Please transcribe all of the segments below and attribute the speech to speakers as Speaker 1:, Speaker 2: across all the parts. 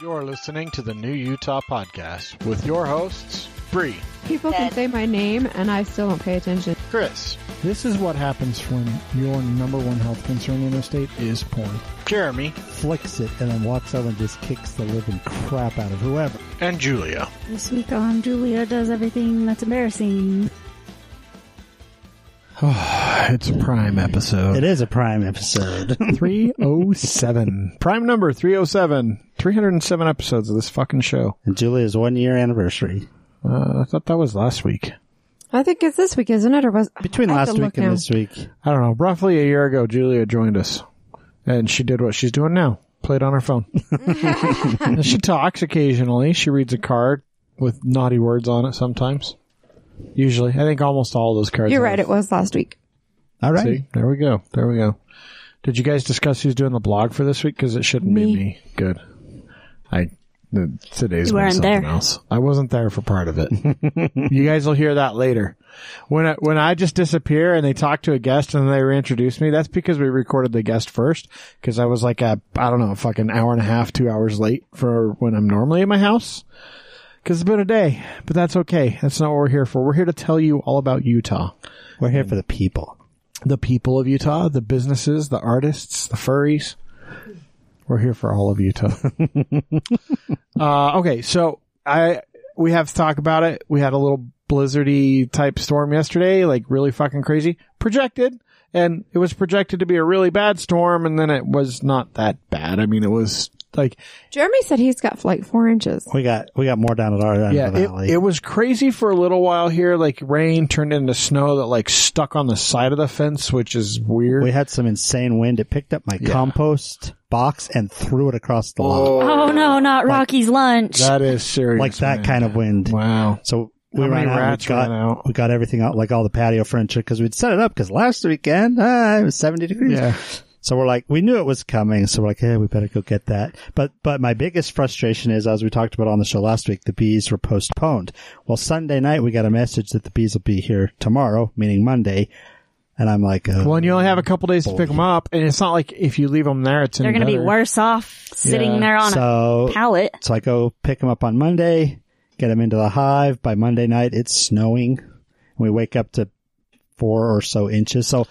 Speaker 1: You're listening to the New Utah Podcast with your hosts, Bree,
Speaker 2: People can say my name and I still don't pay attention.
Speaker 1: Chris,
Speaker 3: This is what happens when your number one health concern in the state is porn.
Speaker 1: Jeremy,
Speaker 4: flicks it and then walks over and just kicks the living crap out of whoever.
Speaker 1: and Julia.
Speaker 5: This week on Julia does everything that's embarrassing.
Speaker 1: It's a prime episode.
Speaker 4: It is a prime episode.
Speaker 1: 307. prime number 307. 307 episodes of this fucking show.
Speaker 4: and Julia's one year anniversary.
Speaker 1: Uh, I thought that was last week.
Speaker 2: I think it's this week, isn't it? Or was
Speaker 4: Between
Speaker 2: I have
Speaker 4: last
Speaker 2: to
Speaker 4: week
Speaker 2: look
Speaker 4: and
Speaker 2: now.
Speaker 4: this week.
Speaker 1: I don't know. Roughly a year ago, Julia joined us, and she did what she's doing now: played on her phone. And she talks occasionally. She reads a card with naughty words on it sometimes. Usually, I think almost all those cards.
Speaker 2: You're
Speaker 1: have-
Speaker 2: right. It was last week.
Speaker 4: All right.
Speaker 1: See, there we go. There we go. Did you guys discuss who's doing the blog for this week? Because it shouldn't be
Speaker 2: Me.
Speaker 1: me. Good. I the, today's
Speaker 5: You
Speaker 1: been
Speaker 5: weren't
Speaker 1: something
Speaker 5: there.
Speaker 1: else. I wasn't there for part of it. you guys will hear that later. When I, when I just disappear and they talk to a guest and then they reintroduce me, that's because we recorded the guest first. Because I was like a I don't know, a fucking hour and a half, two hours late for when I'm normally in my house. Because it's been a day, but that's okay. That's not what we're here for. We're here to tell you all about Utah
Speaker 4: We're here for the people.
Speaker 1: the people of Utah, the businesses, the artists, the furries. We're here for all of Utah. uh, okay, so I we have to talk about it. We had a little blizzardy type storm yesterday, like really fucking crazy. Projected, and it was projected to be a really bad storm, and then it was not that bad. I mean, it was like
Speaker 2: Jeremy said he's got like four inches.
Speaker 4: We got we got more down at our end
Speaker 1: yeah,
Speaker 4: of the
Speaker 1: it,
Speaker 4: valley.
Speaker 1: it was crazy for a little while here. Like rain turned into snow that like stuck on the side of the fence, which is weird.
Speaker 4: we had some insane wind. It picked up my compost box and threw it across the lot.
Speaker 5: Oh no, not Rocky's lunch.
Speaker 1: That is serious.
Speaker 4: Like that
Speaker 1: man.
Speaker 4: kind of wind.
Speaker 1: Wow.
Speaker 4: So we
Speaker 1: How many
Speaker 4: ran out,
Speaker 1: rats
Speaker 4: we got,
Speaker 1: ran out?
Speaker 4: We got everything out, like all the patio furniture, because we'd set it up. Because last weekend ah, it was seventy degrees.
Speaker 1: Yeah.
Speaker 4: So we're like, we knew it was coming. So we're like, hey, we better go get that. But, but my biggest frustration is, as we talked about on the show last week, the bees were postponed. Well, Sunday night, we got a message that the bees will be here tomorrow, meaning Monday. And I'm like, uh,
Speaker 1: Well, and you only have a couple days to pick them up, and it's not like if you leave them there, it's in
Speaker 5: They're going to be
Speaker 1: another-
Speaker 5: worse off sitting
Speaker 1: Yeah.
Speaker 5: there on
Speaker 4: so,
Speaker 5: a pallet.
Speaker 4: so I go pick them up on Monday, get them into the hive. By Monday night, it's snowing. We wake up to four or so inches. So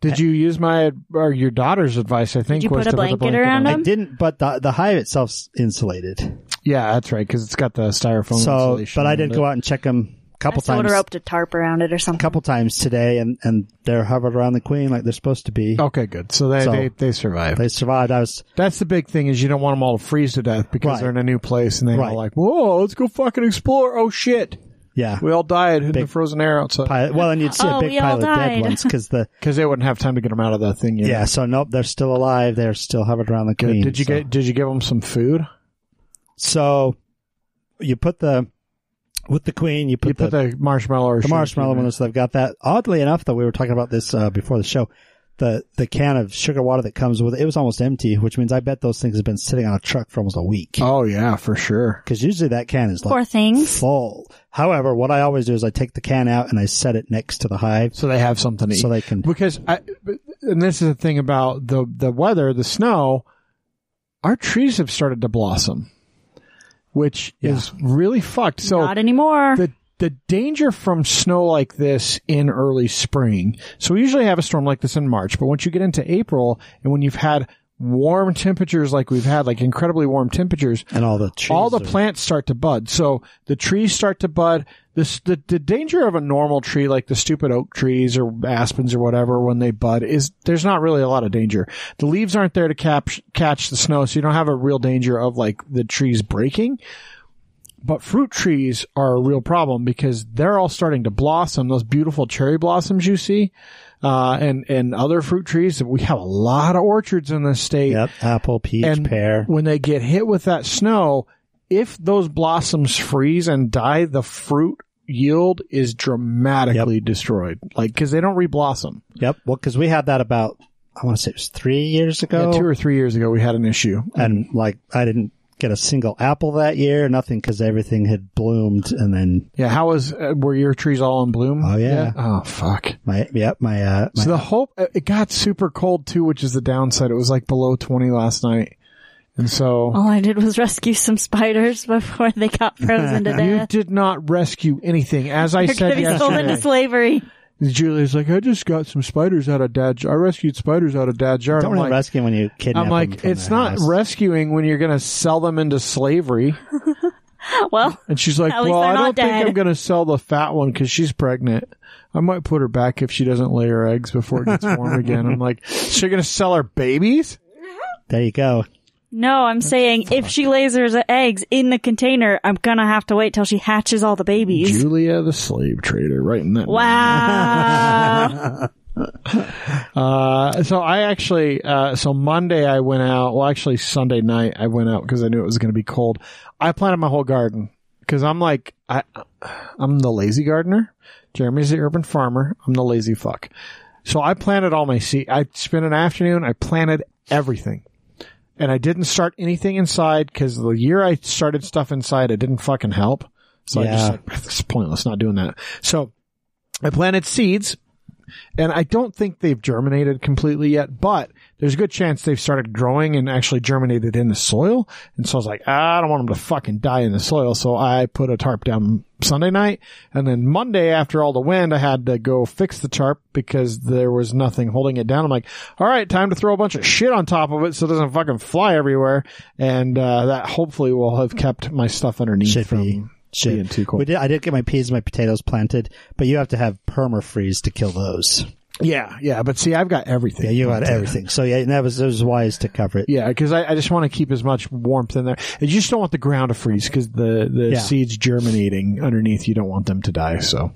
Speaker 1: Did you use my or your daughter's advice? I think
Speaker 5: you
Speaker 1: was
Speaker 5: put a
Speaker 1: to put a
Speaker 5: blanket around
Speaker 1: on it.
Speaker 4: I
Speaker 5: Um,
Speaker 4: didn't, but the, the hive itself's insulated.
Speaker 1: Yeah, that's right, because it's got the styrofoam.
Speaker 4: So,
Speaker 1: insulation
Speaker 4: but I
Speaker 1: around
Speaker 4: did
Speaker 1: it.
Speaker 4: go out and check them a couple
Speaker 5: I still
Speaker 4: times.
Speaker 5: would've roped a tarp around it or something.
Speaker 4: couple times today, and and they're hovered around the queen like they're supposed to be.
Speaker 1: Okay, good. So they
Speaker 4: So-
Speaker 1: they, they survive.
Speaker 4: They survived. I was
Speaker 1: That's the big thing is you don't want them all to freeze to death because
Speaker 4: Right.
Speaker 1: they're in a new place and they're all
Speaker 4: Right.
Speaker 1: like, "Whoa, let's go fucking explore!" Oh shit,
Speaker 4: yeah.
Speaker 1: we all died in the frozen air outside
Speaker 4: Pile, well, and you'd see
Speaker 5: Oh,
Speaker 4: a big
Speaker 5: we all
Speaker 4: pile of dead
Speaker 5: died.
Speaker 4: ones because the
Speaker 1: because they wouldn't have time to get them out of that thing yet.
Speaker 4: yeah. So nope, they're still alive. They're still hovered around the
Speaker 1: Good.
Speaker 4: queen.
Speaker 1: Did you
Speaker 4: so.
Speaker 1: get? Did you give them some food?
Speaker 4: So you put the with the queen. You put
Speaker 1: you
Speaker 4: the,
Speaker 1: put the, marshmallow or
Speaker 4: the
Speaker 1: sugar
Speaker 4: marshmallow
Speaker 1: cube in.
Speaker 4: one. So they've got that. Oddly enough, though, we were talking about this uh, before the show. The the can of sugar water that comes with it, it was almost empty, which means I bet those things have been sitting on a truck for almost a week.
Speaker 1: Oh yeah, for sure.
Speaker 4: Because usually that can is like
Speaker 5: Poor things.
Speaker 4: full. However, what I always do is I take the can out and I set it next to the hive
Speaker 1: So they have something to eat.
Speaker 4: so they can.
Speaker 1: because I, and this is the thing about the the weather, the snow. Our trees have started to blossom, which is really fucked. So
Speaker 5: not anymore.
Speaker 1: the the danger from snow like this in early spring. So we usually have a storm like this in March, but once you get into April and when you've had warm temperatures like we've had, like incredibly warm temperatures,
Speaker 4: And all the trees.
Speaker 1: all the
Speaker 4: are-
Speaker 1: plants start to bud. So the trees start to bud. This the, the danger of a normal tree like the stupid oak trees or aspens or whatever when they bud is there's not really a lot of danger. The leaves aren't there to cap- catch the snow, so you don't have a real danger of like the trees breaking. But fruit trees are a real problem because they're all starting to blossom. Those beautiful cherry blossoms you see, uh, and and other fruit trees. We have a lot of orchards in this state
Speaker 4: Yep. Apple, peach, pear.
Speaker 1: when they get hit with that snow, if those blossoms freeze and die, the fruit yield is dramatically destroyed. Like because they don't reblossom.
Speaker 4: Yep. Well, because we had that about, I want to say it was three years ago.
Speaker 1: Yeah, two or three years ago, we had an issue.
Speaker 4: and like, I didn't get a single apple that year, nothing because everything had bloomed. And then
Speaker 1: Yeah, how was uh, were your trees all in bloom?
Speaker 4: Oh, yeah.
Speaker 1: yet? Oh fuck.
Speaker 4: my, yep, my, uh, my
Speaker 1: So the whole it got super cold too, which is the downside. It was like below twenty last night, And so
Speaker 5: All I did was rescue some spiders before they got frozen to
Speaker 1: you
Speaker 5: death.
Speaker 1: did not rescue anything. As I
Speaker 5: They're going to
Speaker 1: said
Speaker 5: be sold into
Speaker 1: yesterday,
Speaker 5: slavery.
Speaker 1: Julia's like, I just got some spiders out of dad's. I rescued spiders out of dad's yard.
Speaker 4: Don't
Speaker 1: I'm
Speaker 4: really
Speaker 1: like,
Speaker 4: rescue when you kidnap
Speaker 1: I'm
Speaker 4: them
Speaker 1: like,
Speaker 4: from
Speaker 1: it's
Speaker 4: their
Speaker 1: not
Speaker 4: house.
Speaker 1: rescuing when you're going to sell them into slavery.
Speaker 5: Well,
Speaker 1: And she's like,
Speaker 5: At least
Speaker 1: well,
Speaker 5: they're
Speaker 1: I don't
Speaker 5: not dead."
Speaker 1: think I'm going to sell the fat one because she's pregnant. I might put her back if she doesn't lay her eggs before it gets warm again. I'm like, so you're going to sell her babies?
Speaker 4: There you go.
Speaker 5: no, I'm saying if she lays her eggs in the container, I'm going to have to wait till she hatches all the babies.
Speaker 1: Julia the slave trader, right in that.
Speaker 5: Wow.
Speaker 1: Uh, so I actually, uh, so Monday I went out. Well, actually Sunday night I went out because I knew it was going to be cold. I planted my whole garden because I'm like, I, I'm the lazy gardener. Jeremy's the urban farmer. I'm the lazy fuck. So I planted all my seed. I spent an afternoon. I planted everything. And I didn't start anything inside because the year I started stuff inside, it didn't fucking help. So I just
Speaker 4: Yeah.
Speaker 1: like, it's pointless not doing that. So I planted seeds and I don't think they've germinated completely yet, but there's a good chance they've started growing and actually germinated in the soil. And so I was like, "Ah, I don't want them to fucking die in the soil. So I put a tarp down Sunday night. And then Monday, after all the wind, I had to go fix the tarp because there was nothing holding it down. I'm like, all right, time to throw a bunch of shit on top of it so it doesn't fucking fly everywhere. And uh, that hopefully will have kept my stuff underneath
Speaker 4: Should
Speaker 1: from
Speaker 4: be. Should.
Speaker 1: being too cold.
Speaker 4: We did, I did get my peas and my potatoes planted, but you have to have permafreeze to kill those.
Speaker 1: yeah, yeah. But see, I've got everything.
Speaker 4: Yeah, you got
Speaker 1: everything.
Speaker 4: everything. So yeah, and that was, that was wise to cover it.
Speaker 1: Yeah, because I, I just want to keep as much warmth in there. And you just don't want the ground to freeze because the, the
Speaker 4: Yeah.
Speaker 1: seeds germinating underneath, you don't want them to die. So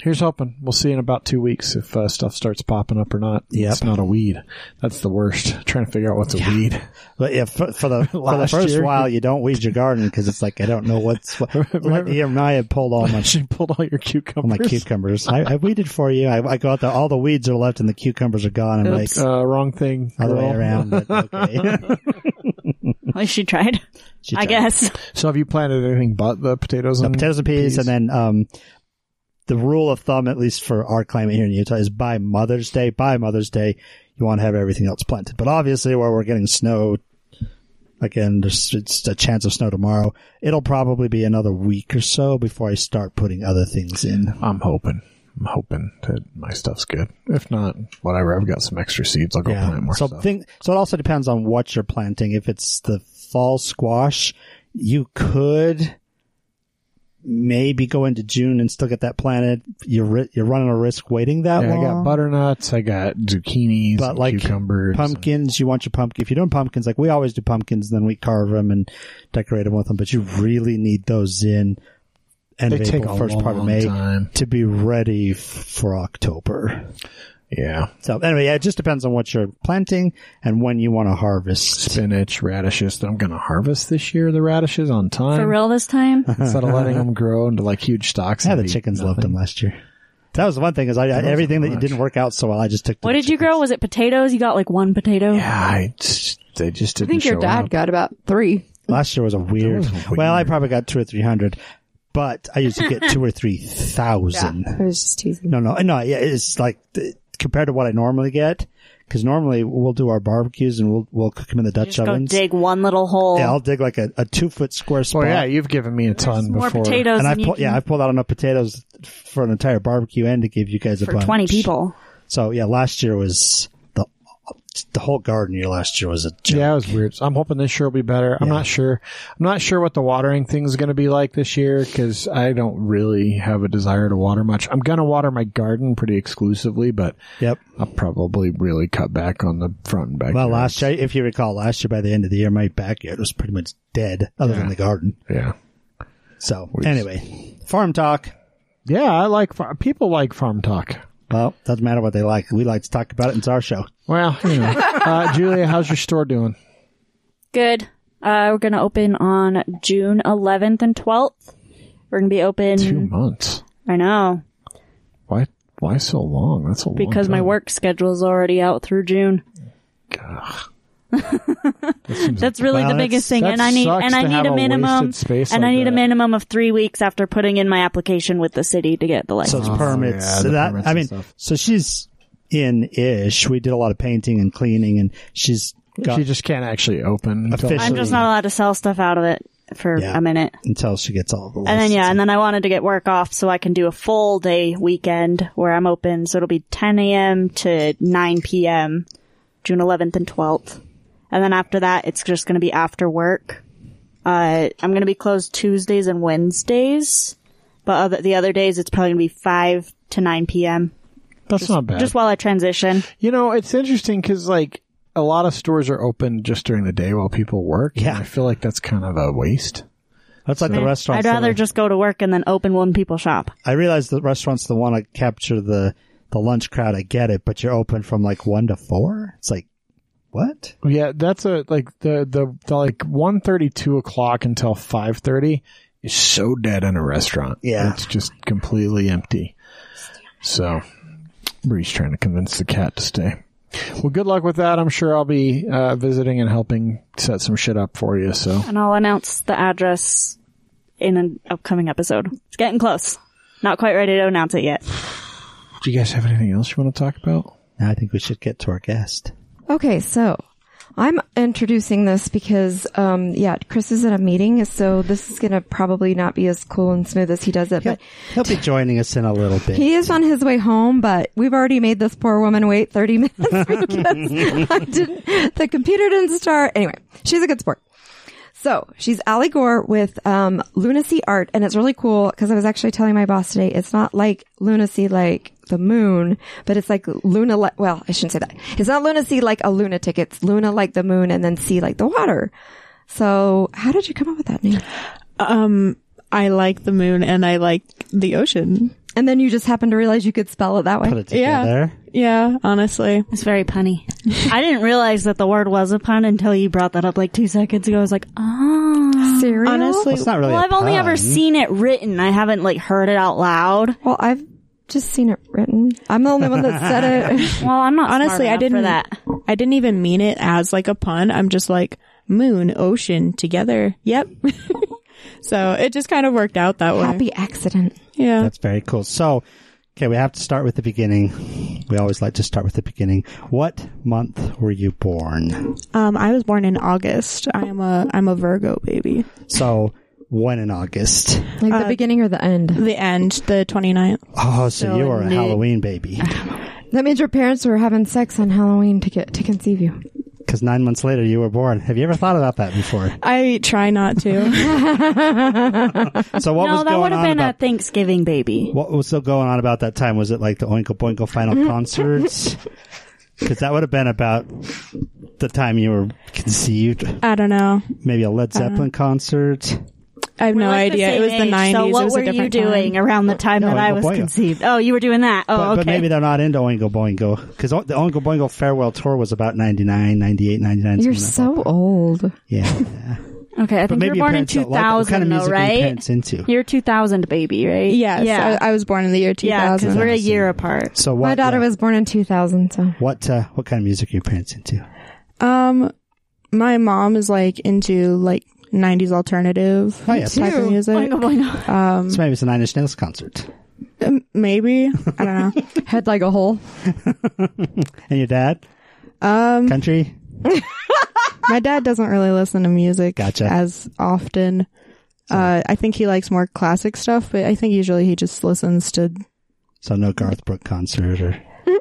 Speaker 1: here's hoping. We'll see in about two weeks if uh, stuff starts popping up or not. Yeah,
Speaker 4: Yep.
Speaker 1: It's not a weed. That's the worst. Trying to figure out what's a weed.
Speaker 4: But yeah, for, for the for the
Speaker 1: Last
Speaker 4: first
Speaker 1: year.
Speaker 4: while, you don't weed your garden because it's like I don't know what's what. like, Ian and I had pulled all my
Speaker 1: she pulled all your
Speaker 4: all Oh, my
Speaker 1: cucumbers.
Speaker 4: cucumbers. I, I weeded for you. I, I go out there, all the weeds are left, and the cucumbers are gone. I'm like
Speaker 1: uh, wrong thing.
Speaker 4: all the way
Speaker 1: girl.
Speaker 4: around. But okay.
Speaker 5: At least she tried,
Speaker 4: She
Speaker 5: I
Speaker 4: tried.
Speaker 5: guess.
Speaker 1: So have you planted anything but the potatoes
Speaker 4: So
Speaker 1: and
Speaker 4: potatoes and peas, and then um, the rule of thumb, at least for our climate here in Utah, is by Mother's Day. By Mother's Day, you want to have everything else planted. But obviously, where we're getting snow again, there's it's a chance of snow tomorrow. It'll probably be another week or so before I start putting other things in.
Speaker 1: I'm hoping. I'm hoping that my stuff's good. If not, whatever. I've got some extra seeds. I'll go plant more
Speaker 4: So
Speaker 1: stuff.
Speaker 4: think so. It also depends on what you're planting. If it's the fall squash, you could maybe go into June and still get that planted. You're ri- you're running a risk waiting that
Speaker 1: Yeah, I
Speaker 4: long.
Speaker 1: got butternuts. I got zucchinis,
Speaker 4: But,
Speaker 1: and
Speaker 4: like,
Speaker 1: cucumbers,
Speaker 4: pumpkins. You want your pumpkin. If you're doing pumpkins, like we always do pumpkins, then we carve them and decorate them with them. But you really need those in end
Speaker 1: They
Speaker 4: of
Speaker 1: take
Speaker 4: April,
Speaker 1: a
Speaker 4: first part of
Speaker 1: long
Speaker 4: May
Speaker 1: time.
Speaker 4: to be ready f- for October.
Speaker 1: Yeah,
Speaker 4: So anyway, yeah, it just depends on what you're planting and when you want to harvest.
Speaker 1: spinach, radishes. That I'm gonna harvest this year. The radishes on time
Speaker 5: For real this time?
Speaker 1: instead of letting them grow into like huge stocks.
Speaker 4: Yeah,
Speaker 1: and
Speaker 4: the
Speaker 1: eat
Speaker 4: chickens loved
Speaker 1: nothing.
Speaker 4: them last year. That was the one thing is I, I everything that
Speaker 1: much.
Speaker 4: didn't work out so well, I just took. The
Speaker 5: What did you grow? Was it potatoes? You got like one potato?
Speaker 1: Yeah, I just, they just
Speaker 2: I
Speaker 1: didn't.
Speaker 2: think your
Speaker 1: show
Speaker 2: dad
Speaker 1: up.
Speaker 2: got about three.
Speaker 4: last year? Was a weird.
Speaker 1: was
Speaker 4: Well, I
Speaker 1: weird.
Speaker 4: probably got two or three hundred, but I used to get two or three thousand.
Speaker 2: I was just teasing.
Speaker 4: No, no, no. Yeah, it's like th- compared to what I normally get, because normally we'll do our barbecues and we'll we'll cook them in the Dutch
Speaker 5: Just go
Speaker 4: ovens.
Speaker 5: dig one little hole.
Speaker 4: Yeah, I'll dig like a, a two foot square spot.
Speaker 1: Well, yeah, you've given me a ton
Speaker 5: More
Speaker 1: before.
Speaker 5: potatoes
Speaker 4: and I
Speaker 5: than you
Speaker 4: pull, yeah, I
Speaker 5: can
Speaker 4: pulled out enough potatoes for an entire barbecue and to give you guys a
Speaker 5: for
Speaker 4: bunch.
Speaker 5: 20 people.
Speaker 4: So yeah, last year was the the whole garden year last year was a joke.
Speaker 1: Yeah, it was weird. So I'm hoping this year will be better. I'm not sure. I'm not sure what the watering thing is going to be like this year because I don't really have a desire to water much. I'm going to water my garden pretty exclusively, but
Speaker 4: Yep.
Speaker 1: I'll probably really cut back on the front and back.
Speaker 4: Well,
Speaker 1: yards.
Speaker 4: last year, if you recall, last year by the end of the year, my backyard was pretty much dead, other than the garden.
Speaker 1: yeah,
Speaker 4: So anyway, farm talk.
Speaker 1: yeah, I like far- people like farm talk.
Speaker 4: Well, doesn't matter what they like. We like to talk about it. and It's our show.
Speaker 1: Well, you know, uh, Julia, how's your store doing?
Speaker 5: Good. Uh, we're going to open on June 11th and 12th. We're going to be open.
Speaker 1: Two months.
Speaker 5: I know.
Speaker 1: Why? Why so long? That's a long
Speaker 5: Because my
Speaker 1: time.
Speaker 5: work schedule is already out through June.
Speaker 1: Ugh. That seems
Speaker 5: That's really
Speaker 4: Well,
Speaker 5: the
Speaker 4: that's-
Speaker 5: biggest thing,
Speaker 1: that
Speaker 5: and I need
Speaker 1: sucks
Speaker 5: and I
Speaker 1: to have
Speaker 5: need a
Speaker 1: a
Speaker 5: minimum,
Speaker 1: wasted space
Speaker 5: and
Speaker 1: like
Speaker 5: I need
Speaker 1: that.
Speaker 5: a minimum of three weeks after putting in my application with the city to get the
Speaker 4: So
Speaker 5: license.
Speaker 4: it's permits.
Speaker 1: Oh, yeah,
Speaker 4: So
Speaker 1: the
Speaker 4: that
Speaker 1: permits
Speaker 4: I
Speaker 1: and
Speaker 4: mean,
Speaker 1: stuff.
Speaker 4: so she's in ish. We did a lot of painting and cleaning, and she's got
Speaker 1: She just can't actually open. until-
Speaker 4: Official-
Speaker 5: I'm just not allowed to sell stuff out of it for
Speaker 4: Yeah.
Speaker 5: a minute.
Speaker 4: until she gets all the
Speaker 5: And then
Speaker 4: licenses.
Speaker 5: yeah, and then I wanted to get work off so I can do a full day weekend where I'm open. So it'll be 10 a.m. to 9 p.m. June 11th and 12th, and then after that it's just going to be after work. Uh, I'm going to be closed Tuesdays and Wednesdays, but other, the other days it's probably going to be 5 to 9 p.m.
Speaker 1: That's not bad.
Speaker 5: Just while I transition.
Speaker 1: You know, it's interesting because like a lot of stores are open just during the day while people work. and
Speaker 4: Yeah.
Speaker 1: I feel like that's kind of a waste.
Speaker 4: That's like the restaurant.
Speaker 5: I'd rather just go to work and then open when people shop.
Speaker 4: I realize the restaurants the one to capture the the lunch crowd. I get it, but you're open from like one to four. It's like what?
Speaker 1: Yeah, that's a like the the, the like one thirty two o'clock until five thirty is so dead in a restaurant.
Speaker 4: Yeah.
Speaker 1: it's just completely empty. So, Bree's trying to convince the cat to stay. Well, good luck with that. I'm sure I'll be uh, visiting and helping set some shit up for you. So
Speaker 5: And I'll announce the address in an upcoming episode. It's getting close. Not quite ready to announce it yet.
Speaker 1: Do you guys have anything else you want to talk about?
Speaker 4: Now I think we should get to our guest.
Speaker 2: Okay, so I'm introducing this because, um, yeah, Chris is at a meeting, so this is gonna probably not be as cool and smooth as he does it, but
Speaker 4: He'll be joining us in a little bit.
Speaker 2: He is on his way home, but we've already made this poor woman wait 30 minutes because I didn't, the computer didn't start. Anyway, she's a good sport. So she's Ali Gore with um, Lunacy Art, and it's really cool because I was actually telling my boss today it's not like lunacy like the moon, but it's like Luna. Li- well, I shouldn't say that. It's not lunacy like a lunatic. It's Luna like the moon, and then sea like the water. So how did you come up with that name?
Speaker 6: Um, I like the moon and I like the ocean.
Speaker 2: And then you just happened to realize you could spell it that way.
Speaker 4: Put it together.
Speaker 6: Yeah, honestly.
Speaker 5: It's very punny. I didn't realize that the word was a pun until you brought that up like two seconds ago. I was like, oh.
Speaker 2: Cereal?
Speaker 6: Honestly,
Speaker 4: Well, it's not really.
Speaker 5: Well,
Speaker 4: a
Speaker 5: I've only ever
Speaker 4: pun.
Speaker 5: seen it written. I haven't like heard it out loud.
Speaker 2: Well, I've just seen it written. I'm the only one that said it.
Speaker 5: Well, I'm not.
Speaker 6: honestly, I didn't.
Speaker 5: For that.
Speaker 6: I didn't even mean it as like a pun. I'm just like moon, ocean together. Yep. so it just kind of worked out that way.
Speaker 2: Happy accident.
Speaker 6: Yeah.
Speaker 4: That's very cool. So, okay, we have to start with the beginning. We always like to start with the beginning. What month were you born?
Speaker 6: um, I was born in August. I am a I'm a Virgo baby.
Speaker 4: So, when in August?
Speaker 2: Like the beginning or the end.
Speaker 6: The end, the 29th.
Speaker 4: Oh, so,
Speaker 6: So
Speaker 4: you were a
Speaker 6: mid-
Speaker 4: Halloween baby.
Speaker 2: That means your parents were having sex on Halloween to get to conceive you.
Speaker 4: Because nine months later, you were born. Have you ever thought about that before?
Speaker 6: I try not to.
Speaker 4: So what was
Speaker 5: no, that
Speaker 4: going
Speaker 5: would have
Speaker 4: on
Speaker 5: been
Speaker 4: about
Speaker 5: a Thanksgiving baby.
Speaker 4: what was so going on about that time? Was it like the Oinko Boinko final concerts? Because that would have been about the time you were conceived.
Speaker 6: I don't know.
Speaker 4: Maybe a Led Zeppelin concert.
Speaker 6: I have
Speaker 5: We're
Speaker 6: no
Speaker 5: like the
Speaker 6: idea. It
Speaker 5: same
Speaker 6: was the
Speaker 5: age,
Speaker 6: 90s.
Speaker 5: So what
Speaker 6: it was
Speaker 5: were
Speaker 6: a
Speaker 5: you
Speaker 6: different
Speaker 5: doing
Speaker 6: Time.
Speaker 5: around the time that I
Speaker 4: Oingo
Speaker 5: was
Speaker 4: Boingo.
Speaker 5: conceived? Oh, you were doing that. Oh,
Speaker 4: But,
Speaker 5: okay.
Speaker 4: but maybe they're not into Oingo Boingo. Because the Oingo Boingo farewell tour was about 99, 98, 99.
Speaker 2: You're
Speaker 4: something like
Speaker 2: so old.
Speaker 4: that. Yeah.
Speaker 5: okay, I
Speaker 4: but
Speaker 5: think you
Speaker 4: maybe
Speaker 5: were
Speaker 4: your
Speaker 5: born in
Speaker 4: parents don't like that. What
Speaker 5: 2000,
Speaker 4: kind of
Speaker 5: though,
Speaker 4: music were your
Speaker 5: right?
Speaker 4: parents into?
Speaker 5: You're 2000 baby, right?
Speaker 6: Yes.
Speaker 5: Yeah.
Speaker 6: I, I was born in the year
Speaker 5: yeah,
Speaker 6: 2000.
Speaker 5: because we're a year apart.
Speaker 4: So what, uh,
Speaker 2: My daughter was born in 2000, so.
Speaker 4: What, uh, what kind of music are your parents into?
Speaker 6: Um, my mom is like into like '90s alternative
Speaker 4: Oh, yeah.
Speaker 6: type of
Speaker 2: too.
Speaker 6: music. Um,
Speaker 4: So maybe it's a Nine Inch Nails concert.
Speaker 6: m- maybe I don't know.
Speaker 2: Head like a hole.
Speaker 4: And your dad? Um, Country?
Speaker 6: my dad doesn't really listen to music
Speaker 4: Gotcha.
Speaker 6: as often. Uh, I think he likes more classic stuff, but I think usually he just listens to.
Speaker 4: So no Garth Brooke concert or.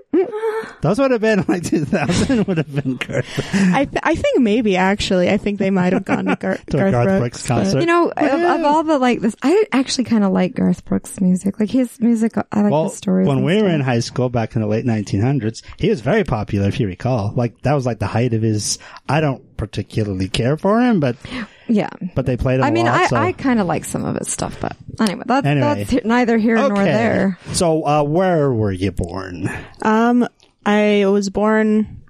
Speaker 4: Those would have been like 2000 would have been Garth,
Speaker 6: I th- I think maybe actually I think they might have gone to, Gar-
Speaker 4: to
Speaker 6: Garth,
Speaker 4: a Garth Brooks,
Speaker 6: Brooks.
Speaker 4: concert.
Speaker 2: You know, of, of all the like this, I actually kind of like Garth Brooks' music. Like his music, I like
Speaker 4: well,
Speaker 2: his stories.
Speaker 4: when
Speaker 2: and
Speaker 4: we
Speaker 2: stuff.
Speaker 4: were in high school back in the late 1900s, he was very popular, if you recall. Like that was like the height of his. I don't particularly care for him, but
Speaker 2: yeah.
Speaker 4: but they played him.
Speaker 2: I mean,
Speaker 4: a lot,
Speaker 2: I,
Speaker 4: so.
Speaker 2: I kind of like some of his stuff, but anyway, that's,
Speaker 4: Anyway.
Speaker 2: that's neither here nor
Speaker 4: Okay.
Speaker 2: there.
Speaker 4: So, uh, where were you born?
Speaker 6: Um, I was born,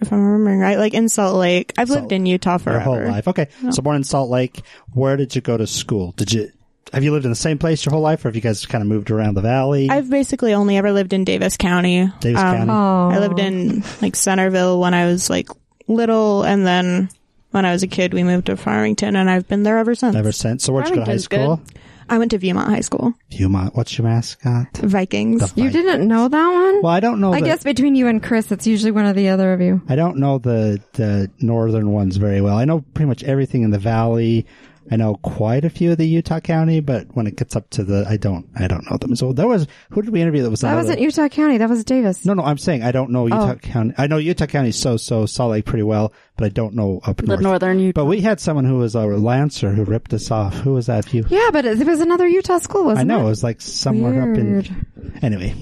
Speaker 6: if I'm remembering right, like in Salt Lake. I've lived in Utah
Speaker 4: Your
Speaker 6: forever.
Speaker 4: whole life. Okay. So, born in Salt Lake. Where did you go to school? Did you have you lived in the same place your whole life, or have you guys kind of moved around the valley?
Speaker 6: I've basically only ever lived in Davis County.
Speaker 4: Davis County.
Speaker 2: Oh,
Speaker 6: I lived in like Centerville when I was like little, and then when I was a kid, we moved to Farmington, and I've been there ever since.
Speaker 4: Ever since. So, where'd you go to high
Speaker 6: Farmington's
Speaker 4: school?
Speaker 6: I went to Viewmont High School.
Speaker 4: Humont, what's your mascot?
Speaker 6: Vikings.
Speaker 4: The
Speaker 2: You
Speaker 4: Vi-
Speaker 2: didn't know that one?
Speaker 4: Well, I don't know.
Speaker 2: I
Speaker 4: the,
Speaker 2: guess between you and Chris, it's usually one or the other of you.
Speaker 4: I don't know the the northern ones very well. I know pretty much everything in the valley. I know quite a few of the Utah County, but when it gets up to the, I don't, I don't know them. So there was who did we interview that was
Speaker 2: That
Speaker 4: another-
Speaker 2: wasn't Utah County. That was Davis.
Speaker 4: No, no, I'm saying I don't know Utah County. I know Utah County so so Salt Lake pretty well, but I don't know up
Speaker 5: The
Speaker 4: north.
Speaker 5: northern Utah.
Speaker 4: But we had someone who was a lancer who ripped us off. Who was that? You?
Speaker 2: Yeah, but it, it was another Utah school,
Speaker 4: I
Speaker 2: wasn't
Speaker 4: know
Speaker 2: it?
Speaker 4: it was like somewhere up in. Anyway,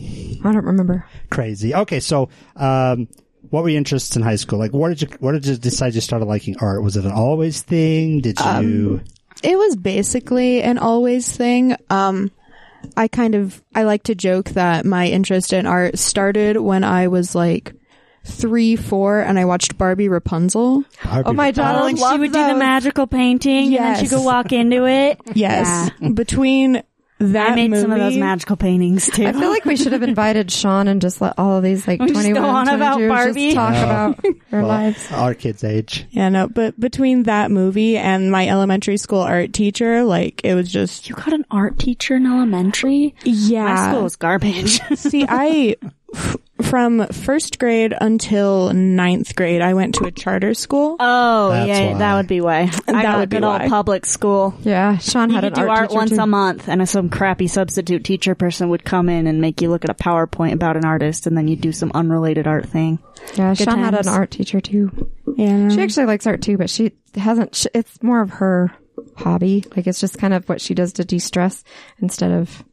Speaker 2: I don't remember.
Speaker 4: crazy. Okay, so um, what were your interests in high school? Like, what did you? What did you decide you started liking art? Was it an always thing? Did
Speaker 5: Um,
Speaker 4: you?
Speaker 6: it was basically an always thing. Um, I kind of I like to joke that my interest in art started when I was like three, four, and I watched Barbie Rapunzel.
Speaker 2: Oh, my daughter
Speaker 5: Oh, and she
Speaker 2: loved
Speaker 5: would do
Speaker 2: those.
Speaker 5: the magical painting, and then she
Speaker 6: Yes.
Speaker 5: could walk into it.
Speaker 6: Yes, between that
Speaker 5: I made
Speaker 6: movie,
Speaker 5: some of those magical paintings too.
Speaker 2: I feel like we should have invited Sean and just let all of these like
Speaker 5: We just
Speaker 2: 21
Speaker 5: go on
Speaker 2: and
Speaker 5: about
Speaker 2: 22
Speaker 5: Barbie.
Speaker 2: just talk about their
Speaker 4: Well,
Speaker 2: lives.
Speaker 4: our kids' age.
Speaker 6: Yeah, no, but between that movie and my elementary school art teacher, like it was just
Speaker 5: you got an art teacher in elementary.
Speaker 6: yeah.
Speaker 5: My school was garbage.
Speaker 6: See, I f- from first grade until ninth grade, I went to a charter school.
Speaker 5: oh,
Speaker 4: That's
Speaker 5: yeah,
Speaker 4: why.
Speaker 5: that would be why. I got a
Speaker 6: would be
Speaker 5: good old
Speaker 6: why.
Speaker 5: public school.
Speaker 2: Yeah, Sean
Speaker 5: You
Speaker 2: had
Speaker 5: could
Speaker 2: an
Speaker 5: do
Speaker 2: art,
Speaker 5: art,
Speaker 2: teacher,
Speaker 5: once
Speaker 2: too.
Speaker 5: a month, and some crappy substitute teacher person would come in and make you look at a PowerPoint about an artist, and then you'd do some unrelated art thing.
Speaker 2: Yeah, Sean had an
Speaker 6: times.
Speaker 2: art teacher too.
Speaker 6: yeah,
Speaker 2: She actually likes art too, but she hasn't. She, it's more of her hobby. Like it's just kind of what she does to de stress instead of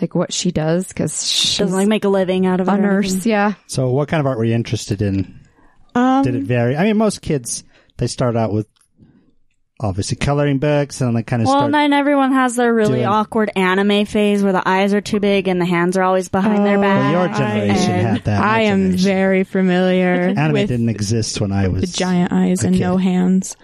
Speaker 2: like what she does because she's
Speaker 5: Doesn't like make a living out of it.
Speaker 2: a
Speaker 5: or
Speaker 2: nurse. Yeah,
Speaker 4: So, what kind of art were you interested in?
Speaker 5: Um,
Speaker 4: Did it vary? I mean, most kids they start out with obviously coloring books, and then they kind of
Speaker 5: Well,
Speaker 4: start.
Speaker 5: then everyone has their really
Speaker 4: doing-
Speaker 5: awkward anime phase where the eyes are too big and the hands are always behind their back.
Speaker 4: well, your generation
Speaker 5: and-
Speaker 4: had that.
Speaker 6: Oh, I
Speaker 4: My
Speaker 6: am
Speaker 4: generation.
Speaker 6: very familiar
Speaker 4: Anime
Speaker 6: with
Speaker 4: didn't exist when I was
Speaker 6: the giant eyes and
Speaker 4: kid.
Speaker 6: no hands.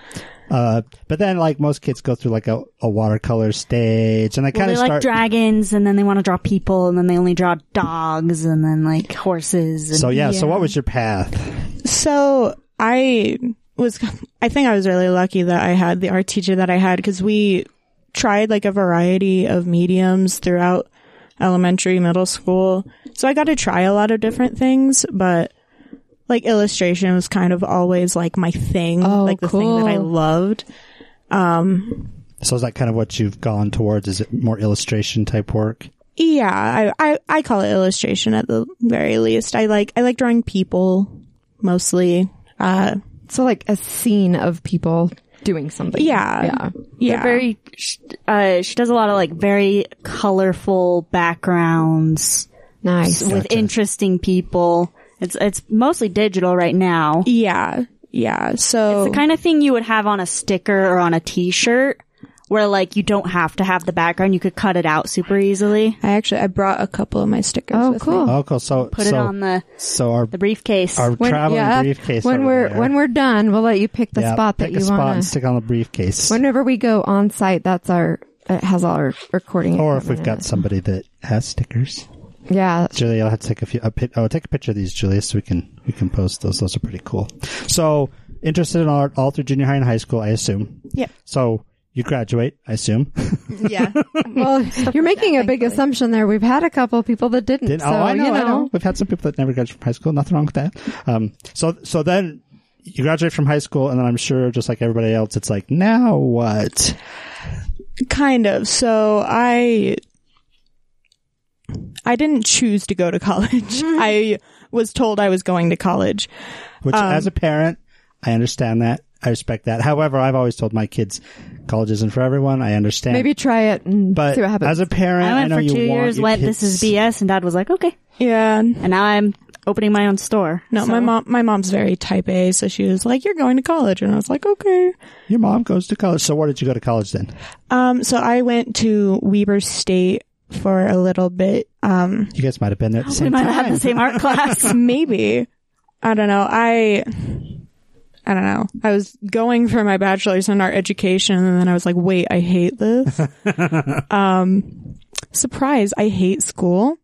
Speaker 4: Uh, but then, like most kids, go through like a, a watercolor stage, and I
Speaker 5: Well,
Speaker 4: kind
Speaker 5: they
Speaker 4: of start.
Speaker 5: like dragons, and then they want to draw people, and then they only draw dogs, and then like horses. And
Speaker 4: so yeah, So
Speaker 6: Yeah.
Speaker 4: what was your path?
Speaker 6: So I was, I think I was really lucky that I had the art teacher that I had because we tried like a variety of mediums throughout elementary, middle school. So I got to try a lot of different things, but like illustration was kind of always like my thing,
Speaker 2: Oh,
Speaker 6: like the thing that I
Speaker 2: cool.
Speaker 6: loved.
Speaker 4: So is that kind of what you've gone towards? Is it more illustration type work?
Speaker 6: Yeah, I, I, I call it illustration at the very least. I like, I like drawing people mostly. Uh,
Speaker 2: so like a scene of people doing something.
Speaker 6: yeah.
Speaker 2: yeah.
Speaker 6: Yeah.
Speaker 5: They're very. sh- Uh, she does a lot of like very colorful backgrounds
Speaker 2: Nice.
Speaker 5: with interesting people. It's it's mostly digital right now.
Speaker 6: yeah. Yeah. So
Speaker 5: It's the kind of thing you would have on a sticker or on a T-shirt, where like you don't have to have the background; you could cut it out super easily.
Speaker 6: I actually I brought a couple of my stickers.
Speaker 2: Oh,
Speaker 6: with
Speaker 2: cool.
Speaker 4: Oh, cool. So
Speaker 5: Put it
Speaker 4: so,
Speaker 5: on the
Speaker 4: so our
Speaker 5: the briefcase.
Speaker 4: our traveling
Speaker 2: yeah,
Speaker 4: briefcase.
Speaker 2: When
Speaker 4: over
Speaker 2: we're
Speaker 4: there.
Speaker 2: when we're done, we'll let you pick the
Speaker 4: Yeah,
Speaker 2: spot that
Speaker 4: pick a
Speaker 2: you
Speaker 4: spot and
Speaker 2: want. to
Speaker 4: stick on the briefcase.
Speaker 2: Whenever we go on site, that's our. It has all our recording.
Speaker 4: or if
Speaker 2: equipment
Speaker 4: we've
Speaker 2: in
Speaker 4: got somebody that has stickers,
Speaker 2: it. yeah,
Speaker 4: Julia, I'll have to take a few. A pic, oh, take a picture of these, Julia, so we can we can post those. Those are pretty cool. So interested in art all through junior high and high school, I assume.
Speaker 6: Yeah.
Speaker 4: So you graduate, I assume.
Speaker 6: me. Yeah.
Speaker 2: well, you're making a big assumption there. We've had a couple people that didn't.
Speaker 4: Didn't-
Speaker 2: so,
Speaker 4: oh, I know,
Speaker 2: you know,
Speaker 4: I know. We've had some people that never graduated from high school. Nothing wrong with that. Um, so, so then you graduate from high school, and then I'm sure, just like everybody else, it's like, now what?
Speaker 6: kind of. So I I didn't choose to go to college. I was told I was going to college.
Speaker 4: Which,
Speaker 5: Um,
Speaker 4: as a parent, I understand that. I respect that. However, I've always told my kids, college isn't for everyone. I understand.
Speaker 2: Maybe try it and
Speaker 4: but
Speaker 2: see what happens.
Speaker 4: as a parent,
Speaker 5: I
Speaker 4: I,
Speaker 5: went
Speaker 4: know
Speaker 5: for
Speaker 4: you
Speaker 5: two
Speaker 4: want
Speaker 5: years.
Speaker 4: your
Speaker 5: Went
Speaker 4: kids-
Speaker 5: this is BS, and Dad was like, "Okay."
Speaker 6: Yeah.
Speaker 5: And now I'm opening my own store.
Speaker 6: No, my mom my mom's very type A, so she was like, You're going to college and I was like, Okay.
Speaker 4: Your mom goes to college. So, where did you go to college then?
Speaker 6: Um so I went to Weber State for a little bit. Um
Speaker 4: You guys might have been there at the
Speaker 5: We
Speaker 4: same
Speaker 5: might
Speaker 4: time.
Speaker 5: have had the same art class.
Speaker 6: maybe. I don't know. I I don't know. I was going for my bachelor's in art education and then I was like, wait, I hate this. um surprise, I hate school.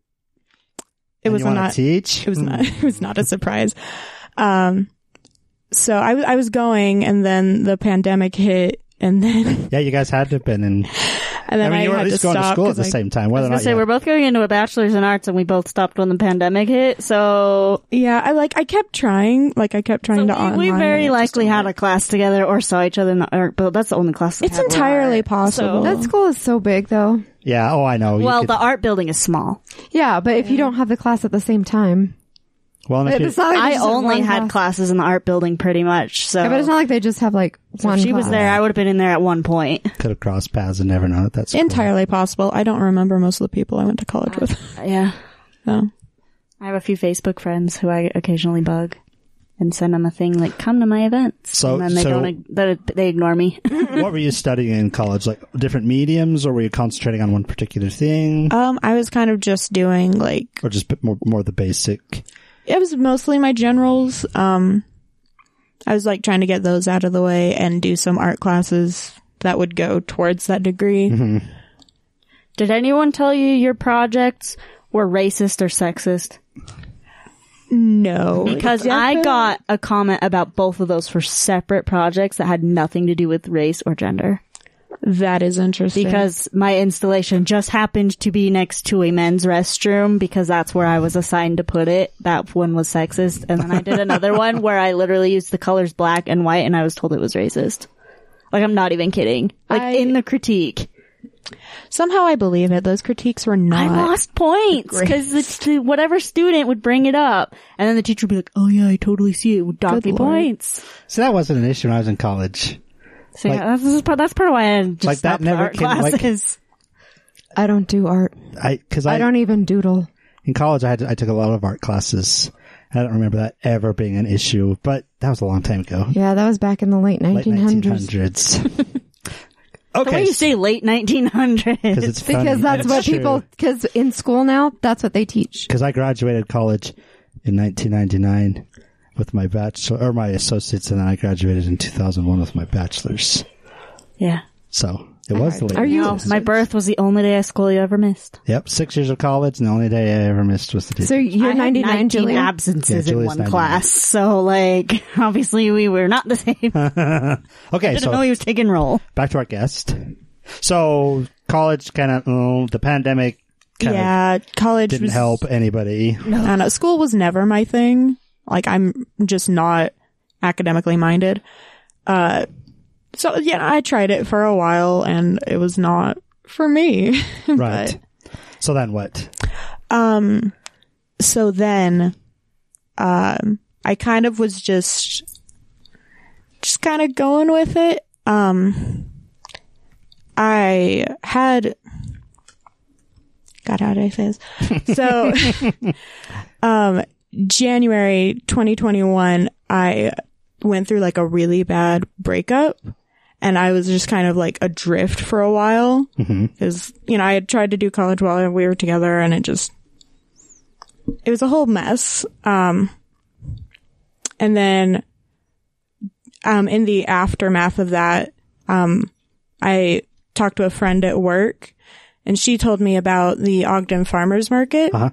Speaker 6: It
Speaker 4: And
Speaker 6: was
Speaker 4: you wanna
Speaker 6: not
Speaker 4: teach. Hmm.
Speaker 6: it was not it was not a surprise. Um so I w- I was going and then the pandemic hit and then
Speaker 4: Yeah, you guys had to have been in
Speaker 6: And then
Speaker 4: I
Speaker 6: I,
Speaker 4: mean, you were
Speaker 6: had
Speaker 4: at least
Speaker 6: to
Speaker 4: going to
Speaker 6: stop
Speaker 4: school at the
Speaker 6: 'cause I-
Speaker 4: same time. Whether
Speaker 5: I
Speaker 4: or
Speaker 5: was gonna
Speaker 4: not
Speaker 5: say
Speaker 4: you-
Speaker 5: we're both going into a bachelor's in arts, and we both stopped when the pandemic hit. So,
Speaker 6: Yeah, I like I kept trying, like I kept trying to
Speaker 5: so
Speaker 6: online.
Speaker 5: we, we
Speaker 6: and it
Speaker 5: very
Speaker 6: just
Speaker 5: likely
Speaker 6: didn't
Speaker 5: had a class together or saw each other in the art, but that's the only class. we
Speaker 6: It's
Speaker 5: had were
Speaker 6: entirely
Speaker 5: art.
Speaker 6: possible.
Speaker 5: So-
Speaker 2: That school is so big though.
Speaker 4: yeah. Oh, I know. You
Speaker 5: well,
Speaker 4: could-
Speaker 5: the art building is small.
Speaker 2: Yeah, but if you don't have the class at the same time,
Speaker 4: well, and if you-
Speaker 2: it's not like
Speaker 5: I
Speaker 2: you just have
Speaker 5: only
Speaker 2: one
Speaker 5: had
Speaker 2: class.
Speaker 5: classes in the art building, pretty much. So,
Speaker 2: Yeah, but it's not like they just have like
Speaker 5: so
Speaker 2: one.
Speaker 5: if she was
Speaker 2: class.
Speaker 5: there, I would have been in there at one point.
Speaker 4: could have crossed paths and never known it. That's cool.
Speaker 6: entirely possible. I don't remember most of the people I went to college with.
Speaker 5: Yeah,
Speaker 6: So
Speaker 5: I have a few Facebook friends who I occasionally bug and send them a thing like, "Come to my events,"
Speaker 4: So-
Speaker 5: and then they
Speaker 4: so-
Speaker 5: don't. ig- They, they ignore me.
Speaker 4: what were you studying in college? Like different mediums, or were you concentrating on one particular
Speaker 2: Uh,
Speaker 4: thing,
Speaker 6: um, I was kind of just doing like
Speaker 4: or just bit more more the basic?
Speaker 6: it was mostly my generals. Um, I was like trying to get those out of the way and do some art classes that would go towards that degree.
Speaker 4: Mm-hmm.
Speaker 5: Did anyone tell you your projects were racist or sexist?
Speaker 6: No,
Speaker 5: Because I got a comment about both of those for separate projects that had nothing to do with race or gender.
Speaker 6: that is interesting.
Speaker 5: Because my installation just happened to be next to a men's restroom because that's where I was assigned to put it. That one was sexist. And then I did another one where I literally used the colors black and white and I was told it was racist. Like I'm not even kidding. Like
Speaker 6: I-
Speaker 5: in the critique.
Speaker 6: somehow I believe it. Those critiques were not.
Speaker 5: I lost points because the, whatever student would bring it up, and then the teacher would be like, "Oh yeah, I totally see it." It Would dock
Speaker 6: Good
Speaker 5: me
Speaker 6: lord.
Speaker 5: points.
Speaker 4: So that wasn't an issue when I was in college.
Speaker 5: So
Speaker 4: Like-
Speaker 5: yeah, that's, this is part, that's part of why I just
Speaker 4: Like, that
Speaker 5: stopped the
Speaker 4: never
Speaker 5: art
Speaker 4: came- like-
Speaker 5: classes.
Speaker 2: I don't do art.
Speaker 4: I because
Speaker 2: I,
Speaker 4: I,
Speaker 2: don't even doodle.
Speaker 4: in college I had I took a lot of art classes. I don't remember that ever being an issue, but that was a long time ago,
Speaker 2: Yeah, that was back in the late
Speaker 4: late
Speaker 2: 1900s.
Speaker 4: 1900s.
Speaker 5: the way
Speaker 4: okay,
Speaker 5: you say late 1900s.
Speaker 4: because it's funny
Speaker 2: Because
Speaker 4: and
Speaker 2: that's
Speaker 4: it's
Speaker 2: what
Speaker 4: true.
Speaker 2: people, because in school now, that's what they teach.
Speaker 4: because I graduated college in 1999 with my bachelor or my associates, and then I graduated in 2001 with my bachelor's.
Speaker 5: Yeah.
Speaker 4: So it was the late.
Speaker 2: Are you-
Speaker 5: No, my birth was the only day of school you ever missed.
Speaker 4: Yep, six years of college, and the only day I ever missed was the day.
Speaker 2: So
Speaker 5: I
Speaker 2: you're
Speaker 5: had
Speaker 2: 99,
Speaker 5: 19
Speaker 2: Julia.
Speaker 5: absences
Speaker 4: Yeah,
Speaker 5: in
Speaker 4: Julia's
Speaker 5: one
Speaker 4: 99.
Speaker 5: class. So like, obviously we were not the same. I
Speaker 4: okay,
Speaker 5: didn't
Speaker 4: so
Speaker 5: know he was taking roll.
Speaker 4: back to our guest. So college kind of the pandemic kind of
Speaker 6: yeah, college
Speaker 4: didn't
Speaker 6: was,
Speaker 4: help anybody.
Speaker 6: I don't know. School was never my thing. Like I'm just not academically minded. Uh, so yeah, I tried it for a while and it was not for me.
Speaker 4: Right. So then what?
Speaker 6: Um, so then, um, I kind of was just, just kind of going with it. Um, I had, God, how did I say this? So, um, January 2021, I went through like a really bad breakup and I was just kind of like adrift for a while because you know I had tried to do college while we were together, and it just it was a whole mess. Um, and then um, in the aftermath of that, um, I talked to a friend at work, and she told me about the Ogden Farmers Market.
Speaker 4: Uh-huh.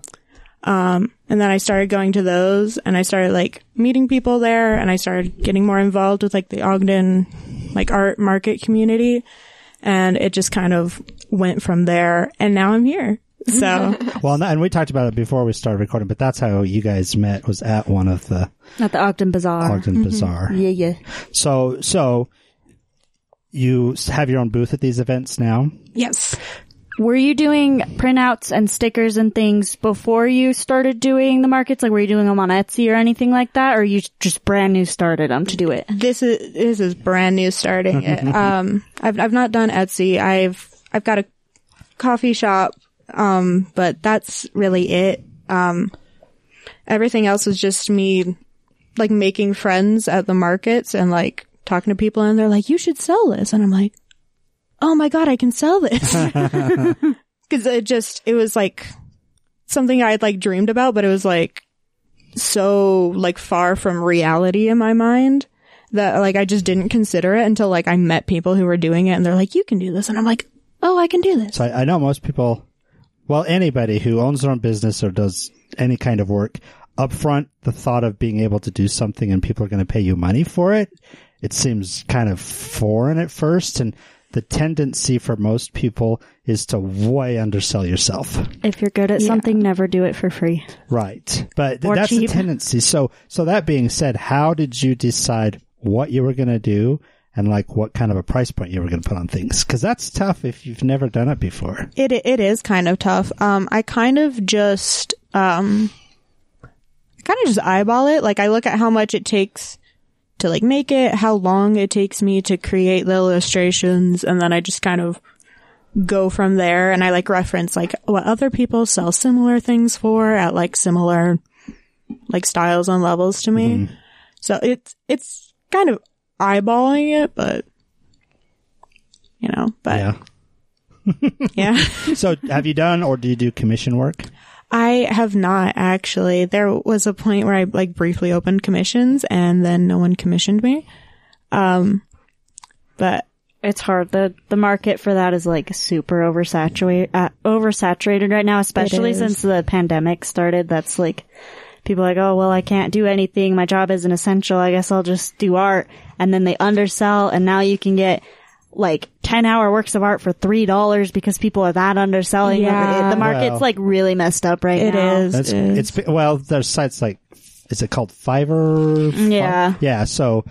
Speaker 6: Um, and then I started going to those and I started like meeting people there and I started getting more involved with like the Ogden like art market community and it just kind of went from there and now I'm here. So
Speaker 4: Well, and we talked about it before we started recording, but that's how you guys met was at one of the
Speaker 5: At the Ogden Bazaar.
Speaker 4: Ogden
Speaker 2: Mm-hmm.
Speaker 4: Bazaar.
Speaker 5: Yeah, yeah.
Speaker 4: So, so you s- have your own booth at these events now.
Speaker 6: yes.
Speaker 5: Were you doing printouts and stickers and things before you started doing the markets? Like, were you doing them on Etsy or anything like that? Or you just brand new started them to do it?
Speaker 6: This is this is brand new starting it. Um I've I've not done Etsy. I've I've got a coffee shop um but that's really it. Um everything else was just me like making friends at the markets and like talking to people and they're like you should sell this and I'm like oh my god I can sell this. Cuz it just it was like something I'd like dreamed about but it was like so like far from reality in my mind that like I just didn't consider it until like I met people who were doing it and they're like, you can do this. And I'm like, oh, I can do this.
Speaker 4: So I, I know most people, well, anybody who owns their own business or does any kind of work, upfront the thought of being able to do something and people are going to pay you money for it, it seems kind of foreign at first. And the tendency for most people is to way undersell yourself.
Speaker 5: If you're good at something, never do it for free.
Speaker 4: Right. But th-
Speaker 5: Or
Speaker 4: that's
Speaker 5: cheap.
Speaker 4: the tendency. So, so that being said, how did you decide what you were going to do and like what kind of a price point you were going to put on things? Cause that's tough if you've never done it before.
Speaker 6: It it is kind of tough. Um, I kind of just um, kind of just eyeball it. Like I look at how much it takes to like make it, how long it takes me to create the illustrations, and then I just kind of go from there. And I like reference like what other people sell similar things for at like similar like styles and levels to me. So it's it's kind of eyeballing it, but you know, but
Speaker 4: Yeah.
Speaker 6: yeah.
Speaker 4: so have you done or do you do commission work?
Speaker 6: I have not actually. There was a point where I like briefly opened commissions and then no one commissioned me. Um, but
Speaker 5: It's hard. the The market for that is like super oversaturated, uh, oversaturated right now, especially
Speaker 6: is.
Speaker 5: since the pandemic started. That's like people are like, oh well, I can't do anything. My job isn't essential. I guess I'll just do art, and then they undersell, and now you can get like ten hour works of art for three dollars because people are that underselling.
Speaker 6: Yeah.
Speaker 5: it. The market's
Speaker 4: Well.
Speaker 5: like really messed up right
Speaker 6: it
Speaker 5: now.
Speaker 6: is.
Speaker 4: That's, it's, be- well, there's sites like, is it called Fiverr?
Speaker 5: Yeah.
Speaker 4: Yeah. So,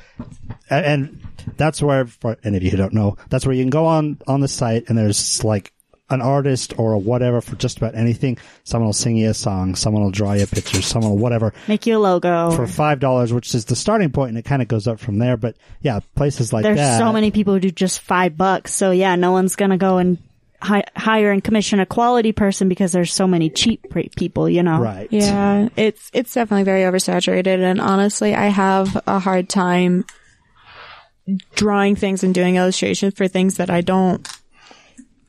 Speaker 4: a- and that's where, for any of you who don't know, that's where you can go on, on the site and there's like an artist or a whatever for just about anything. Someone will sing you a song. Someone will draw you a picture. Someone will whatever
Speaker 5: Make you a logo.
Speaker 4: for $5, which is the starting point and it kind of goes up from there. But yeah, places like
Speaker 5: There's
Speaker 4: that.
Speaker 5: so many people who do just five bucks. So yeah, no one's gonna go and hi- hire and commission a quality person because there's so many cheap pre- people. You know,
Speaker 4: Right.
Speaker 6: Yeah, it's it's definitely very oversaturated, and honestly, I have a hard time drawing things and doing illustrations for things that I don't.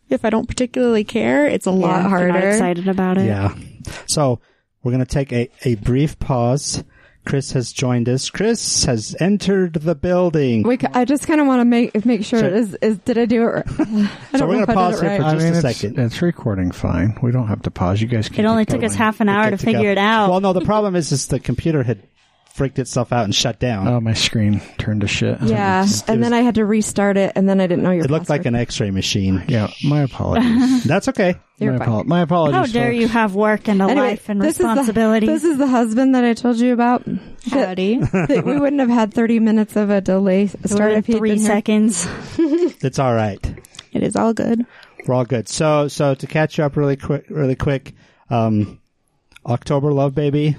Speaker 6: If I don't particularly care, it's a
Speaker 5: Yeah,
Speaker 6: lot
Speaker 5: if you're not
Speaker 6: harder.
Speaker 5: excited about it.
Speaker 4: Yeah. So we're going to take a, a brief pause. Chris has joined us. Chris has entered the building.
Speaker 2: We, ca- I just kind of want to make make sure,
Speaker 4: Sure.
Speaker 2: is is did I do it? r- I don't
Speaker 4: So we're
Speaker 2: know
Speaker 4: gonna
Speaker 2: if I did
Speaker 4: pause
Speaker 2: it
Speaker 4: here for
Speaker 2: right.
Speaker 4: just a
Speaker 1: it's,
Speaker 4: second.
Speaker 1: It's recording fine. We don't have to pause. You guys can.
Speaker 5: It only
Speaker 1: keep
Speaker 5: took us
Speaker 1: going.
Speaker 5: half an hour to
Speaker 4: Good go.
Speaker 5: figure it out.
Speaker 4: Well, no, the problem is, is the computer had freaked itself out and shut down.
Speaker 1: Oh, my screen turned to shit.
Speaker 2: Yeah, and then I had to restart it, and then I didn't know your.
Speaker 4: it looked like an X-ray machine.
Speaker 1: Yeah, my apologies.
Speaker 4: That's okay.
Speaker 2: You're
Speaker 1: my,
Speaker 2: fine.
Speaker 1: apol- my apologies.
Speaker 5: How dare
Speaker 1: folks.
Speaker 5: you have work and a
Speaker 2: Anyway,
Speaker 5: life and
Speaker 2: this is the-
Speaker 5: responsibilities?
Speaker 2: this is the husband that I told you about. That-
Speaker 6: Howdy.
Speaker 2: that we wouldn't have had 30 minutes of a delay start
Speaker 5: Started
Speaker 2: if he'd
Speaker 5: three
Speaker 2: been here.
Speaker 5: seconds.
Speaker 4: It's all right.
Speaker 6: It is all good.
Speaker 4: We're all good. So, so to catch you up really quick, really quick, um, October Love Baby.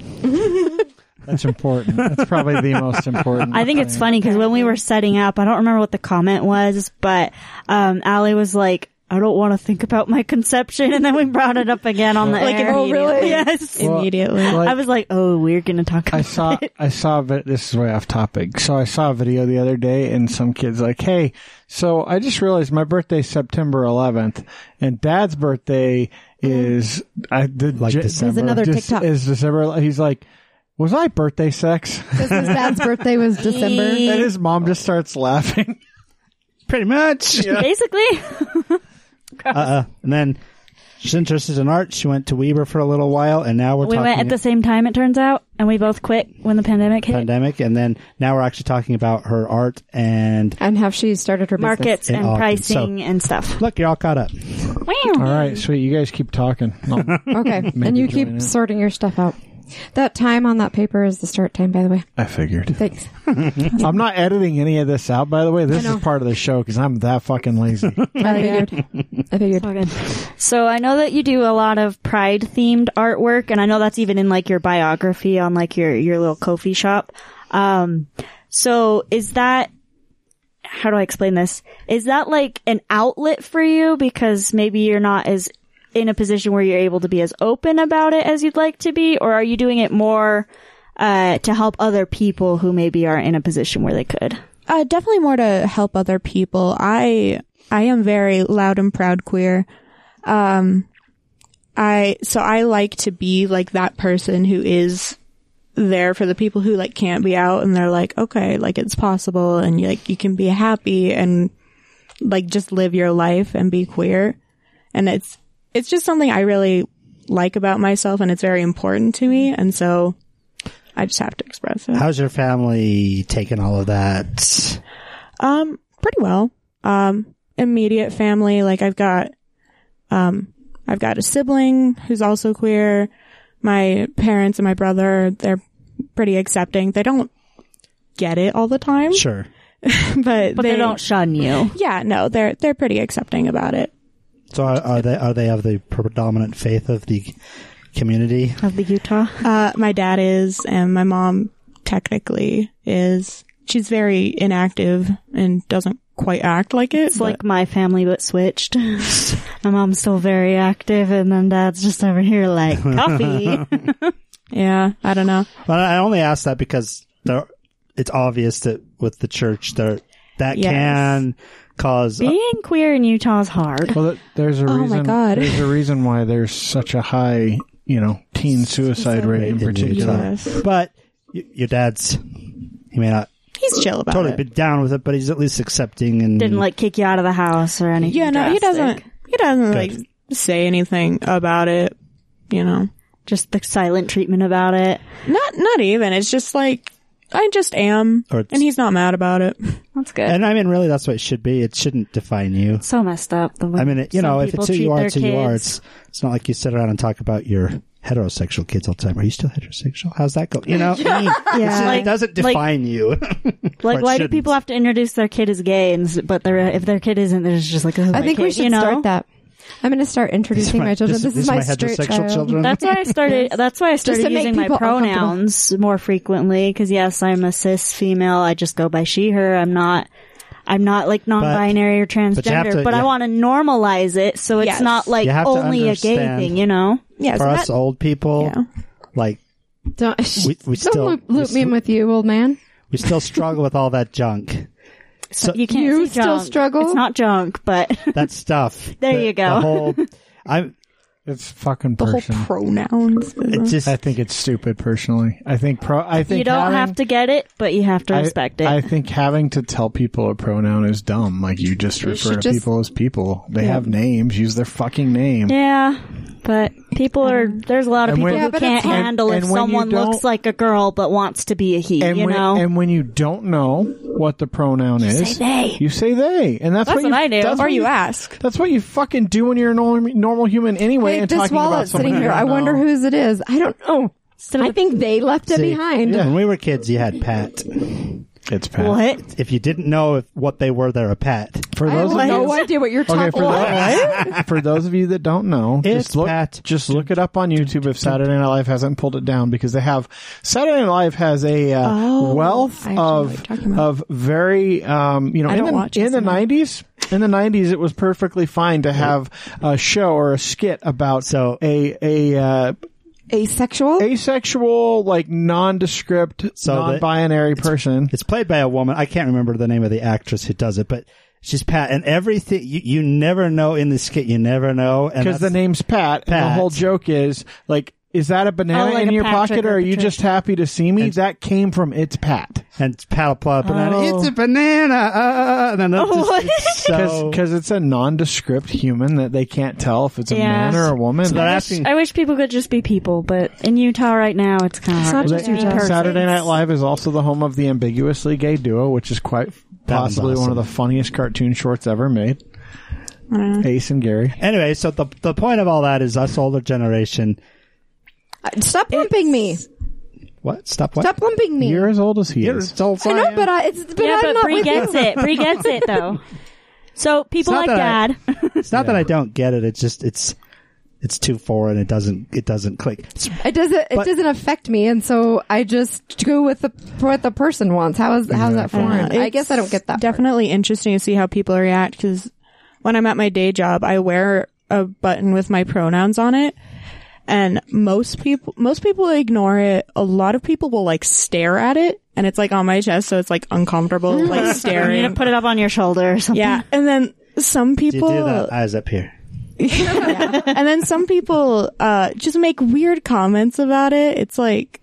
Speaker 1: That's important. That's probably the most important.
Speaker 5: I think it's funny because when we were setting up, I don't remember what the comment was, but um, Allie was like, "I don't want to think about my conception," and then we brought it up again on the
Speaker 6: Like
Speaker 5: air.
Speaker 2: oh,
Speaker 6: immediately.
Speaker 5: Yes.
Speaker 1: Well,
Speaker 6: Immediately.
Speaker 1: like-
Speaker 5: I was like, "Oh, we're gonna talk." About
Speaker 1: I saw I saw a vi- this is way off topic. So I saw a video the other day and some kids like, "Hey, so I just realized my birthday's September 11th and dad's birthday is I the
Speaker 4: Like December.
Speaker 2: There's another
Speaker 1: Dec-
Speaker 2: TikTok.
Speaker 1: is December ele- he's like was I birthday sex?
Speaker 2: Because his dad's birthday was December.
Speaker 1: and his mom just starts laughing.
Speaker 4: Pretty much.
Speaker 5: Basically,
Speaker 4: Uh, and then she's interested in art. She went to Weber for a little while, and now we're
Speaker 5: we
Speaker 4: talking
Speaker 5: went at the same time. It turns out, and we both quit when the pandemic hit.
Speaker 4: pandemic, and then now we're actually talking about her art. And
Speaker 2: And how she started her business.
Speaker 5: Markets
Speaker 4: In
Speaker 5: and
Speaker 4: Ogden,
Speaker 5: pricing
Speaker 4: so-
Speaker 5: and stuff.
Speaker 4: look, you're all caught up.
Speaker 5: Wow.
Speaker 1: All right, sweet. You guys keep talking. Oh, I'll-
Speaker 2: Okay. and you keep
Speaker 1: join it.
Speaker 2: sorting your stuff out. That time on that paper is the start time, by the way.
Speaker 1: I figured.
Speaker 2: Thanks.
Speaker 1: I'm not editing any of this out, by the way. This
Speaker 2: I know.
Speaker 1: is part of the show because I'm that fucking lazy.
Speaker 2: I figured. I figured.
Speaker 5: So I know that you do a lot of pride themed artwork, and I know that's even in like your biography on like your your little Kofi shop. Um, so is that how do I explain this? Is that like an outlet for you because maybe you're not as in a position where you're able to be as open about it as you'd like to be, or are you doing it more uh, to help other people who maybe are in a position where they could?
Speaker 6: Uh, definitely more to help other people. I I am very loud and proud queer. Um, I so I like to be like that person who is there for the people who like can't be out, and they're like, okay, like it's possible, and like you can be happy and like just live your life and be queer. And it's it's just something I really like about myself, and it's very important to me, and so I just have to express it.
Speaker 4: How's your family taking all of that?
Speaker 6: Um, pretty well. Um, immediate family. Like I've got, um, I've got a sibling who's also queer. My parents and my brother, they're pretty accepting. They don't get it all the time,
Speaker 4: Sure.
Speaker 6: but,
Speaker 5: But they, don't shun you.
Speaker 6: Yeah, no, they're they're pretty accepting about it.
Speaker 4: So are, are they are they of the predominant faith of the community?
Speaker 5: Of the Utah.
Speaker 6: Uh, my dad is, and my mom technically is. She's very inactive and doesn't quite act like it.
Speaker 5: It's like my family, but switched. my mom's still very active, and then dad's just over here like coffee.
Speaker 6: yeah, I don't know.
Speaker 4: Well, I only ask that because there, it's obvious that with the church there that
Speaker 6: Yes.
Speaker 4: can cause
Speaker 5: Being queer in Utah is hard.
Speaker 1: Well, th- there's a
Speaker 6: Oh my
Speaker 1: reason.
Speaker 6: God.
Speaker 1: There's a reason why there's such a high, you know, teen suicide rate in
Speaker 4: Suicide rate in
Speaker 1: particular.
Speaker 4: Utah.
Speaker 6: Yes.
Speaker 4: But y- your dad's, he may not
Speaker 6: He's chill about
Speaker 4: totally
Speaker 6: it.
Speaker 4: be down with it, but he's at least accepting and
Speaker 5: Didn't like kick you out of the house or anything.
Speaker 6: yeah, no, he
Speaker 5: drastic.
Speaker 6: doesn't. He doesn't
Speaker 4: Good.
Speaker 6: like say anything about it. You know,
Speaker 5: Just the silent treatment about it.
Speaker 6: not not even. It's just like I just am,
Speaker 4: Or it's-
Speaker 6: and he's not mad about it.
Speaker 5: That's good.
Speaker 4: And I mean, really, that's what it should be. It shouldn't define you.
Speaker 5: so messed up. The way
Speaker 4: I mean, it, you
Speaker 5: some
Speaker 4: know, if
Speaker 5: people
Speaker 4: it's who
Speaker 5: treat
Speaker 4: you are,
Speaker 5: their
Speaker 4: it's who you are.
Speaker 5: kids.
Speaker 4: It's it's not like you sit around and talk about your heterosexual kids all the time. Are you still heterosexual? How's that go? You know, It's-
Speaker 5: Like-
Speaker 4: it doesn't
Speaker 5: like-
Speaker 4: define you.
Speaker 5: Like,
Speaker 4: Or it
Speaker 5: why
Speaker 4: shouldn't.
Speaker 5: do people have to introduce their kid as gay? And s- but their if their kid isn't, there's just like, oh,
Speaker 2: I
Speaker 5: my
Speaker 2: think we
Speaker 5: kid,
Speaker 2: should
Speaker 5: you know?
Speaker 2: start that. I'm going to start introducing my, children. This, is
Speaker 4: these are
Speaker 2: my,
Speaker 4: my
Speaker 2: straight
Speaker 4: heterosexual
Speaker 2: child.
Speaker 4: children.
Speaker 5: That's why I started. That's why I started
Speaker 2: to make
Speaker 5: using my
Speaker 2: people uncomfortable.
Speaker 5: pronouns more frequently. Because yes, I'm a cis female. I just go by she, her. I'm not. I'm not like non-binary or transgender.
Speaker 4: but you
Speaker 5: But,
Speaker 4: have to-
Speaker 5: I
Speaker 4: you-
Speaker 5: want to normalize it so it's
Speaker 6: Yes.
Speaker 5: not like
Speaker 4: You have to
Speaker 5: only a gay
Speaker 4: understand.
Speaker 5: thing. You know.
Speaker 6: Yeah,
Speaker 4: For us old people,
Speaker 6: Yeah.
Speaker 4: like
Speaker 2: Don't,
Speaker 4: We- we
Speaker 2: don't
Speaker 4: still-
Speaker 2: loop,
Speaker 4: we
Speaker 2: loop me
Speaker 4: still-
Speaker 2: in with you, old man.
Speaker 4: we still struggle with all that junk. So
Speaker 5: You can't.
Speaker 2: You
Speaker 5: see
Speaker 2: still
Speaker 5: junk.
Speaker 2: struggle?
Speaker 5: It's not junk, but
Speaker 4: that stuff.
Speaker 5: There
Speaker 4: the-
Speaker 5: you go.
Speaker 4: The whole, I.
Speaker 1: It's fucking
Speaker 6: the whole
Speaker 1: person.
Speaker 6: pronouns.
Speaker 5: Mm-hmm.
Speaker 4: It just
Speaker 1: I think it's stupid personally. I think pro. I think
Speaker 5: you don't
Speaker 1: having-
Speaker 5: have to get it, but you have to respect
Speaker 1: I
Speaker 5: it.
Speaker 1: think having to tell people a pronoun is dumb. Like you just refer to
Speaker 2: should just-
Speaker 1: people as people. They have names. Use their fucking name.
Speaker 5: yeah, but people are. There's a lot of
Speaker 1: And
Speaker 5: people
Speaker 1: when- Yeah,
Speaker 5: who
Speaker 2: but it's
Speaker 5: can't
Speaker 2: hard.
Speaker 5: handle
Speaker 1: And
Speaker 5: if
Speaker 1: when you
Speaker 5: someone
Speaker 1: don't-
Speaker 5: looks like a girl but wants to be a he.
Speaker 1: And
Speaker 5: you
Speaker 1: when,
Speaker 5: know.
Speaker 1: and when you don't know what the pronoun is,
Speaker 5: they.
Speaker 1: you say they, and that's,
Speaker 5: That's
Speaker 1: what, you,
Speaker 5: what I do.
Speaker 1: That's
Speaker 5: Or
Speaker 1: what
Speaker 6: you ask.
Speaker 1: That's what you fucking do when you're a normal, normal human anyway.
Speaker 2: Wait,
Speaker 1: and
Speaker 2: this
Speaker 1: talking about
Speaker 2: wallet
Speaker 1: someone
Speaker 2: sitting
Speaker 1: you
Speaker 2: here.
Speaker 1: don't
Speaker 2: I wonder
Speaker 1: know.
Speaker 2: whose it is. I don't know. I think they left it
Speaker 4: see,
Speaker 2: behind.
Speaker 4: When we were kids, you had Pat.
Speaker 1: It's Pat.
Speaker 5: what?
Speaker 4: If you didn't know if, what they were, they're a Pat.
Speaker 1: For
Speaker 2: I
Speaker 1: those
Speaker 2: have
Speaker 1: of you,
Speaker 2: no idea what you're
Speaker 1: okay,
Speaker 2: talking
Speaker 1: for those, for those of you that don't know,
Speaker 4: It's
Speaker 1: just look,
Speaker 4: Pat.
Speaker 1: just look it up on YouTube if Saturday Night Live hasn't pulled it down because they have Saturday Night Live has a uh, wealth
Speaker 6: I actually know what
Speaker 1: of
Speaker 6: you're talking about.
Speaker 1: of very um you know in
Speaker 6: don't
Speaker 1: the,
Speaker 6: watch
Speaker 1: in the
Speaker 6: SNL.
Speaker 1: 90s in the 90s it was perfectly fine to have a show or a skit about
Speaker 4: So-
Speaker 1: a a uh,
Speaker 2: Asexual?
Speaker 1: asexual like nondescript
Speaker 4: So the-
Speaker 1: non-binary person.
Speaker 4: It's played by a woman. I can't remember the name of the actress who does it, but she's Pat. And everything you, you never know in the skit. You never know. And
Speaker 1: because the
Speaker 4: that's-
Speaker 1: name's Pat, and the
Speaker 4: Pat.
Speaker 1: whole joke is like, is that a banana
Speaker 5: Oh, like
Speaker 1: in
Speaker 5: a
Speaker 1: your
Speaker 5: Patrick
Speaker 1: pocket,
Speaker 5: or
Speaker 1: or are you
Speaker 5: Patricia.
Speaker 1: just happy to see me? that came from it's Pat
Speaker 4: and Pat will pull up banana.
Speaker 5: Oh.
Speaker 4: It's a banana. Uh, and then they'll just,
Speaker 5: What?
Speaker 4: it's so.
Speaker 1: because it's a nondescript human that they can't tell if it's a
Speaker 5: Yeah.
Speaker 1: man or a woman.
Speaker 4: So they're asking.
Speaker 5: I wish people could just be people, but in Utah right now, it's kind of hard.
Speaker 1: Well, that- Saturday Night Live is also the home of the ambiguously gay duo, which is quite
Speaker 4: That one's
Speaker 1: possibly one of
Speaker 4: awesome.
Speaker 1: the funniest cartoon shorts ever made. Ace and Gary.
Speaker 4: Anyway, so the the point of all that is us older generation.
Speaker 2: Stop lumping me.
Speaker 4: What? Stop. What?
Speaker 2: Stop lumping me.
Speaker 1: You're as old as he
Speaker 4: You're
Speaker 1: is.
Speaker 4: so
Speaker 2: I
Speaker 4: far
Speaker 2: know,
Speaker 4: in.
Speaker 2: but I, it's, but
Speaker 5: yeah,
Speaker 2: I'm
Speaker 5: but
Speaker 2: not
Speaker 5: Bree
Speaker 2: with
Speaker 5: gets
Speaker 2: you.
Speaker 5: it. Bree gets it though. So people
Speaker 4: It's
Speaker 5: like
Speaker 4: not that
Speaker 5: Dad,
Speaker 4: It's not that I don't get it. It's just it's it's too foreign. It doesn't it doesn't click. It's-
Speaker 2: It doesn't. It doesn't affect me, and so I just go with the what the person wants. How is how's that foreign? I
Speaker 6: It's
Speaker 2: guess I don't get that. part.
Speaker 6: Definitely interesting to see how people react because when I'm at my day job, I wear a button with my pronouns on it, and most people most people ignore it. A lot of people will like stare at it, and it's like on my chest, so it's like uncomfortable, like
Speaker 5: you're gonna
Speaker 6: staring.
Speaker 5: put it up on your shoulder or something.
Speaker 6: Yeah, and then some
Speaker 4: you do
Speaker 6: people
Speaker 4: that. Eyes up here.
Speaker 6: and then some people uh just make weird comments about it. It's like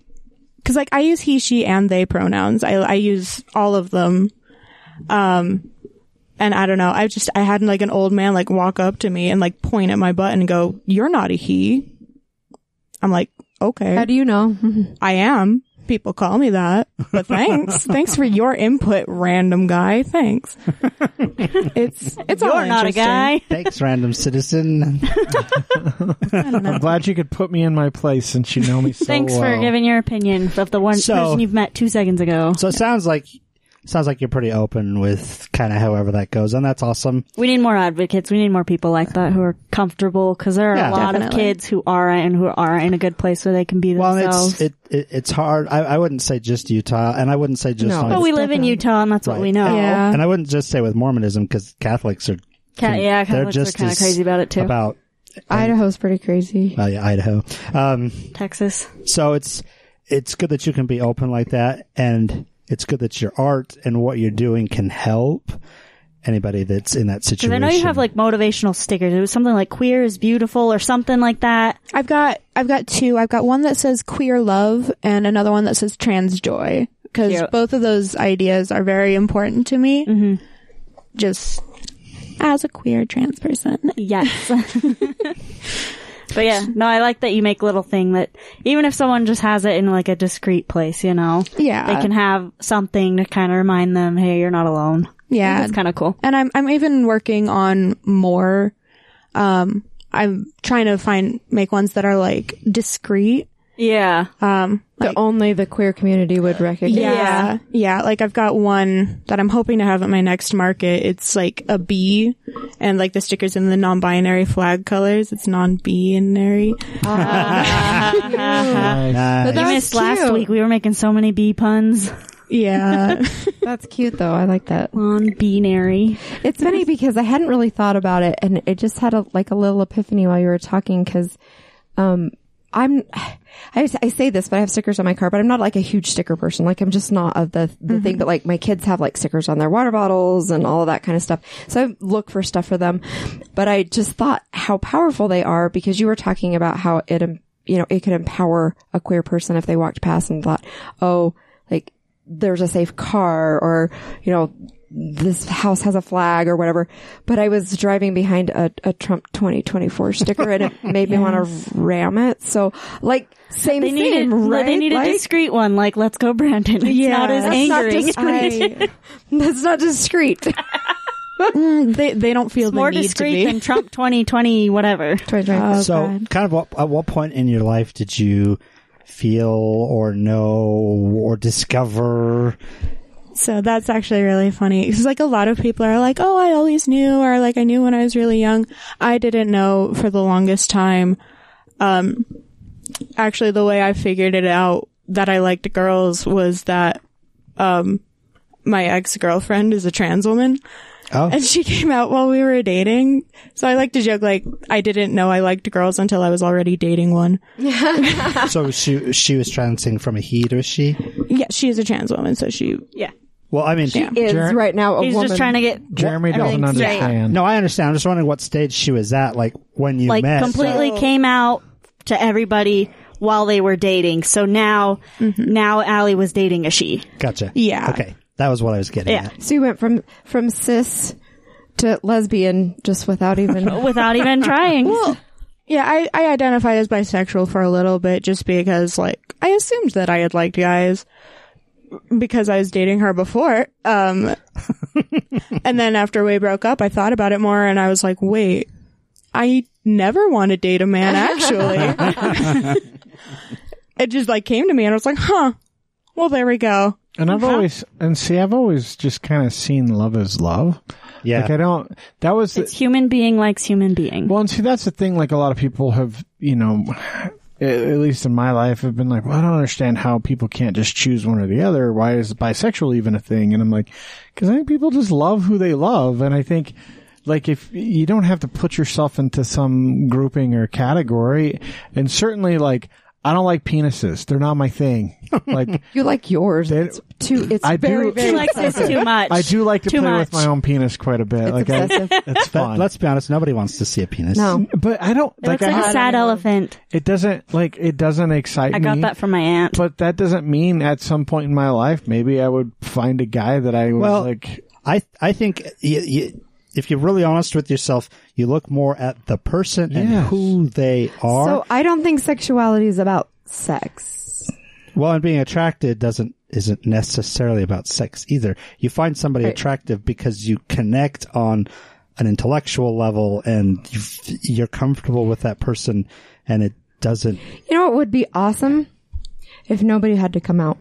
Speaker 6: cuz like I use he, she and they pronouns. I I use all of them. Um and I don't know. I just I had like an old man like walk up to me and like point at my butt and go, "You're not a he." I'm like, "Okay,
Speaker 2: How do you know?
Speaker 6: I am." people call me that, but thanks. thanks for your input, random guy. Thanks. it's it's all
Speaker 5: You're not a
Speaker 6: interesting.
Speaker 5: guy.
Speaker 4: Thanks, random citizen.
Speaker 1: I'm glad you could put me in my place since you know me so
Speaker 5: Thanks for
Speaker 1: well.
Speaker 5: giving your opinion of the one
Speaker 4: So-
Speaker 5: person you've met two seconds ago.
Speaker 4: So it sounds like sounds like you're pretty open with kind of however that goes, and that's awesome.
Speaker 5: We need more advocates. We need more people like that who are comfortable because there are
Speaker 4: Yeah.
Speaker 5: a lot
Speaker 6: Definitely.
Speaker 5: of kids who aren't and who aren't in a good place where they can be
Speaker 4: Well,
Speaker 5: themselves.
Speaker 4: it's it, it it's hard. I, I wouldn't say just Utah, and I wouldn't say just.
Speaker 1: No.
Speaker 4: on-
Speaker 5: but we live in
Speaker 6: definitely-
Speaker 5: Utah and that's what
Speaker 4: Right.
Speaker 5: we know.
Speaker 6: Yeah.
Speaker 4: and I wouldn't just say with Mormonism because Catholics are
Speaker 5: Ca- yeah, Catholics
Speaker 4: they're
Speaker 5: are
Speaker 4: just
Speaker 5: kind of
Speaker 4: as
Speaker 5: crazy about it too.
Speaker 4: about
Speaker 2: Idaho's pretty crazy.
Speaker 4: well, yeah, Idaho. Um,
Speaker 5: Texas.
Speaker 4: so it's it's good that you can be open like that, and it's good that your art and what you're doing can help anybody that's in that
Speaker 5: Because
Speaker 4: situation.
Speaker 5: I know you have like motivational stickers. It was something like queer is beautiful or something like that.
Speaker 6: I've got I've got two. I've got one that says queer love and another one that says trans joy because
Speaker 5: Cute. Mm-hmm.
Speaker 6: both of those ideas are very important to me. Just as a queer trans person,
Speaker 5: Yes. but yeah, no, I like that you make little thing that even if someone just has it in like a discreet place, you know,
Speaker 6: yeah,
Speaker 5: they can have something to kind of remind them, hey, you're not alone.
Speaker 6: yeah,
Speaker 5: That's kind of cool.
Speaker 6: and I'm I'm even working on more. Um, I'm trying to find make ones that are like discreet.
Speaker 5: Yeah.
Speaker 6: Um,
Speaker 2: That only the queer community would recognize.
Speaker 5: Yeah.
Speaker 6: yeah, yeah. Like I've got one that I'm hoping to have at my next market. It's like a bee, and like the stickers in the non-binary flag colors. It's non-binary.
Speaker 2: But
Speaker 5: You
Speaker 2: that was
Speaker 5: missed last
Speaker 2: cute.
Speaker 5: week. We were making so many bee puns
Speaker 6: Yeah,
Speaker 2: That's cute though. I like that.
Speaker 5: on binary.
Speaker 2: It's funny because I hadn't really thought about it, and it just had a like a little epiphany while you were talking. Because, um, I'm, I, s- I say this, but I have stickers on my car, but I'm not like a huge sticker person. Like I'm just not of the the thing. But like my kids have like stickers on their water bottles and all of that kind of stuff. So I look for stuff for them. But I just thought how powerful they are because you were talking about how it, em- you know, it could empower a queer person if they walked past and thought, oh, like there's a safe car or, you know, this house has a flag or whatever. But I was driving behind a, a Trump 2024 sticker and it made me want to ram it. So like same
Speaker 5: They
Speaker 2: thing,
Speaker 5: need, a,
Speaker 2: right?
Speaker 5: they need a
Speaker 2: Like,
Speaker 5: discreet one, like let's go, Brandon. It's not as
Speaker 2: that's
Speaker 5: angering.
Speaker 2: Not discreet. that's not discreet.
Speaker 6: they they don't feel
Speaker 5: It's
Speaker 6: the
Speaker 5: more
Speaker 6: need to be.
Speaker 5: discreet than Trump 2020, whatever.
Speaker 2: Uh,
Speaker 4: so kind of what, at what point in your life did you feel or know or discover
Speaker 6: So that's actually really funny. Because like a lot of people are like, "Oh, I always knew," or like, "I knew when I was really young." I didn't know for the longest time. Um, actually, the way I figured it out that I liked girls was that, um, my ex girlfriend is a trans woman,
Speaker 4: oh
Speaker 6: and she came out while we were dating. So I like to joke like I didn't know I liked girls until I was already dating one.
Speaker 4: so she she was transing from a he to a she
Speaker 6: Yeah, she is a trans woman, so she
Speaker 5: Yeah.
Speaker 4: well i mean
Speaker 2: is
Speaker 1: Jer-
Speaker 2: right now a
Speaker 5: He's
Speaker 2: woman.
Speaker 5: just trying to get
Speaker 1: Jeremy doesn't
Speaker 5: everything's right.
Speaker 1: understand.
Speaker 4: no i understand i'm just wondering what stage she was at like when you
Speaker 5: like
Speaker 4: met
Speaker 5: completely came out to everybody while they were dating. So now, now Allie was dating a she.
Speaker 4: gotcha
Speaker 6: Yeah.
Speaker 4: okay that was what i was getting
Speaker 5: Yeah.
Speaker 4: at
Speaker 2: So you went from from cis to lesbian just without even.
Speaker 5: Without even trying.
Speaker 6: Yeah, I, I identified as bisexual for a little bit just because, like, I assumed that I had liked guys because I was dating her before. Um, and then after we broke up, I thought about it more and I was like, wait, I never want to date a man, actually. it just, like, came to me and I was like, huh, well, there we go.
Speaker 1: And I've always and see, I've always just kind of seen love as love.
Speaker 4: yeah
Speaker 1: Like I don't. That was the,
Speaker 5: It's human being likes human being.
Speaker 1: Well, and see, that's the thing. Like a lot of people have, you know, at at least in my life, have been like, "Well, I don't understand how people can't just choose one or the other. Why is bisexual even a thing?" And I'm like, "Because I think people just love who they love, and I think." Like if you don't have to put yourself into some grouping or category, and certainly like I don't like penises; they're not my thing. Like
Speaker 2: You like yours.
Speaker 1: They-
Speaker 2: it's too. It's
Speaker 1: I do-
Speaker 2: very, very
Speaker 5: She likes this too much.
Speaker 1: I do like to
Speaker 5: Too
Speaker 1: play
Speaker 5: much.
Speaker 1: with my own penis quite a bit.
Speaker 2: It's
Speaker 1: like
Speaker 2: obsessive.
Speaker 1: I, it's
Speaker 4: But
Speaker 1: fun.
Speaker 4: let's be honest nobody wants to see a penis
Speaker 2: no.
Speaker 1: but I don't
Speaker 5: It
Speaker 1: like.
Speaker 5: looks
Speaker 1: I
Speaker 5: like a
Speaker 1: have-
Speaker 5: sad elephant.
Speaker 1: it doesn't like it doesn't excite
Speaker 5: I
Speaker 1: me.
Speaker 5: got that from my aunt.
Speaker 1: But that doesn't mean at some point in my life, maybe I would find a guy that I was
Speaker 4: Well-
Speaker 1: like,
Speaker 4: I I think you, you, if you're really honest with yourself, you look more at the person and
Speaker 1: Yes.
Speaker 4: who they are.
Speaker 2: So I don't think sexuality is about sex.
Speaker 4: Well, and being attracted doesn't isn't necessarily about sex either. You find somebody
Speaker 2: Right.
Speaker 4: attractive because you connect on an intellectual level and you, f- you're comfortable with that person, and it doesn't.
Speaker 2: You know what would be awesome? If nobody had to come out.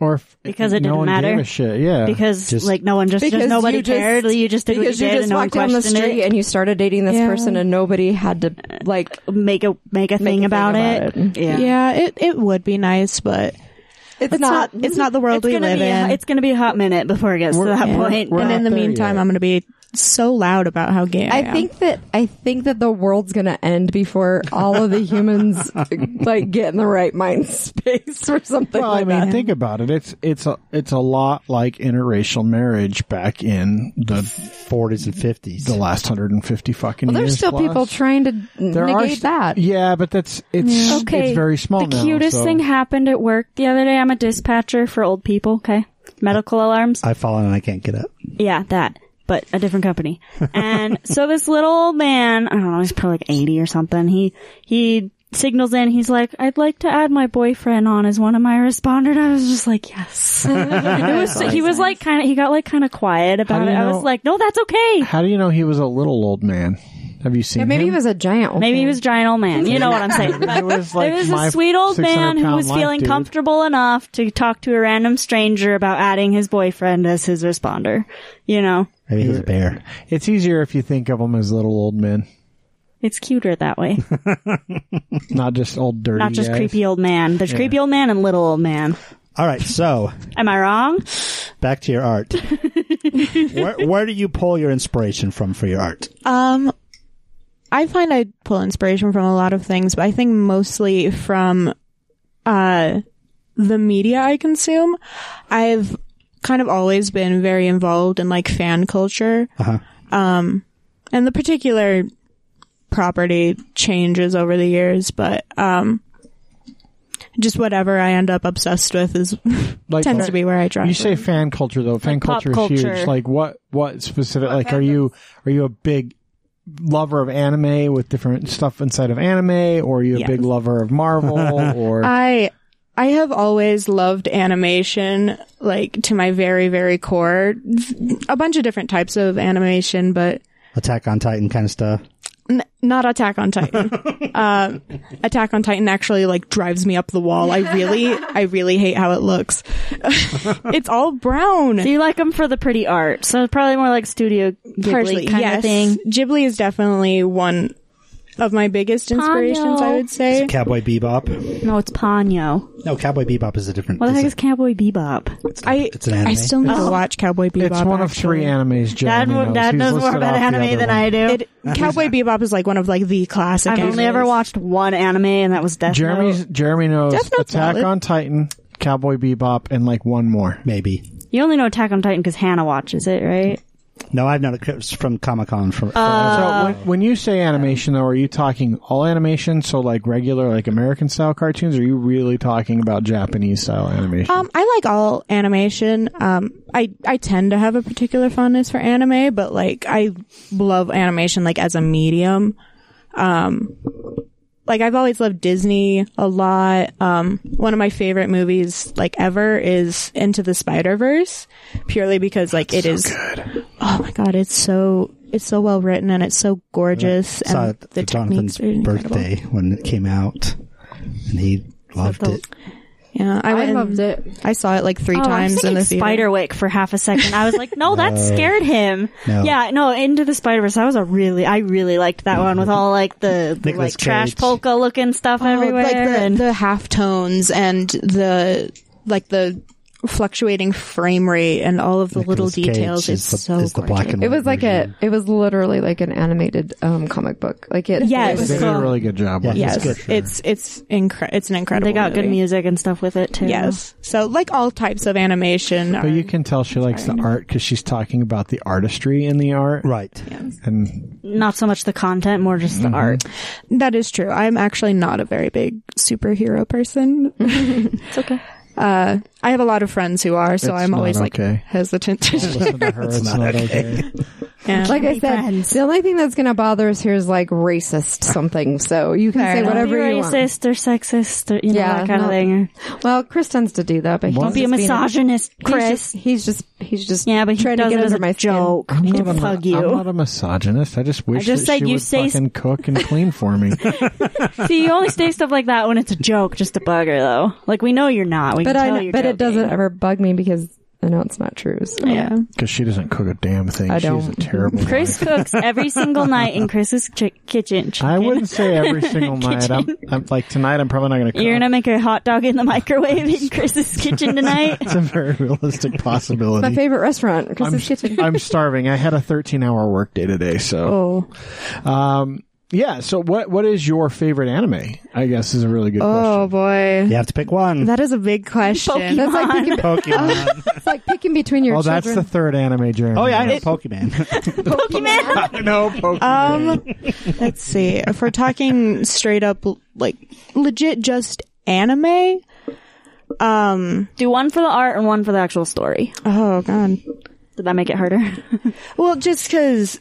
Speaker 1: Or if
Speaker 5: Because it
Speaker 1: no
Speaker 5: didn't
Speaker 1: one
Speaker 5: matter.
Speaker 1: gave a shit. Yeah.
Speaker 5: Because
Speaker 4: Just-
Speaker 5: like no one just, just nobody cared. you just did what you
Speaker 2: because
Speaker 5: did
Speaker 2: you
Speaker 5: and
Speaker 2: just
Speaker 5: no one
Speaker 2: walked down the
Speaker 5: questioned
Speaker 2: street
Speaker 5: it.
Speaker 2: and you started dating this
Speaker 6: Yeah.
Speaker 2: person and nobody had to like
Speaker 5: make a make a thing,
Speaker 2: thing
Speaker 5: about,
Speaker 2: about
Speaker 5: it. Yeah.
Speaker 6: Yeah, it, it would be nice, but
Speaker 2: it's,
Speaker 6: it's not, it's not the world
Speaker 5: It's
Speaker 6: we
Speaker 5: gonna,
Speaker 6: live
Speaker 5: be a,
Speaker 6: in.
Speaker 5: it's gonna be a hot minute before it gets to that point.
Speaker 1: we're
Speaker 6: and in
Speaker 1: not
Speaker 6: the
Speaker 1: there
Speaker 6: meantime,
Speaker 1: yet.
Speaker 6: I'm going to be so loud about how gay I,
Speaker 2: I
Speaker 6: am.
Speaker 2: think that I think that the world's gonna end before all of the humans like get in the right mind space or something
Speaker 1: Well, I
Speaker 2: like
Speaker 1: mean,
Speaker 2: that.
Speaker 1: think about it. It's it's a it's a lot like interracial marriage back in the
Speaker 4: 40s and 50s.
Speaker 1: the last 150 fucking
Speaker 2: Well,
Speaker 1: years.
Speaker 2: there's still
Speaker 1: plus.
Speaker 2: people trying to
Speaker 1: There are
Speaker 2: negate
Speaker 1: st-
Speaker 2: that.
Speaker 1: Yeah, but that's it's
Speaker 5: Okay.
Speaker 1: it's very small.
Speaker 5: The
Speaker 1: now,
Speaker 5: cutest
Speaker 1: so-
Speaker 5: thing happened at work the other day. I'm a dispatcher for old people. Okay. Medical alarms.
Speaker 4: I've fallen and I can't get up.
Speaker 5: Yeah, that. But a different company. And so this little old man, I don't know, he's probably like 80 or something. He, he signals in. He's like, I'd like to add my boyfriend on as one of my responders. I was just like, yes. it was, he was like kind of, he got like kind of quiet about
Speaker 1: do
Speaker 5: it.
Speaker 1: you
Speaker 5: I
Speaker 1: know-
Speaker 5: was like, no, that's okay.
Speaker 1: How do you know he was a little old man? Have you seen?
Speaker 2: Yeah, maybe
Speaker 1: him?
Speaker 2: he was a giant. old
Speaker 5: Maybe he
Speaker 2: man.
Speaker 5: was a giant old man. You know what I'm saying.
Speaker 1: It was like
Speaker 5: There was
Speaker 1: my
Speaker 5: a sweet old man who
Speaker 1: 600-pound
Speaker 5: was
Speaker 1: life,
Speaker 5: feeling
Speaker 1: dude.
Speaker 5: comfortable enough to talk to a random stranger about adding his boyfriend as his responder. You know,
Speaker 4: Maybe he's a bear.
Speaker 1: It's easier if you think of them as little old men,
Speaker 5: it's cuter that way.
Speaker 1: not just old dirty.
Speaker 5: Not just
Speaker 1: guys.
Speaker 5: creepy old man. There's creepy old man and little old man.
Speaker 4: All right, so
Speaker 5: Am I wrong?
Speaker 4: back to your art. where, where do you pull your inspiration from for your art?
Speaker 6: Um, I find I pull inspiration from a lot of things, but I think mostly from uh, the media I consume. I've kind of always been very involved in like fan culture.
Speaker 4: Uh-huh.
Speaker 6: Um, and the particular property changes over the years, but um, just whatever I end up obsessed with is
Speaker 1: Like,
Speaker 6: tends to be where I draw.
Speaker 1: You
Speaker 6: from.
Speaker 1: say fan culture though. Fan
Speaker 5: pop
Speaker 1: culture is
Speaker 5: culture.
Speaker 1: huge. Like what? What specific? like are you are you a big lover of anime with different stuff inside of anime, or are you a
Speaker 6: Yeah.
Speaker 1: big lover of Marvel? Or
Speaker 5: Uh,
Speaker 6: I I have always loved animation, like to my very very core. A bunch of different types of animation, but
Speaker 4: Attack on Titan kind of stuff.
Speaker 6: n- not Attack on Titan. uh, Attack on Titan actually like drives me up the wall. I really I really hate how it looks. it's all brown.
Speaker 5: So you like him for the pretty art. So probably more like Studio Ghibli kind
Speaker 6: yes.
Speaker 5: of thing.
Speaker 6: Ghibli is definitely one of my biggest inspirations. I
Speaker 5: Ponyo.
Speaker 6: would say.
Speaker 4: Cowboy Bebop.
Speaker 5: No, it's Ponyo.
Speaker 4: No, Cowboy Bebop is a different.
Speaker 5: What the
Speaker 4: is
Speaker 5: heck
Speaker 4: a-
Speaker 5: is Cowboy Bebop?
Speaker 4: it's,
Speaker 6: I
Speaker 4: it's an anime. Oh.
Speaker 6: I still need to watch Cowboy Bebop.
Speaker 1: it's one of
Speaker 6: actually.
Speaker 1: three animes.
Speaker 5: Dad,
Speaker 1: Jeremy knows.
Speaker 5: Dad
Speaker 1: He's
Speaker 5: knows more
Speaker 1: listed
Speaker 5: about
Speaker 1: off the
Speaker 5: anime
Speaker 1: other
Speaker 5: than
Speaker 1: one.
Speaker 5: I do.
Speaker 6: It, Cowboy Bebop is like one of like the classic.
Speaker 5: I've only
Speaker 6: animes.
Speaker 5: ever watched one anime, and that was Death
Speaker 1: Jeremy's
Speaker 5: Note.
Speaker 1: Jeremy knows
Speaker 6: Death Note's
Speaker 1: Attack
Speaker 6: valid.
Speaker 1: on Titan, Cowboy Bebop, and like one more.
Speaker 4: Maybe.
Speaker 5: You only know Attack on Titan because Hannah watches it, right?
Speaker 4: No, I've known it was from Comic Con. From
Speaker 6: Uh,
Speaker 5: Uh,
Speaker 1: so when, when you say animation, though, are you talking all animation? So like regular, like American style cartoons? Or are you really talking about Japanese style animation?
Speaker 6: Um, I like all animation. Um, I I tend to have a particular fondness for anime, but like I love animation like as a medium. Um, like I've always loved Disney a lot. Um, one of my favorite movies like ever is Into the Spider Verse, purely because like it is. Oh my god, it's so it's so well written and it's so gorgeous
Speaker 4: saw
Speaker 6: and
Speaker 4: it
Speaker 6: the
Speaker 4: for Jonathan's
Speaker 6: techniques are incredible.
Speaker 4: birthday when it came out, and he loved
Speaker 5: the-
Speaker 4: it.
Speaker 6: Yeah, I, went and-
Speaker 2: it.
Speaker 6: I saw it like three
Speaker 5: Oh, I was
Speaker 6: times in the
Speaker 5: thinking
Speaker 6: theater.
Speaker 5: Spiderwick for half a second. I was like, no, that scared him.
Speaker 4: No.
Speaker 5: Yeah, no, Into the Spider Verse. That was a really, I really liked that one with all like the, the
Speaker 4: Nicolas
Speaker 5: like trash
Speaker 4: Cage.
Speaker 5: polka looking stuff
Speaker 6: Oh,
Speaker 5: everywhere.
Speaker 6: Like the,
Speaker 5: and
Speaker 6: the half tones and the like the fluctuating frame rate and all of the little
Speaker 4: Nicolas Cage
Speaker 6: details.
Speaker 4: is
Speaker 6: It's
Speaker 4: the-
Speaker 6: so
Speaker 4: is the black
Speaker 6: gorgeous.
Speaker 4: and
Speaker 2: It was like a. It was literally like an animated um, comic book. Like it.
Speaker 5: Yeah, it
Speaker 2: it
Speaker 5: was
Speaker 1: they did
Speaker 5: cool.
Speaker 1: a really good job. with
Speaker 4: Yeah.
Speaker 1: it.
Speaker 6: yes,
Speaker 4: good.
Speaker 6: it's it's incre- It's an incredible.
Speaker 5: they got good
Speaker 6: movie.
Speaker 5: music and stuff with it too.
Speaker 6: Yes, so like all types of animation. Are,
Speaker 1: But you can tell she likes the art because she's talking about the artistry in the art.
Speaker 4: Right.
Speaker 1: And
Speaker 5: Not so much the content, more just the art.
Speaker 6: that is true. I'm actually not a very big superhero person.
Speaker 5: It's okay.
Speaker 6: Uh, I have a lot of friends who are, so
Speaker 1: It's
Speaker 6: I'm
Speaker 1: not
Speaker 6: always
Speaker 1: okay.
Speaker 6: like hesitant to share.
Speaker 1: Listen to her. it's not okay.
Speaker 6: Yeah.
Speaker 2: Like I
Speaker 5: be
Speaker 2: said,
Speaker 5: friends.
Speaker 2: the only thing that's going to bother us here is like racist something. So you can
Speaker 6: Fair
Speaker 2: say
Speaker 6: enough.
Speaker 2: whatever
Speaker 5: be
Speaker 2: you want.
Speaker 5: racist or sexist or you know
Speaker 2: Yeah,
Speaker 5: that kind
Speaker 2: no.
Speaker 5: of thing.
Speaker 2: Well, Chris tends to do that,
Speaker 1: What?
Speaker 2: but he's
Speaker 1: Don't
Speaker 5: Be a
Speaker 2: just being
Speaker 5: misogynist,
Speaker 2: he's
Speaker 5: Chris.
Speaker 2: just- He's just he's just
Speaker 5: yeah, but he
Speaker 2: trying to
Speaker 5: does
Speaker 2: get
Speaker 5: it as
Speaker 2: under
Speaker 5: a
Speaker 2: my skin.
Speaker 5: joke.
Speaker 1: I'm
Speaker 5: to
Speaker 1: not, a,
Speaker 5: bug
Speaker 1: I'm
Speaker 5: you.
Speaker 1: not a misogynist. I just wish
Speaker 5: I just
Speaker 1: that
Speaker 5: said
Speaker 1: she
Speaker 5: you
Speaker 1: would
Speaker 5: say s-
Speaker 1: fucking cook and clean for me.
Speaker 5: See, you only say stuff like that when it's a joke, just a bugger though. Like we know you're not. We
Speaker 2: But
Speaker 5: can tell
Speaker 2: I
Speaker 5: you're
Speaker 2: but it
Speaker 5: joking.
Speaker 2: doesn't ever bug me because I know it's not true. So.
Speaker 6: yeah.
Speaker 1: Because she doesn't cook a damn thing.
Speaker 2: I
Speaker 1: She's a
Speaker 2: don't.
Speaker 1: terrible
Speaker 5: Chris
Speaker 1: wife.
Speaker 5: cooks every single night in Chris's chi- kitchen.
Speaker 1: I wouldn't say every single night. I'm, I'm like tonight. I'm probably not going to cook.
Speaker 5: You're gonna make a hot dog in the microwave in Chris's kitchen tonight.
Speaker 1: it's a very realistic possibility.
Speaker 2: My favorite restaurant,
Speaker 1: I'm,
Speaker 2: Chris's Kitchen.
Speaker 1: I'm starving. I had a 13 hour workday today, so
Speaker 6: Oh.
Speaker 1: um, yeah. So what what is your favorite anime? I guess is a really good
Speaker 6: Oh boy.
Speaker 4: You have to pick one.
Speaker 6: That is a big question.
Speaker 2: That's like picking,
Speaker 4: Pokemon.
Speaker 2: it's like picking between your
Speaker 1: question. Oh,
Speaker 2: children.
Speaker 1: that's the third anime, Jeremy.
Speaker 4: oh yeah, I know
Speaker 1: That's-
Speaker 4: Pokemon.
Speaker 1: I know Pokemon.
Speaker 6: Um, let's see. If we're talking straight up, like legit, just anime. Um.
Speaker 5: Do one for the art and one for the actual story.
Speaker 6: Oh god.
Speaker 5: Did that make it harder?
Speaker 6: Well, just because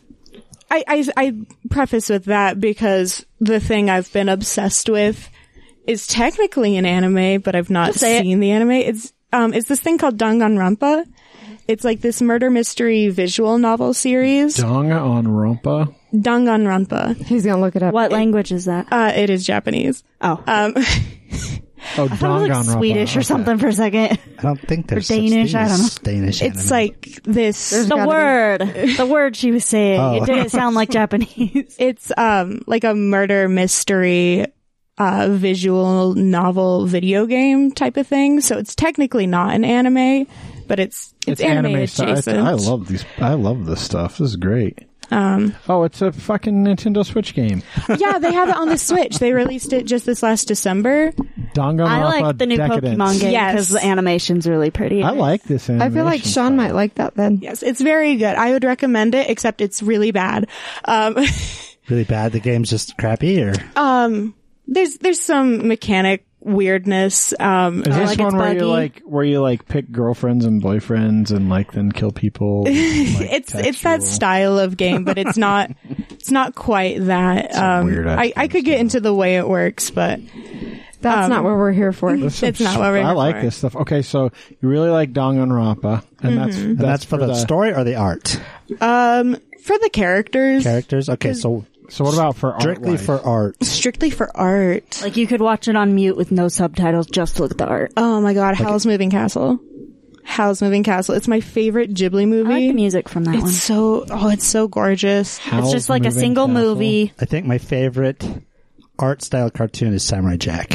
Speaker 6: I, I I preface with that because the thing I've been obsessed with is technically an anime, but I've not
Speaker 5: Just say it.
Speaker 6: seen the anime. It's um, it's this thing called Danganronpa. It's like this murder mystery visual novel series.
Speaker 1: Donga on Rompa.
Speaker 6: Danganronpa.
Speaker 2: He's gonna look it up.
Speaker 5: what language is that?
Speaker 6: Uh, it is Japanese.
Speaker 5: Oh,
Speaker 6: Um,
Speaker 1: Oh,
Speaker 5: I thought it was
Speaker 1: Donga
Speaker 5: like
Speaker 1: on Rompa.
Speaker 5: Swedish or something for a second.
Speaker 4: I don't think there's
Speaker 5: Or
Speaker 4: such
Speaker 5: Danish,
Speaker 4: thing
Speaker 5: I
Speaker 4: as
Speaker 5: don't
Speaker 4: Danish.
Speaker 6: it's
Speaker 4: anime.
Speaker 6: like this.
Speaker 5: The word, the word she was saying,
Speaker 1: Oh.
Speaker 5: it didn't sound like Japanese.
Speaker 6: it's um like a murder mystery uh visual novel video game type of thing so it's technically not an anime but it's it's, anime,
Speaker 1: style. I-
Speaker 6: adjacent
Speaker 1: I, love these. I love this stuff. This is great. Um, oh, it's a fucking Nintendo Switch game.
Speaker 6: yeah they have it on the switch they released it just this last december
Speaker 1: Donga
Speaker 5: I like the new
Speaker 1: Decadence.
Speaker 5: Pokemon game
Speaker 6: Yes.
Speaker 5: because the animation's really pretty.
Speaker 1: I like this
Speaker 2: I
Speaker 1: animation.
Speaker 2: feel like Sean might like that then.
Speaker 6: yes it's very good i would recommend it except it's really bad um
Speaker 4: really bad. The game's just crappy, or
Speaker 6: um there's there's some mechanic weirdness um
Speaker 1: Is
Speaker 6: uh,
Speaker 1: this
Speaker 6: like
Speaker 1: one
Speaker 6: it's
Speaker 1: where
Speaker 6: buggy.
Speaker 1: you like where you like pick girlfriends and boyfriends and like then kill people? like,
Speaker 6: it's it's
Speaker 1: textual?
Speaker 6: that style of game, but it's not it's not quite that. Um,
Speaker 1: weird ass
Speaker 6: I I could get into the way it works, but
Speaker 2: That's
Speaker 5: Um,
Speaker 2: not what we're here for.
Speaker 1: There's some
Speaker 6: it's not
Speaker 1: sh-
Speaker 6: what we're
Speaker 1: I
Speaker 6: here
Speaker 1: like
Speaker 6: for.
Speaker 1: this stuff. Okay, so you really like Danganronpa, and that's that's,
Speaker 4: and that's for the,
Speaker 1: the-
Speaker 4: story or the art.
Speaker 6: um, for the characters,
Speaker 4: Characters. Okay, so
Speaker 1: So what about for
Speaker 4: strictly
Speaker 1: art
Speaker 4: for art.
Speaker 6: strictly for art.
Speaker 5: Like you could watch it on mute with no subtitles, just look at the art.
Speaker 6: Oh my god, Howl's Moving Castle. Howl's Moving Castle. It's my favorite Ghibli
Speaker 5: I like the
Speaker 6: movie.
Speaker 5: music from that one.
Speaker 6: it's so oh, it's so gorgeous.
Speaker 5: It's just like a single movie.
Speaker 4: I think my favorite art style cartoon is Samurai Jack.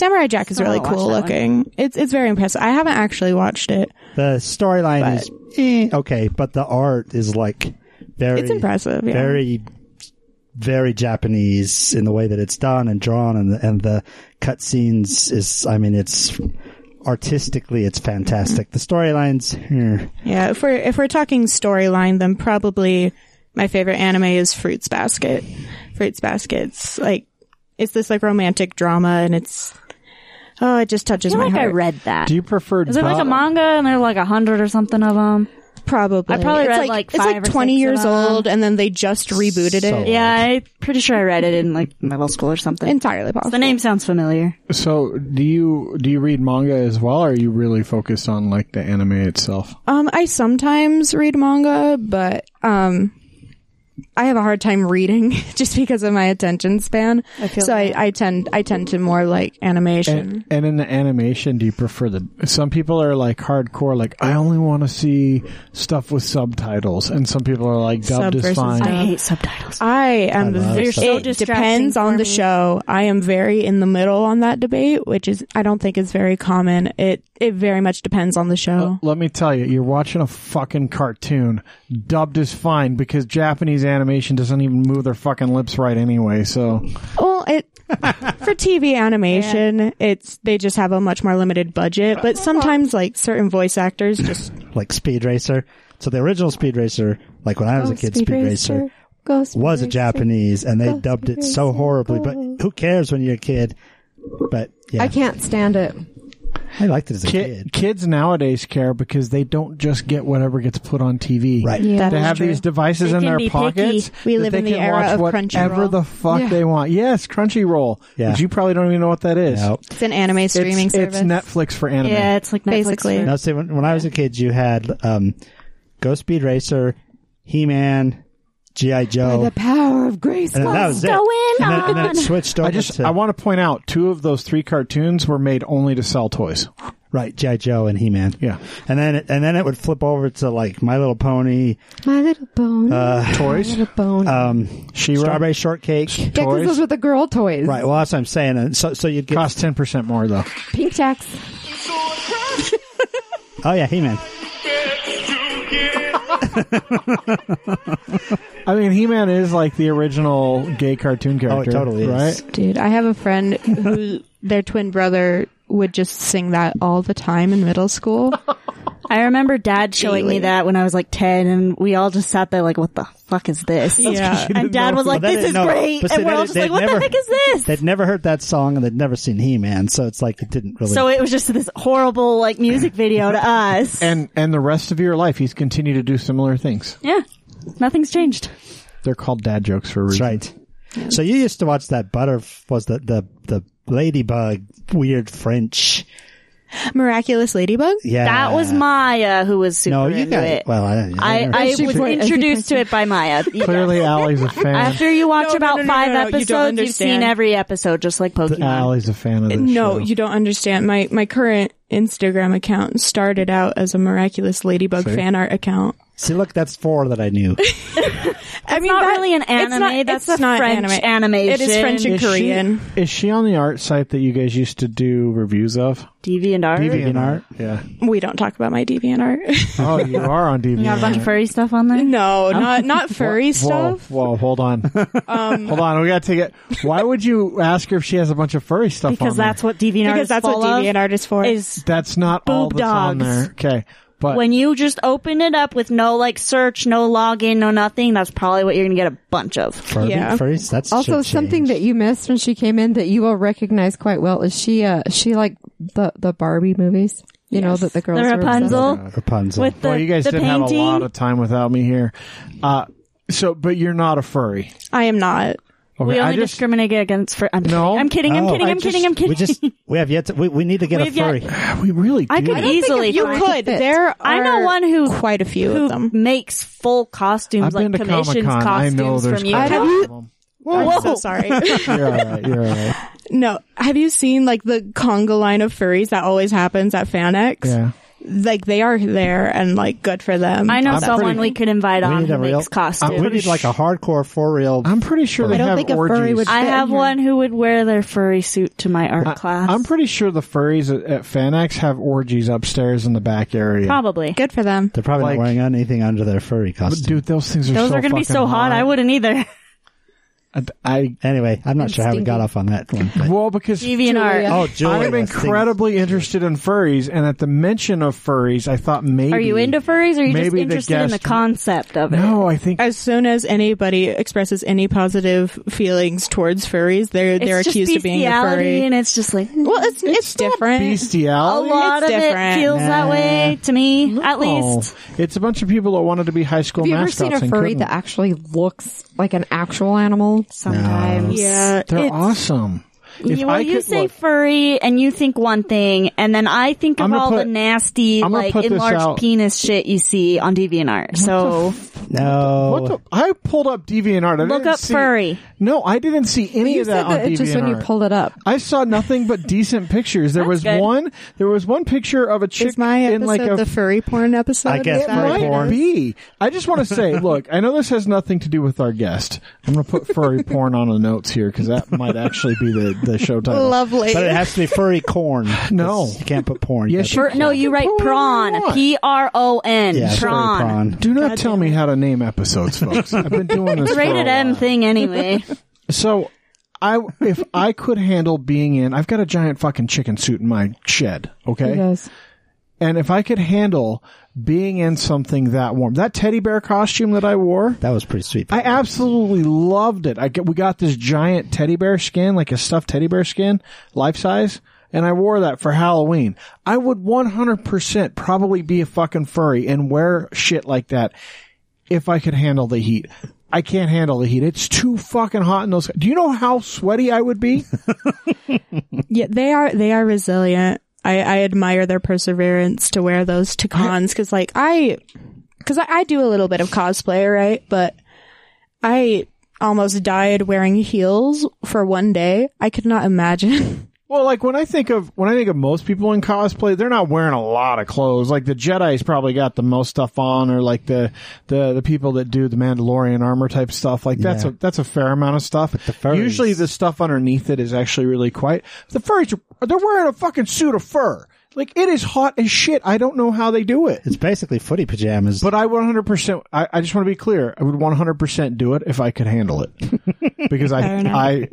Speaker 6: Samurai Jack is
Speaker 5: I
Speaker 6: really
Speaker 5: wanna watch
Speaker 6: cool
Speaker 5: that one.
Speaker 6: looking. It's it's very impressive. I haven't actually watched it.
Speaker 4: The storyline is eh, okay, but the art is like very
Speaker 6: It's impressive. Yeah.
Speaker 4: very very Japanese in the way that it's done and drawn and the, and the cutscenes is I mean it's artistically it's fantastic. The storylines eh.
Speaker 6: Yeah, if we're if we're talking storyline, then probably my favorite anime is Fruits Basket. Fruits Basket's like it's this like romantic drama, and it's oh, it just touches
Speaker 5: I feel
Speaker 6: my
Speaker 5: like I
Speaker 6: heart.
Speaker 5: read that.
Speaker 1: Do you prefer?
Speaker 5: Is it like a
Speaker 1: Don-
Speaker 5: manga and there are like a hundred or something of them?
Speaker 6: probably
Speaker 5: I probably
Speaker 6: it's
Speaker 5: read,
Speaker 6: like,
Speaker 5: like,
Speaker 6: it's
Speaker 5: five
Speaker 6: like
Speaker 5: or
Speaker 6: twenty
Speaker 5: six
Speaker 6: years
Speaker 5: of 'em.
Speaker 6: old, and then they just rebooted
Speaker 4: So-
Speaker 6: it.
Speaker 5: Yeah, I'm pretty sure I read it in like middle school or something.
Speaker 6: Entirely possible.
Speaker 5: the name sounds familiar.
Speaker 1: So do you do you read manga as well, or are you really focused on like the anime itself?
Speaker 6: Um, I sometimes read manga, but um, I have a hard time reading just because of my attention span. I
Speaker 5: feel
Speaker 6: so I, I tend I tend to more like animation.
Speaker 1: And, and in the animation, do you prefer the? Some people are like hardcore, like I only want to see stuff with subtitles, and some people are like
Speaker 6: Sub
Speaker 1: dubbed is
Speaker 6: versus
Speaker 1: fine.
Speaker 5: I
Speaker 6: dub.
Speaker 5: hate subtitles.
Speaker 6: I am.
Speaker 4: I love
Speaker 6: very,
Speaker 4: They're so
Speaker 6: it
Speaker 5: distracting
Speaker 6: depends on
Speaker 5: for
Speaker 6: the
Speaker 5: me.
Speaker 6: show. I am very in the middle on that debate, which is I don't think is very common. It it very much depends on the show.
Speaker 1: Uh, Let me tell you, you're watching a fucking cartoon. Dubbed is fine because Japanese animation doesn't even move their fucking lips right anyway. So
Speaker 4: Oh.
Speaker 6: well, it for TV animation, it's they just have a much more limited budget. But sometimes, like certain voice actors, just
Speaker 4: like Speed Racer. So the original Speed Racer, like when I
Speaker 6: Oh,
Speaker 4: was a kid, Speed, Racer,
Speaker 2: Ghost
Speaker 4: was a
Speaker 2: Racer.
Speaker 4: Japanese, and they
Speaker 2: Go,
Speaker 4: dubbed
Speaker 2: Speed
Speaker 4: it so
Speaker 2: Racer,
Speaker 4: horribly.
Speaker 2: go.
Speaker 4: But who cares when you're a kid? But yeah,
Speaker 2: I can't stand it.
Speaker 4: I liked it as a
Speaker 1: Ki-
Speaker 4: kid.
Speaker 1: Kids nowadays care because they don't just get whatever gets put on TV.
Speaker 4: Right.
Speaker 6: Yeah,
Speaker 1: They
Speaker 6: that's
Speaker 1: have
Speaker 6: true.
Speaker 1: these devices
Speaker 5: They
Speaker 1: in
Speaker 5: can
Speaker 1: their
Speaker 5: be picky.
Speaker 1: pockets.
Speaker 6: We
Speaker 1: that
Speaker 6: live
Speaker 1: they
Speaker 6: in the
Speaker 1: can
Speaker 6: era
Speaker 1: watch
Speaker 6: of
Speaker 1: whatever
Speaker 6: Crunchyroll.
Speaker 1: the fuck
Speaker 2: Yeah.
Speaker 1: they want. Yes, Crunchyroll.
Speaker 4: Yeah.
Speaker 1: Which you probably don't even know what that is.
Speaker 4: No.
Speaker 6: It's an anime streaming
Speaker 1: it's,
Speaker 6: service.
Speaker 1: it's Netflix for anime.
Speaker 5: Yeah, it's like Netflix
Speaker 6: Basically.
Speaker 5: for-
Speaker 4: No, see, when, when I was a kid, you had um, Go Speed Racer, He Man, G.I. Joe.
Speaker 2: The power of grace.
Speaker 4: and then that
Speaker 5: What's
Speaker 4: was it.
Speaker 5: going
Speaker 4: and then, and then
Speaker 5: on?
Speaker 4: it switched over
Speaker 1: I just
Speaker 4: to
Speaker 1: I want to point out two of those three cartoons were made only to sell toys.
Speaker 4: right G.I. Joe and He Man.
Speaker 1: Yeah.
Speaker 4: and then it, and then it would flip over to like My Little Pony,
Speaker 2: My little bone.
Speaker 1: Toys,
Speaker 2: little bone.
Speaker 4: um,
Speaker 1: She-Ra,
Speaker 4: Strawberry Shortcake.
Speaker 2: yeah, because those
Speaker 1: toys.
Speaker 2: were the girl toys.
Speaker 4: Right. Well, that's what I'm saying. And so, so you'd get.
Speaker 1: Cost ten percent more though.
Speaker 2: Pink jacks.
Speaker 4: Oh yeah, He Man.
Speaker 1: I mean, He Man is like the original gay cartoon character.
Speaker 4: totally is.
Speaker 1: right.
Speaker 6: Dude, I have a friend who their twin brother would just sing that all the time in middle school.
Speaker 5: I remember dad showing me
Speaker 6: Daily.
Speaker 5: that when I was like 10 and we all just sat there like, what the fuck is this?
Speaker 6: yeah.
Speaker 5: And dad was like,
Speaker 4: But they
Speaker 5: this
Speaker 4: didn't
Speaker 5: is
Speaker 4: know-
Speaker 5: great.
Speaker 4: but see,
Speaker 5: And we're
Speaker 4: they
Speaker 5: all
Speaker 4: didn't-
Speaker 5: just like,
Speaker 4: they'd
Speaker 5: what
Speaker 4: never-
Speaker 5: the heck is this?
Speaker 4: They'd never heard that song and they'd never seen He Man, so it's like it didn't really.
Speaker 5: So it was just this horrible like music video to us.
Speaker 1: And and the rest of your life, he's continued to do similar things.
Speaker 5: yeah. Nothing's changed.
Speaker 1: They're called dad jokes for a
Speaker 4: That's
Speaker 1: reason.
Speaker 4: right. So you used to watch that butter was the the the ladybug weird French.
Speaker 6: Miraculous Ladybug?
Speaker 4: Yeah,
Speaker 5: That was Maya who was super
Speaker 4: No, you
Speaker 5: into
Speaker 4: got
Speaker 5: it.
Speaker 4: Well, I, don't-
Speaker 5: I,
Speaker 4: don't-
Speaker 5: I
Speaker 2: She
Speaker 5: was
Speaker 2: put- I think
Speaker 5: introduced
Speaker 2: I
Speaker 5: to it by Maya. Yeah.
Speaker 1: Clearly, Allie's a fan.
Speaker 5: After you watch
Speaker 6: No, no,
Speaker 5: about
Speaker 6: no, no,
Speaker 5: five
Speaker 6: no, no, you don't
Speaker 5: episodes, you've seen
Speaker 6: understand.
Speaker 5: every episode, just like Pokemon.
Speaker 1: Allie's a fan of this show.
Speaker 6: No, you don't understand. My my current Instagram account started out as a Miraculous Ladybug fan art account.
Speaker 4: see, look, that's four that I knew.
Speaker 6: I mean,
Speaker 5: not
Speaker 6: that-
Speaker 5: really an
Speaker 6: it's not-
Speaker 5: anime, that's
Speaker 6: it's
Speaker 5: a
Speaker 6: not
Speaker 5: French
Speaker 6: anime.
Speaker 5: animation.
Speaker 6: It is French and
Speaker 1: Is she-
Speaker 6: Korean.
Speaker 1: is she on the art site that you guys used to do reviews of?
Speaker 5: DV and
Speaker 4: DeviantArt.
Speaker 5: DeviantArt.
Speaker 1: Yeah.
Speaker 6: We don't talk about my deviant art.
Speaker 1: Oh, you are on DeviantArt.
Speaker 5: You got a bunch of furry stuff on there?
Speaker 1: Oh.
Speaker 6: no, not not furry
Speaker 1: Whoa,
Speaker 6: stuff.
Speaker 1: whoa, hold on.
Speaker 5: Um,
Speaker 1: hold on, we gotta take it. Why would you ask her if she has a bunch of furry stuff
Speaker 5: Because
Speaker 1: on there?
Speaker 5: that's what DeviantArt
Speaker 6: Because
Speaker 5: is
Speaker 6: that's what
Speaker 5: full of,
Speaker 6: deviant art is for.
Speaker 5: Is
Speaker 1: That's not all
Speaker 5: Boob
Speaker 1: that's on
Speaker 5: dogs.
Speaker 1: there. Okay. But
Speaker 5: when you just open it up with no like search, no login, no nothing, that's probably what you're gonna get a bunch of.
Speaker 4: Furby,
Speaker 6: Yeah.
Speaker 4: furries, that's
Speaker 2: Also,
Speaker 4: should
Speaker 2: something
Speaker 4: change.
Speaker 2: that you missed when she came in that you will recognize quite well is she. Uh, she like the the Barbie movies. You know that the girls
Speaker 5: The
Speaker 2: were obsessed
Speaker 5: Rapunzel
Speaker 4: Rapunzel.
Speaker 5: with the,
Speaker 1: well, you guys
Speaker 5: the
Speaker 1: didn't
Speaker 5: painting.
Speaker 1: have a lot of time without me here. Uh, so, but you're not a furry.
Speaker 6: I am not.
Speaker 1: Okay,
Speaker 5: we
Speaker 1: I
Speaker 5: only
Speaker 1: just-
Speaker 5: discriminate against. Fr- I'm,
Speaker 1: No.
Speaker 5: I'm kidding. I'm
Speaker 4: Oh,
Speaker 5: kidding.
Speaker 4: I
Speaker 5: I'm
Speaker 1: just-
Speaker 5: kidding. I'm kidding.
Speaker 4: we just we have yet to we, we need to get
Speaker 5: We
Speaker 4: a
Speaker 5: have yet-
Speaker 4: furry.
Speaker 1: we really
Speaker 5: I
Speaker 1: do.
Speaker 5: could easily.
Speaker 6: You
Speaker 5: find-
Speaker 6: could.
Speaker 2: fit.
Speaker 6: There are
Speaker 5: I know one who
Speaker 6: quite a few
Speaker 5: who
Speaker 6: of them.
Speaker 5: makes full costumes,
Speaker 1: I've been
Speaker 5: like
Speaker 1: to Comic
Speaker 5: commissions
Speaker 1: Con. I
Speaker 5: costumes
Speaker 1: know there's
Speaker 5: from you.
Speaker 1: quite a
Speaker 2: Have
Speaker 1: lot
Speaker 2: you-
Speaker 1: of them.
Speaker 5: Whoa.
Speaker 6: I'm so sorry.
Speaker 1: You're all right. You're all right.
Speaker 6: no, have you seen like the conga line of furries that always happens at FanX?
Speaker 1: Yeah.
Speaker 6: Like they are there and like good for them.
Speaker 5: I know
Speaker 1: I'm
Speaker 5: someone
Speaker 1: pretty-
Speaker 5: we could invite
Speaker 4: we
Speaker 5: on
Speaker 4: need
Speaker 5: who
Speaker 4: a real.
Speaker 5: makes costumes.
Speaker 4: uh, we need like a hardcore for real.
Speaker 1: I'm pretty sure they
Speaker 2: I don't
Speaker 1: have
Speaker 2: think a
Speaker 1: orgies.
Speaker 2: furry would
Speaker 5: I
Speaker 2: fit in
Speaker 5: have
Speaker 2: here.
Speaker 5: one who would wear their furry suit to my art
Speaker 1: I-
Speaker 5: class.
Speaker 1: I'm pretty sure the furries at, at Fanex have orgies upstairs in the back area.
Speaker 5: probably.
Speaker 6: good for them.
Speaker 4: They're probably
Speaker 1: like-
Speaker 4: not wearing anything under their furry
Speaker 1: But
Speaker 4: costume.
Speaker 1: dude, those things are
Speaker 5: Those
Speaker 1: so
Speaker 5: are gonna be
Speaker 1: fucking
Speaker 5: so hot. I wouldn't either.
Speaker 1: I, I
Speaker 4: Anyway, I'm not sure how we
Speaker 2: stinky.
Speaker 4: got off on that one. but-
Speaker 1: well because
Speaker 5: Deviant art.
Speaker 4: oh, Julia,
Speaker 1: I'm
Speaker 4: things-
Speaker 1: incredibly interested in furries, and at the mention of furries, I thought maybe
Speaker 5: Are you into furries, or are you just
Speaker 1: Maybe the
Speaker 5: interested in the
Speaker 1: guest-
Speaker 5: concept of it?
Speaker 1: No, I think
Speaker 6: As soon as anybody expresses any positive feelings towards furries, they're
Speaker 5: It's
Speaker 6: they're
Speaker 5: just
Speaker 6: accused of being a
Speaker 5: bestiality,
Speaker 6: furry.
Speaker 5: and it's just like "Oh,
Speaker 6: well, it's it's, different.
Speaker 5: a
Speaker 1: bestiality.
Speaker 5: lot of it
Speaker 6: different.
Speaker 5: feels that way to me, at
Speaker 1: No.
Speaker 5: least.
Speaker 1: it's a bunch of people that wanted to be high school
Speaker 2: Have you ever
Speaker 1: mascots.
Speaker 2: seen a
Speaker 1: and
Speaker 2: furry
Speaker 1: couldn't.
Speaker 2: that actually looks like an actual animal?
Speaker 5: Sometimes,
Speaker 6: Yeah,
Speaker 1: They're
Speaker 6: it's-
Speaker 1: awesome. If
Speaker 5: You,
Speaker 1: I
Speaker 5: well, you
Speaker 1: could-
Speaker 5: say
Speaker 1: look,
Speaker 5: furry, and you think one thing, and then I think
Speaker 1: I'm
Speaker 5: of
Speaker 1: gonna
Speaker 5: all the
Speaker 1: put-
Speaker 5: nasty,
Speaker 1: I'm gonna
Speaker 5: like
Speaker 1: put this out.
Speaker 5: enlarged penis shit you see on DeviantArt. So
Speaker 4: No.
Speaker 1: what the, I pulled up DeviantArt. I
Speaker 5: look
Speaker 1: didn't
Speaker 5: up
Speaker 1: see-
Speaker 5: furry.
Speaker 1: No, I didn't see any
Speaker 2: You
Speaker 1: of that
Speaker 2: said
Speaker 1: on
Speaker 2: that
Speaker 1: DeviantArt.
Speaker 2: just when you pulled it up.
Speaker 1: I saw nothing but decent pictures. There was
Speaker 5: good.
Speaker 1: one. There was one picture of a chick
Speaker 6: Is my
Speaker 1: in
Speaker 6: episode
Speaker 1: like a.
Speaker 6: the furry porn episode?
Speaker 4: I guess
Speaker 6: Is
Speaker 1: it
Speaker 6: that
Speaker 4: furry
Speaker 6: what
Speaker 1: might
Speaker 6: it
Speaker 4: porn.
Speaker 6: is?
Speaker 1: be. I just want to say, look, I know this has nothing to do with our guest. I'm going to put furry porn on the notes here because that might actually be the, the show title.
Speaker 6: Lovely.
Speaker 4: But it has to be furry corn.
Speaker 1: No.
Speaker 4: you can't put porn.
Speaker 1: Yeah,
Speaker 4: You
Speaker 1: she-
Speaker 4: gotta-
Speaker 5: Fur- no, you write
Speaker 1: Put it on.
Speaker 5: prawn. P R O N.
Speaker 4: yeah, it's furry
Speaker 5: Prawn.
Speaker 4: prawn.
Speaker 1: Do not tell me how to name episodes, folks. I've been doing this for a
Speaker 5: Rated M
Speaker 1: while.
Speaker 5: thing anyway.
Speaker 1: So, I if I could handle being in, I've got a giant fucking chicken suit in my shed. Okay,
Speaker 2: Yes.
Speaker 1: and if I could handle being in something that warm, that teddy bear costume that I wore,
Speaker 4: That was pretty sweet.
Speaker 1: I absolutely loved it. I get, we got this giant teddy bear skin, like a stuffed teddy bear skin, life size. and I wore that for Halloween, I would 100% probably be a fucking furry and wear shit like that if I could handle the heat. I can't handle the heat. It's too fucking hot in those. Do you know how sweaty I would be?
Speaker 6: Yeah, they are they are resilient. I, I admire their perseverance to wear those to cons because like I because I, I do a little bit of cosplay, right? But I almost died wearing heels for one day. I could not imagine.
Speaker 1: Well, like when I think of when I think of most people in cosplay, they're not wearing a lot of clothes. Like the Jedi's probably got the most stuff on, or like the the, the people that do the Mandalorian armor type stuff. Like that's
Speaker 4: Yeah.
Speaker 1: a that's a fair amount of stuff.
Speaker 4: the furries-
Speaker 1: Usually, the stuff underneath it is actually really quiet. The furries are- they're wearing a fucking suit of fur. Like it is hot as shit. I don't know how they do it.
Speaker 4: It's basically footy pajamas.
Speaker 1: But I 100%, I, I just want to be clear. I would 100% do it if I could handle it. Because I, I,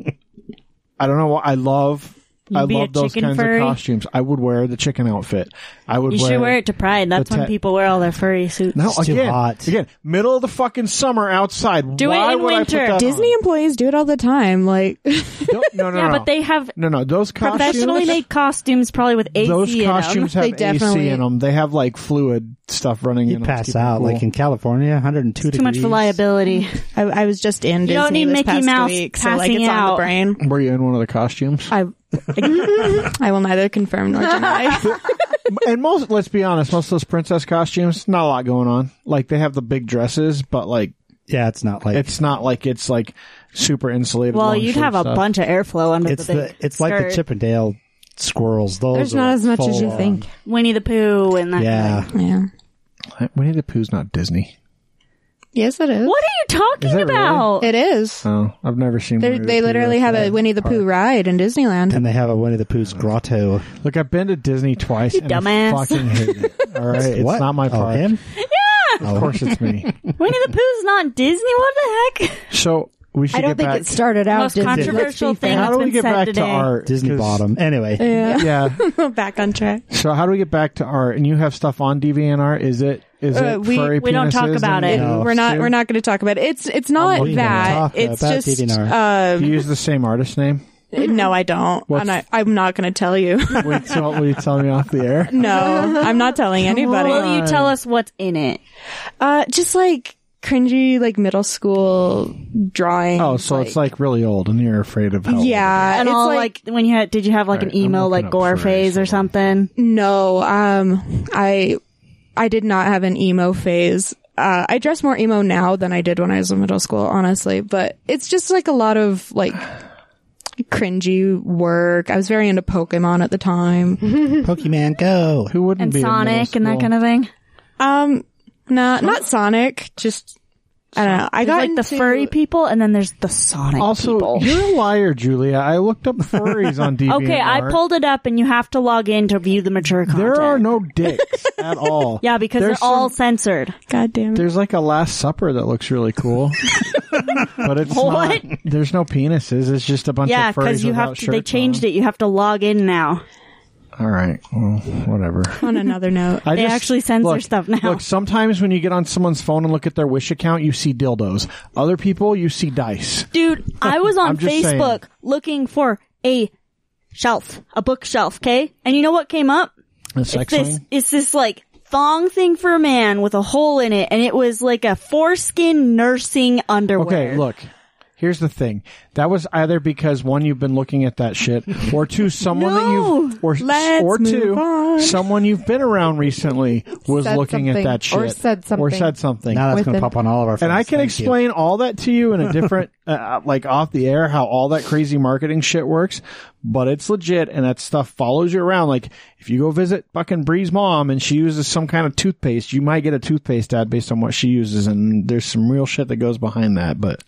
Speaker 1: I don't know why I love, I
Speaker 5: be a
Speaker 1: love those
Speaker 5: chicken
Speaker 1: kinds
Speaker 5: furry?
Speaker 1: of costumes. I would wear the chicken outfit. I would
Speaker 5: You
Speaker 1: wear,
Speaker 5: should wear it to Pride. That's when
Speaker 1: ta-
Speaker 5: people wear all their furry suits.
Speaker 1: No,
Speaker 4: too
Speaker 1: again,
Speaker 4: hot.
Speaker 1: again, middle of the fucking summer outside.
Speaker 5: Do it
Speaker 1: Why
Speaker 5: in
Speaker 1: would I
Speaker 5: winter.
Speaker 1: put that
Speaker 6: Disney employees do it all the time. Like
Speaker 1: on? No, no, no,
Speaker 5: yeah,
Speaker 1: no.
Speaker 5: but they have
Speaker 1: no, no, those costumes.
Speaker 5: professionally made costumes, probably with AC
Speaker 1: those
Speaker 5: in 'em.
Speaker 1: costumes have
Speaker 6: They
Speaker 1: AC
Speaker 6: definitely-
Speaker 1: in them. They have like fluid stuff running
Speaker 4: you
Speaker 1: in them. to keep
Speaker 4: pass
Speaker 1: them
Speaker 4: out
Speaker 1: cool.
Speaker 4: like in California, 102
Speaker 5: Too much reliability.
Speaker 6: I, I was just in Disney
Speaker 5: You don't need
Speaker 6: this
Speaker 5: Mickey
Speaker 6: past
Speaker 5: Mouse
Speaker 6: week, so like
Speaker 5: passing
Speaker 6: it's on
Speaker 5: out.
Speaker 6: the brain.
Speaker 1: Were you in one of the costumes?
Speaker 6: I I will neither confirm nor deny.
Speaker 1: and most let's be honest most of those princess costumes not a lot going on like they have the big dresses but like
Speaker 4: Yeah, it's not like
Speaker 1: it's not like it's like super insulated
Speaker 5: Well,
Speaker 1: long
Speaker 5: you'd
Speaker 1: sleeve
Speaker 5: have a
Speaker 1: stuff.
Speaker 5: bunch of airflow under
Speaker 4: it's
Speaker 5: the big
Speaker 4: the it's like the
Speaker 5: skirt.
Speaker 4: Chippendale squirrels. Those
Speaker 2: There's
Speaker 4: are
Speaker 2: not as much as you
Speaker 4: full-on-
Speaker 2: think.
Speaker 5: Winnie the Pooh and that.
Speaker 4: Yeah,
Speaker 6: yeah.
Speaker 1: winnie the pooh's not disney
Speaker 6: Yes, it is.
Speaker 5: What are you
Speaker 1: Is
Speaker 5: talking
Speaker 1: that really?
Speaker 5: about?
Speaker 6: It is.
Speaker 1: oh i've never seen
Speaker 6: They're-
Speaker 1: Winnie the
Speaker 6: they
Speaker 1: Pooh.
Speaker 6: literally have a Winnie the Pooh ride in Disneyland.
Speaker 4: and they have a Winnie the Pooh's grotto.
Speaker 1: look i've been to disney twice and
Speaker 5: dumbass.
Speaker 1: I fucking hate it all right it's
Speaker 4: What?
Speaker 1: not my
Speaker 4: Oh,
Speaker 1: part
Speaker 4: him?
Speaker 1: of course it's me
Speaker 5: Winnie the Pooh's not Disney. What the heck?
Speaker 1: so we should
Speaker 2: I don't
Speaker 1: get
Speaker 2: think
Speaker 1: back
Speaker 2: it started out
Speaker 5: Most
Speaker 2: Disney, let's be
Speaker 5: controversial
Speaker 2: fair.
Speaker 5: thing
Speaker 1: how
Speaker 5: that's
Speaker 1: do we
Speaker 5: been
Speaker 1: get
Speaker 5: said
Speaker 1: back
Speaker 5: today.
Speaker 1: to art
Speaker 4: Disney
Speaker 1: 'Cause-
Speaker 4: bottom. Anyway,
Speaker 6: Yeah.
Speaker 1: yeah
Speaker 6: Back on track.
Speaker 1: so how do we get back to art and you have stuff on dvnr is it is
Speaker 6: Uh,
Speaker 1: it
Speaker 6: we-
Speaker 1: furry
Speaker 5: we don't talk
Speaker 1: penises
Speaker 5: about
Speaker 1: and-
Speaker 5: it.
Speaker 4: No.
Speaker 6: we're not.
Speaker 4: Sue?
Speaker 6: We're not going to talk about it. It's. It's not
Speaker 4: we gonna
Speaker 6: that.
Speaker 4: talk
Speaker 6: It's
Speaker 4: about
Speaker 6: just.
Speaker 1: do
Speaker 6: Um,
Speaker 1: you use the same artist name
Speaker 6: no, I don't.
Speaker 1: What's-
Speaker 6: And I, I'm not going to tell you.
Speaker 1: Wait, so will you tell me off the air?
Speaker 6: no, I'm not telling anybody.
Speaker 5: Will you tell us what's in it?
Speaker 6: Uh, just like cringy, like middle school drawing.
Speaker 1: Oh, so it's like really old, and you're afraid of how.
Speaker 6: yeah,
Speaker 5: And
Speaker 6: it's
Speaker 5: all
Speaker 6: like
Speaker 5: like, when you had, did you have like
Speaker 1: Alright,
Speaker 5: an emo
Speaker 1: I'm looking
Speaker 5: like
Speaker 1: up
Speaker 5: gore
Speaker 1: furries.
Speaker 5: phase or something?
Speaker 6: No, um, I I did not have an emo phase. Uh, I dress more emo now than I did when I was in middle school, honestly. But it's just like a lot of like cringy work. I was very into Pokemon at the
Speaker 5: Mm-hmm.
Speaker 6: time.
Speaker 4: Pokemon Go.
Speaker 1: Who wouldn't
Speaker 5: And
Speaker 1: be in middle
Speaker 5: Sonic and that
Speaker 1: school?
Speaker 5: kind of thing?
Speaker 6: Um, nah, not Sonic. Just I don't know. I got
Speaker 5: There's like the
Speaker 6: into-
Speaker 5: furry people and then there's the Sonic
Speaker 1: Also,
Speaker 5: people.
Speaker 1: you're a liar, Julia. I looked up furries on DeviantArt.
Speaker 5: Okay, I pulled it up and you have to log in to view the mature content.
Speaker 1: There are no dicks at all.
Speaker 5: Yeah, because
Speaker 1: There's
Speaker 5: they're all censored.
Speaker 6: God damn it.
Speaker 1: There's like a Last Supper that looks really cool, but it's
Speaker 5: What?
Speaker 1: not. There's no penises. It's just a bunch
Speaker 5: Yeah,
Speaker 1: of furries
Speaker 5: because you have to, they changed it. You have to log in now.
Speaker 1: it. All right, well, whatever.
Speaker 6: On another note,
Speaker 1: I
Speaker 5: They actually censor
Speaker 1: look,
Speaker 5: stuff now.
Speaker 1: Look, sometimes when you get on someone's phone and look at their Wish account, you see dildos. Other people, you see dice.
Speaker 5: Dude, I was
Speaker 1: I'm
Speaker 5: on
Speaker 1: just saying.
Speaker 5: Facebook looking for a shelf, a bookshelf, okay? And you know what came up?
Speaker 1: A sex
Speaker 5: It's this,
Speaker 1: ring?
Speaker 5: it's this like thong thing for a man with a hole in it and it was like a foreskin nursing underwear.
Speaker 1: Okay, look. Here's the thing. That was either because one, you've been looking at that shit, or two, someone that you've or
Speaker 6: Let's
Speaker 1: or two,
Speaker 6: move on.
Speaker 1: someone you've been around recently was
Speaker 2: Said
Speaker 1: looking at
Speaker 2: something,
Speaker 1: that shit
Speaker 2: or said
Speaker 1: or
Speaker 2: something.
Speaker 1: said something.
Speaker 4: Now that's going to
Speaker 2: Within-
Speaker 4: pop on all of our. Phones.
Speaker 1: and I can
Speaker 4: Thank you.
Speaker 1: explain all that to you in a different, uh, like off the air, how all that crazy marketing shit works. But it's legit, and that stuff follows you around. Like if you go visit fucking Bree's mom and she uses some kind of toothpaste, you might get a toothpaste ad based on what she uses. And there's some real shit that goes behind that. But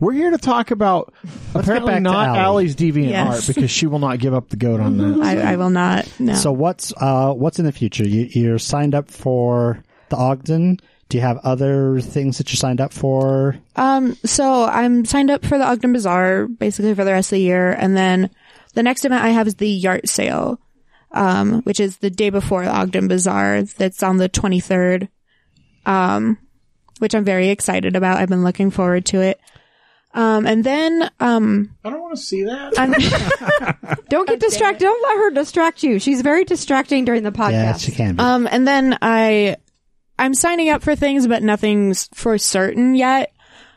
Speaker 1: we're here to talk about apparently
Speaker 4: back to
Speaker 1: not
Speaker 4: Ally.
Speaker 1: Allie's deviant
Speaker 6: Yes.
Speaker 1: art because she will not give up the goat on that.
Speaker 6: I, I will not. No.
Speaker 2: Oh.
Speaker 4: So what's uh what's in the future? You, you're signed up for the Ogden. Do you have other things that you're signed up for?
Speaker 6: Um, so I'm signed up for the Ogden Bazaar basically for the rest of the year, and then the next event I have is the Yart Sale, um, which is the day before the Ogden Bazaar. That's on the 23rd, um, which I'm very excited about. I've been looking forward to it. Um, and then, um,
Speaker 1: I don't want to see that.
Speaker 6: I'm,
Speaker 2: Don't get distracted. Don't let her distract you. She's very distracting during the podcast.
Speaker 4: Yeah, she
Speaker 2: Uh,
Speaker 4: can. Be.
Speaker 6: um, and then I, I'm signing up for things, but nothing's for certain yet.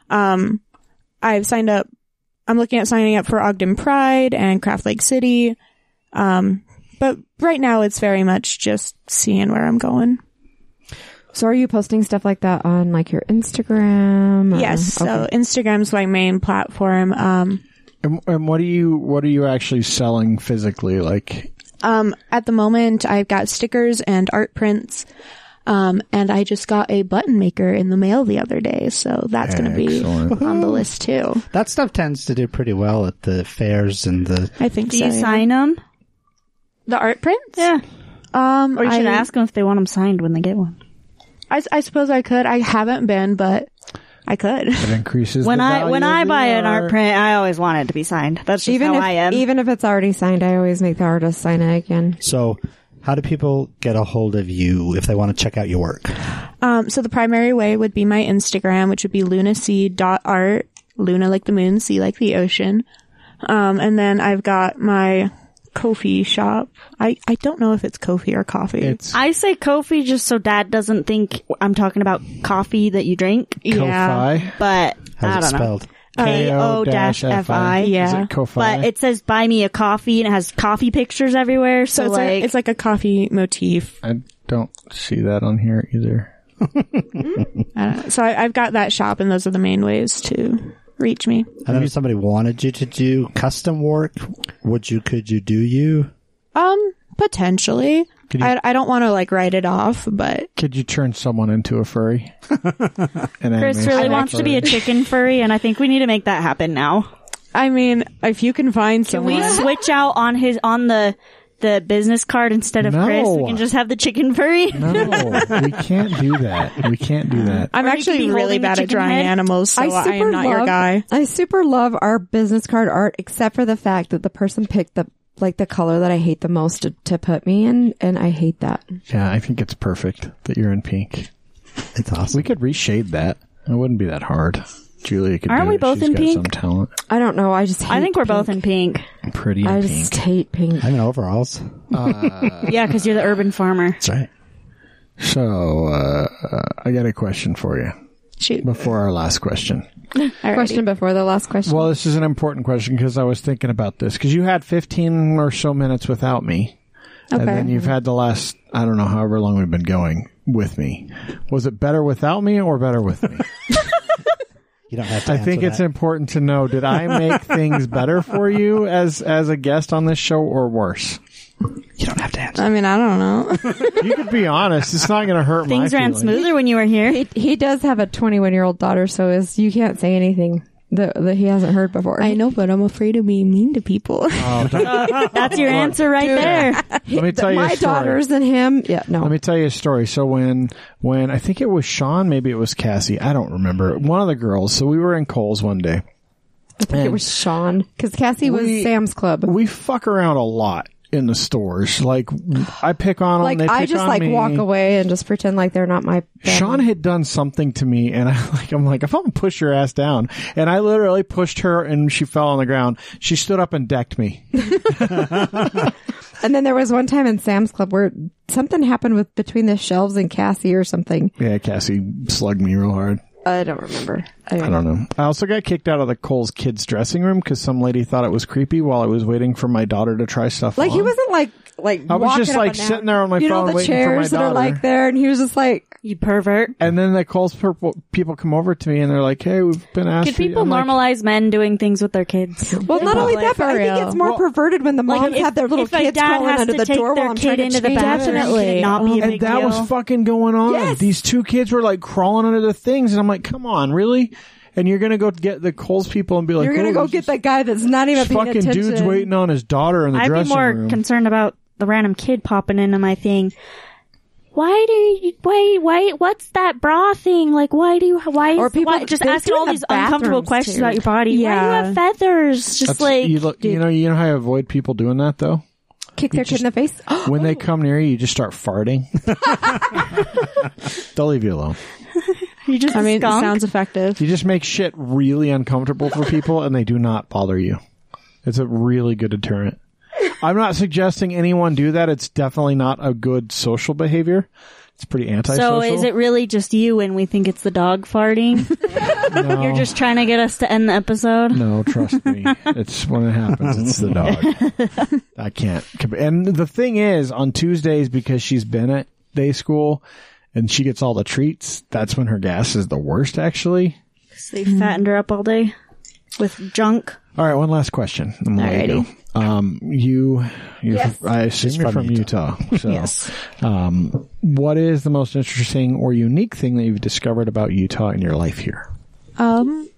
Speaker 6: Um, I've signed up. I'm looking at signing up for Ogden Pride and Craft Lake City. Um, but right now it's very much just seeing where I'm going.
Speaker 2: So are you posting stuff like that on like your Instagram? or-
Speaker 6: Yes.
Speaker 2: Mm-hmm. Okay.
Speaker 6: So Instagram's my main platform. Um,
Speaker 1: and, and what are you what are you actually selling physically? Like
Speaker 6: Um, at the moment, I've got stickers and art prints. Um, and I just got a button maker in the mail the other day, so that's going to be
Speaker 1: Excellent.
Speaker 6: on the list too.
Speaker 4: that stuff tends to do pretty well at the fairs and the.
Speaker 6: I think
Speaker 5: Do
Speaker 6: so.
Speaker 5: you
Speaker 6: yeah.
Speaker 5: sign them?
Speaker 6: the art prints?
Speaker 5: Yeah.
Speaker 6: Um,
Speaker 5: Or you should
Speaker 6: I,
Speaker 5: ask them if they want them signed when they get one.
Speaker 6: I, I suppose I could. I haven't been, but I could.
Speaker 1: it increases
Speaker 5: When
Speaker 1: the
Speaker 5: I
Speaker 1: value
Speaker 5: when
Speaker 1: of
Speaker 5: I
Speaker 1: the
Speaker 5: buy an art print, I always want it to be signed. That's just
Speaker 2: even
Speaker 5: how
Speaker 2: if
Speaker 5: I am.
Speaker 2: even if it's already signed, I always make the artist sign it again.
Speaker 4: So, how do people get a hold of you if they want to check out your work?
Speaker 6: Um, so the primary way would be my Instagram, which would be lunac.art, Luna like the moon, sea like the ocean. Um, and then I've got my Kofi shop. I, I don't know if it's Kofi or coffee.
Speaker 1: It's
Speaker 5: I say Kofi just so Dad doesn't think I'm talking about coffee that you drink.
Speaker 6: yeah.
Speaker 1: Ko-fi.
Speaker 5: But I
Speaker 4: How's it
Speaker 5: don't know.
Speaker 4: spelled?
Speaker 5: K-O-F-I.
Speaker 1: Is
Speaker 6: Yeah.
Speaker 1: it Ko-fi?
Speaker 5: But it says "Buy me a coffee" and it has coffee pictures everywhere.
Speaker 6: So
Speaker 5: So,
Speaker 6: it's,
Speaker 5: like,
Speaker 6: a, it's like a coffee motif.
Speaker 1: I don't see that on here either.
Speaker 6: Uh, so I, I've got that shop, and those are the main ways to reach me.
Speaker 4: And then if somebody wanted you to do custom work, would you? Could you do you?
Speaker 6: Um, potentially. I, I don't want to like write it off, but
Speaker 1: Could you turn someone into a furry? An
Speaker 5: Chris
Speaker 1: animation
Speaker 5: really wants to be a
Speaker 1: furry.
Speaker 5: chicken furry, and I think we need to make that happen now.
Speaker 6: I mean, if you can find someone,
Speaker 5: We switch out on his on the the business card instead of
Speaker 1: No.
Speaker 5: Chris. We can just have the chicken furry.
Speaker 1: No, we can't do that. We can't do that.
Speaker 6: I'm
Speaker 5: Or you could
Speaker 6: actually
Speaker 5: be
Speaker 6: really
Speaker 5: holding a
Speaker 6: bad at
Speaker 5: chicken
Speaker 6: drawing
Speaker 5: head.
Speaker 6: animals, so I, am not
Speaker 2: love,
Speaker 6: your guy.
Speaker 2: I super love our business card art, except for the fact that the person picked the like the color that I hate the most to, to put me in, and I hate that.
Speaker 1: Yeah, I think it's perfect that you're in pink.
Speaker 4: It's awesome.
Speaker 1: We could reshade that. It wouldn't be that hard. Julia could.
Speaker 5: Aren't
Speaker 1: do
Speaker 5: we
Speaker 1: it.
Speaker 5: both
Speaker 1: She's
Speaker 5: in
Speaker 1: got
Speaker 5: pink?
Speaker 1: Some talent.
Speaker 2: I don't know. I just hate
Speaker 5: I think we're both in pink.
Speaker 1: I'm pretty in
Speaker 2: I
Speaker 1: pink.
Speaker 2: just hate pink.
Speaker 4: I'm in overalls.
Speaker 5: Yeah, because you're the urban farmer.
Speaker 4: That's right.
Speaker 1: So uh, uh, I got a question for you
Speaker 6: Shoot,
Speaker 1: before our last question.
Speaker 2: Question before the last question.
Speaker 1: Well, this is an important question because I was thinking about this because you had 15 or so minutes without me, and then you've had the last I don't know however long we've been going with me. Was it better without me or better with me?
Speaker 4: You don't have to.
Speaker 1: I think
Speaker 4: answer
Speaker 1: it's
Speaker 4: that.
Speaker 1: important to know: did I make things better for you as as a guest on this show, or worse?
Speaker 4: You don't have to answer.
Speaker 6: I mean, I don't know.
Speaker 1: You could be honest; it's not going to hurt.
Speaker 5: Things
Speaker 1: my
Speaker 5: ran
Speaker 1: feelings.
Speaker 5: smoother when you were here.
Speaker 2: he, he does have a 21 year old daughter, so is you can't say anything that, that he hasn't heard before.
Speaker 6: I know, but I'm afraid of being mean to people.
Speaker 5: That's your answer right there.
Speaker 1: Let me tell you
Speaker 2: my
Speaker 1: a story.
Speaker 2: daughters and him. Yeah, no.
Speaker 1: Let me tell you a story. So when when I think it was Sean, maybe it was Cassie, I don't remember. One of the girls. So we were in Coles one day.
Speaker 2: I think it was Sean because Cassie was
Speaker 1: We-
Speaker 2: Sam's Club.
Speaker 1: We fuck around a lot in the stores. Like I pick on them.
Speaker 2: like
Speaker 1: they
Speaker 2: I
Speaker 1: pick
Speaker 2: just
Speaker 1: on
Speaker 2: like
Speaker 1: me.
Speaker 2: walk away and just pretend like they're not my. family.
Speaker 1: Sean had done something to me, and I like I'm like if I'm gonna push your ass down, and I literally pushed her, and she fell on the ground. She stood up and decked me.
Speaker 2: And then there was one time in Sam's Club where something happened with between the shelves and Cassie or something.
Speaker 1: Yeah, Cassie slugged me real hard.
Speaker 2: I don't remember. I
Speaker 1: I don't know. I also got kicked out of the Cole's kids dressing room because some lady thought it was creepy while I was waiting for my daughter to try stuff.
Speaker 2: Like he
Speaker 1: on.
Speaker 2: wasn't like like.
Speaker 1: I was
Speaker 2: walking
Speaker 1: just,
Speaker 2: up
Speaker 1: like,
Speaker 2: and down.
Speaker 1: sitting there on my
Speaker 2: you
Speaker 1: phone
Speaker 2: know, the
Speaker 1: waiting for my
Speaker 2: chairs that are
Speaker 1: daughter.
Speaker 2: like there, and he was just like,
Speaker 5: You pervert.
Speaker 1: And then the Cole's purple people come over to me and they're like, "Hey, we've been asked."
Speaker 5: Could
Speaker 1: for you."
Speaker 5: people
Speaker 1: I'm like,
Speaker 5: normalize men doing things with their kids?
Speaker 2: well, not only that,
Speaker 6: for
Speaker 2: but I think
Speaker 6: real.
Speaker 2: it's more perverted when the moms
Speaker 5: if-
Speaker 2: have their little
Speaker 5: if a
Speaker 2: kids
Speaker 5: dad
Speaker 2: crawling
Speaker 5: has
Speaker 2: under
Speaker 5: to
Speaker 2: the
Speaker 5: take
Speaker 2: door
Speaker 5: their
Speaker 2: while I'm
Speaker 5: kid
Speaker 2: trying to
Speaker 5: into the
Speaker 2: change
Speaker 5: bathroom,
Speaker 2: their-
Speaker 5: Definitely. can it not be a
Speaker 2: Oh.
Speaker 5: big
Speaker 1: and that
Speaker 5: deal.
Speaker 1: was fucking going on.
Speaker 2: Yes.
Speaker 1: These two kids were like crawling under the things, and I'm like, "Come on, really?" And you're gonna go get the Cole's people and be like,
Speaker 2: You're gonna
Speaker 1: "Oh,
Speaker 2: go
Speaker 1: this
Speaker 2: get that guy that's not even paying
Speaker 1: fucking
Speaker 2: attention.
Speaker 1: dude's waiting on his daughter in the
Speaker 5: I'd be
Speaker 1: dressing
Speaker 5: more
Speaker 1: room."
Speaker 5: concerned about the random kid popping into my thing. Why do you wait? Wait, what's that bra thing? Like, why do you? Why? Is,
Speaker 2: Or people-
Speaker 5: why, just
Speaker 2: they
Speaker 5: asking
Speaker 2: do it
Speaker 5: all
Speaker 2: in the
Speaker 5: these uncomfortable
Speaker 2: bathrooms,
Speaker 5: questions
Speaker 2: too.
Speaker 5: about your body. Why
Speaker 6: Yeah.
Speaker 5: do you have feathers? Just
Speaker 1: That's-
Speaker 5: like
Speaker 1: you, look, you know, you know how you avoid people doing that though.
Speaker 2: Kick their kid in the face.
Speaker 1: When
Speaker 5: Oh.
Speaker 1: they come near you, you just start farting. They'll leave you alone.
Speaker 5: You just
Speaker 6: I mean, it
Speaker 5: skunk?
Speaker 6: sounds effective.
Speaker 1: You just make shit really uncomfortable for people and they do not bother you. It's a really good deterrent. I'm not suggesting anyone do that. It's definitely not a good social behavior. It's pretty antisocial.
Speaker 5: so is it really just you and we think it's the dog farting?
Speaker 1: No,
Speaker 5: You're just trying to get us to end the episode?
Speaker 1: no, trust me. It's when it happens. It's the dog. I can't. comp- And the thing is, on Tuesdays, because she's been at day school and she gets all the treats, that's when her gas is the worst, actually.
Speaker 5: 'Cause they fattened her up all day with junk.
Speaker 1: All right, one last question. and we'll let you
Speaker 5: Alrighty.
Speaker 1: go. Um, you, you're, I assume you're
Speaker 4: from
Speaker 1: from Utah. So, um, what is the most interesting or unique thing that you've discovered about Utah in your life here?
Speaker 7: Um,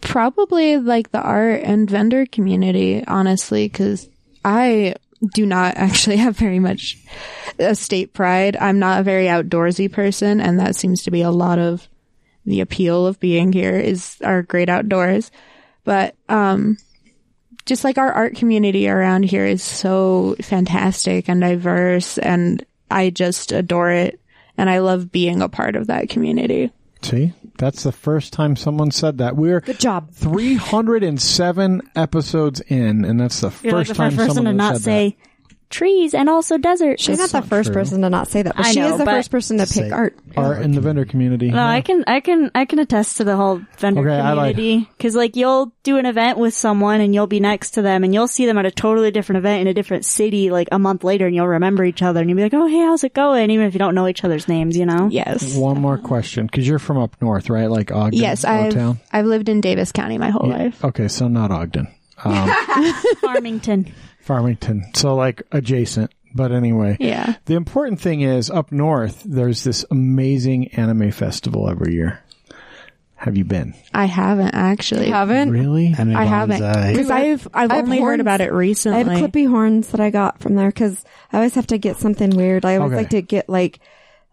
Speaker 7: probably like the art and vendor community, honestly, because I do not actually have very much estate pride. I'm not a very outdoorsy person, and that seems to be a lot of the appeal of being here is our great outdoors. But um, just like our art community around here is so fantastic and diverse, and I just adore it. And I love being a part of that community.
Speaker 1: See, that's the first time someone said that. We're
Speaker 2: Good job.
Speaker 1: 307 episodes in, and that's the
Speaker 5: You're
Speaker 1: first
Speaker 5: like the
Speaker 1: time
Speaker 5: first person to
Speaker 1: someone has
Speaker 5: not
Speaker 1: said
Speaker 5: say trees and also deserts.
Speaker 2: She's not the first person to not say that, but
Speaker 5: I
Speaker 2: she is
Speaker 5: know,
Speaker 2: the
Speaker 5: but-
Speaker 2: first person to pick
Speaker 4: Say-
Speaker 2: art.
Speaker 1: that. art in the vendor community.
Speaker 5: No, I can, I can, I can attest to the whole vendor
Speaker 1: Okay, I lied.
Speaker 5: community. Cause like you'll do an event with someone and you'll be next to them and you'll see them at a totally different event in a different city like a month later and you'll remember each other and you'll be like, oh hey, how's it going? Even if you don't know each other's names, you know?
Speaker 7: Yes.
Speaker 1: One more question, because you're from up north, right? Like Ogden,
Speaker 7: Yes, I've
Speaker 1: O-town?
Speaker 7: I've lived in Davis County my whole life.
Speaker 1: Okay, so not Ogden. Um,
Speaker 5: Farmington.
Speaker 1: Farmington. So like adjacent. But anyway.
Speaker 7: Yeah.
Speaker 1: The important thing is up north there's this amazing anime festival every year. Have you been?
Speaker 7: I haven't actually.
Speaker 2: haven't.
Speaker 1: Really?
Speaker 4: Anime
Speaker 7: I haven't.
Speaker 4: bonsai.
Speaker 6: Because I've I've
Speaker 2: I have
Speaker 6: only heard
Speaker 2: horns.
Speaker 6: about it
Speaker 2: I have
Speaker 6: recently.
Speaker 2: clippy horns that I got from there because I always have to get something weird. I always
Speaker 1: Okay.
Speaker 2: like to get like,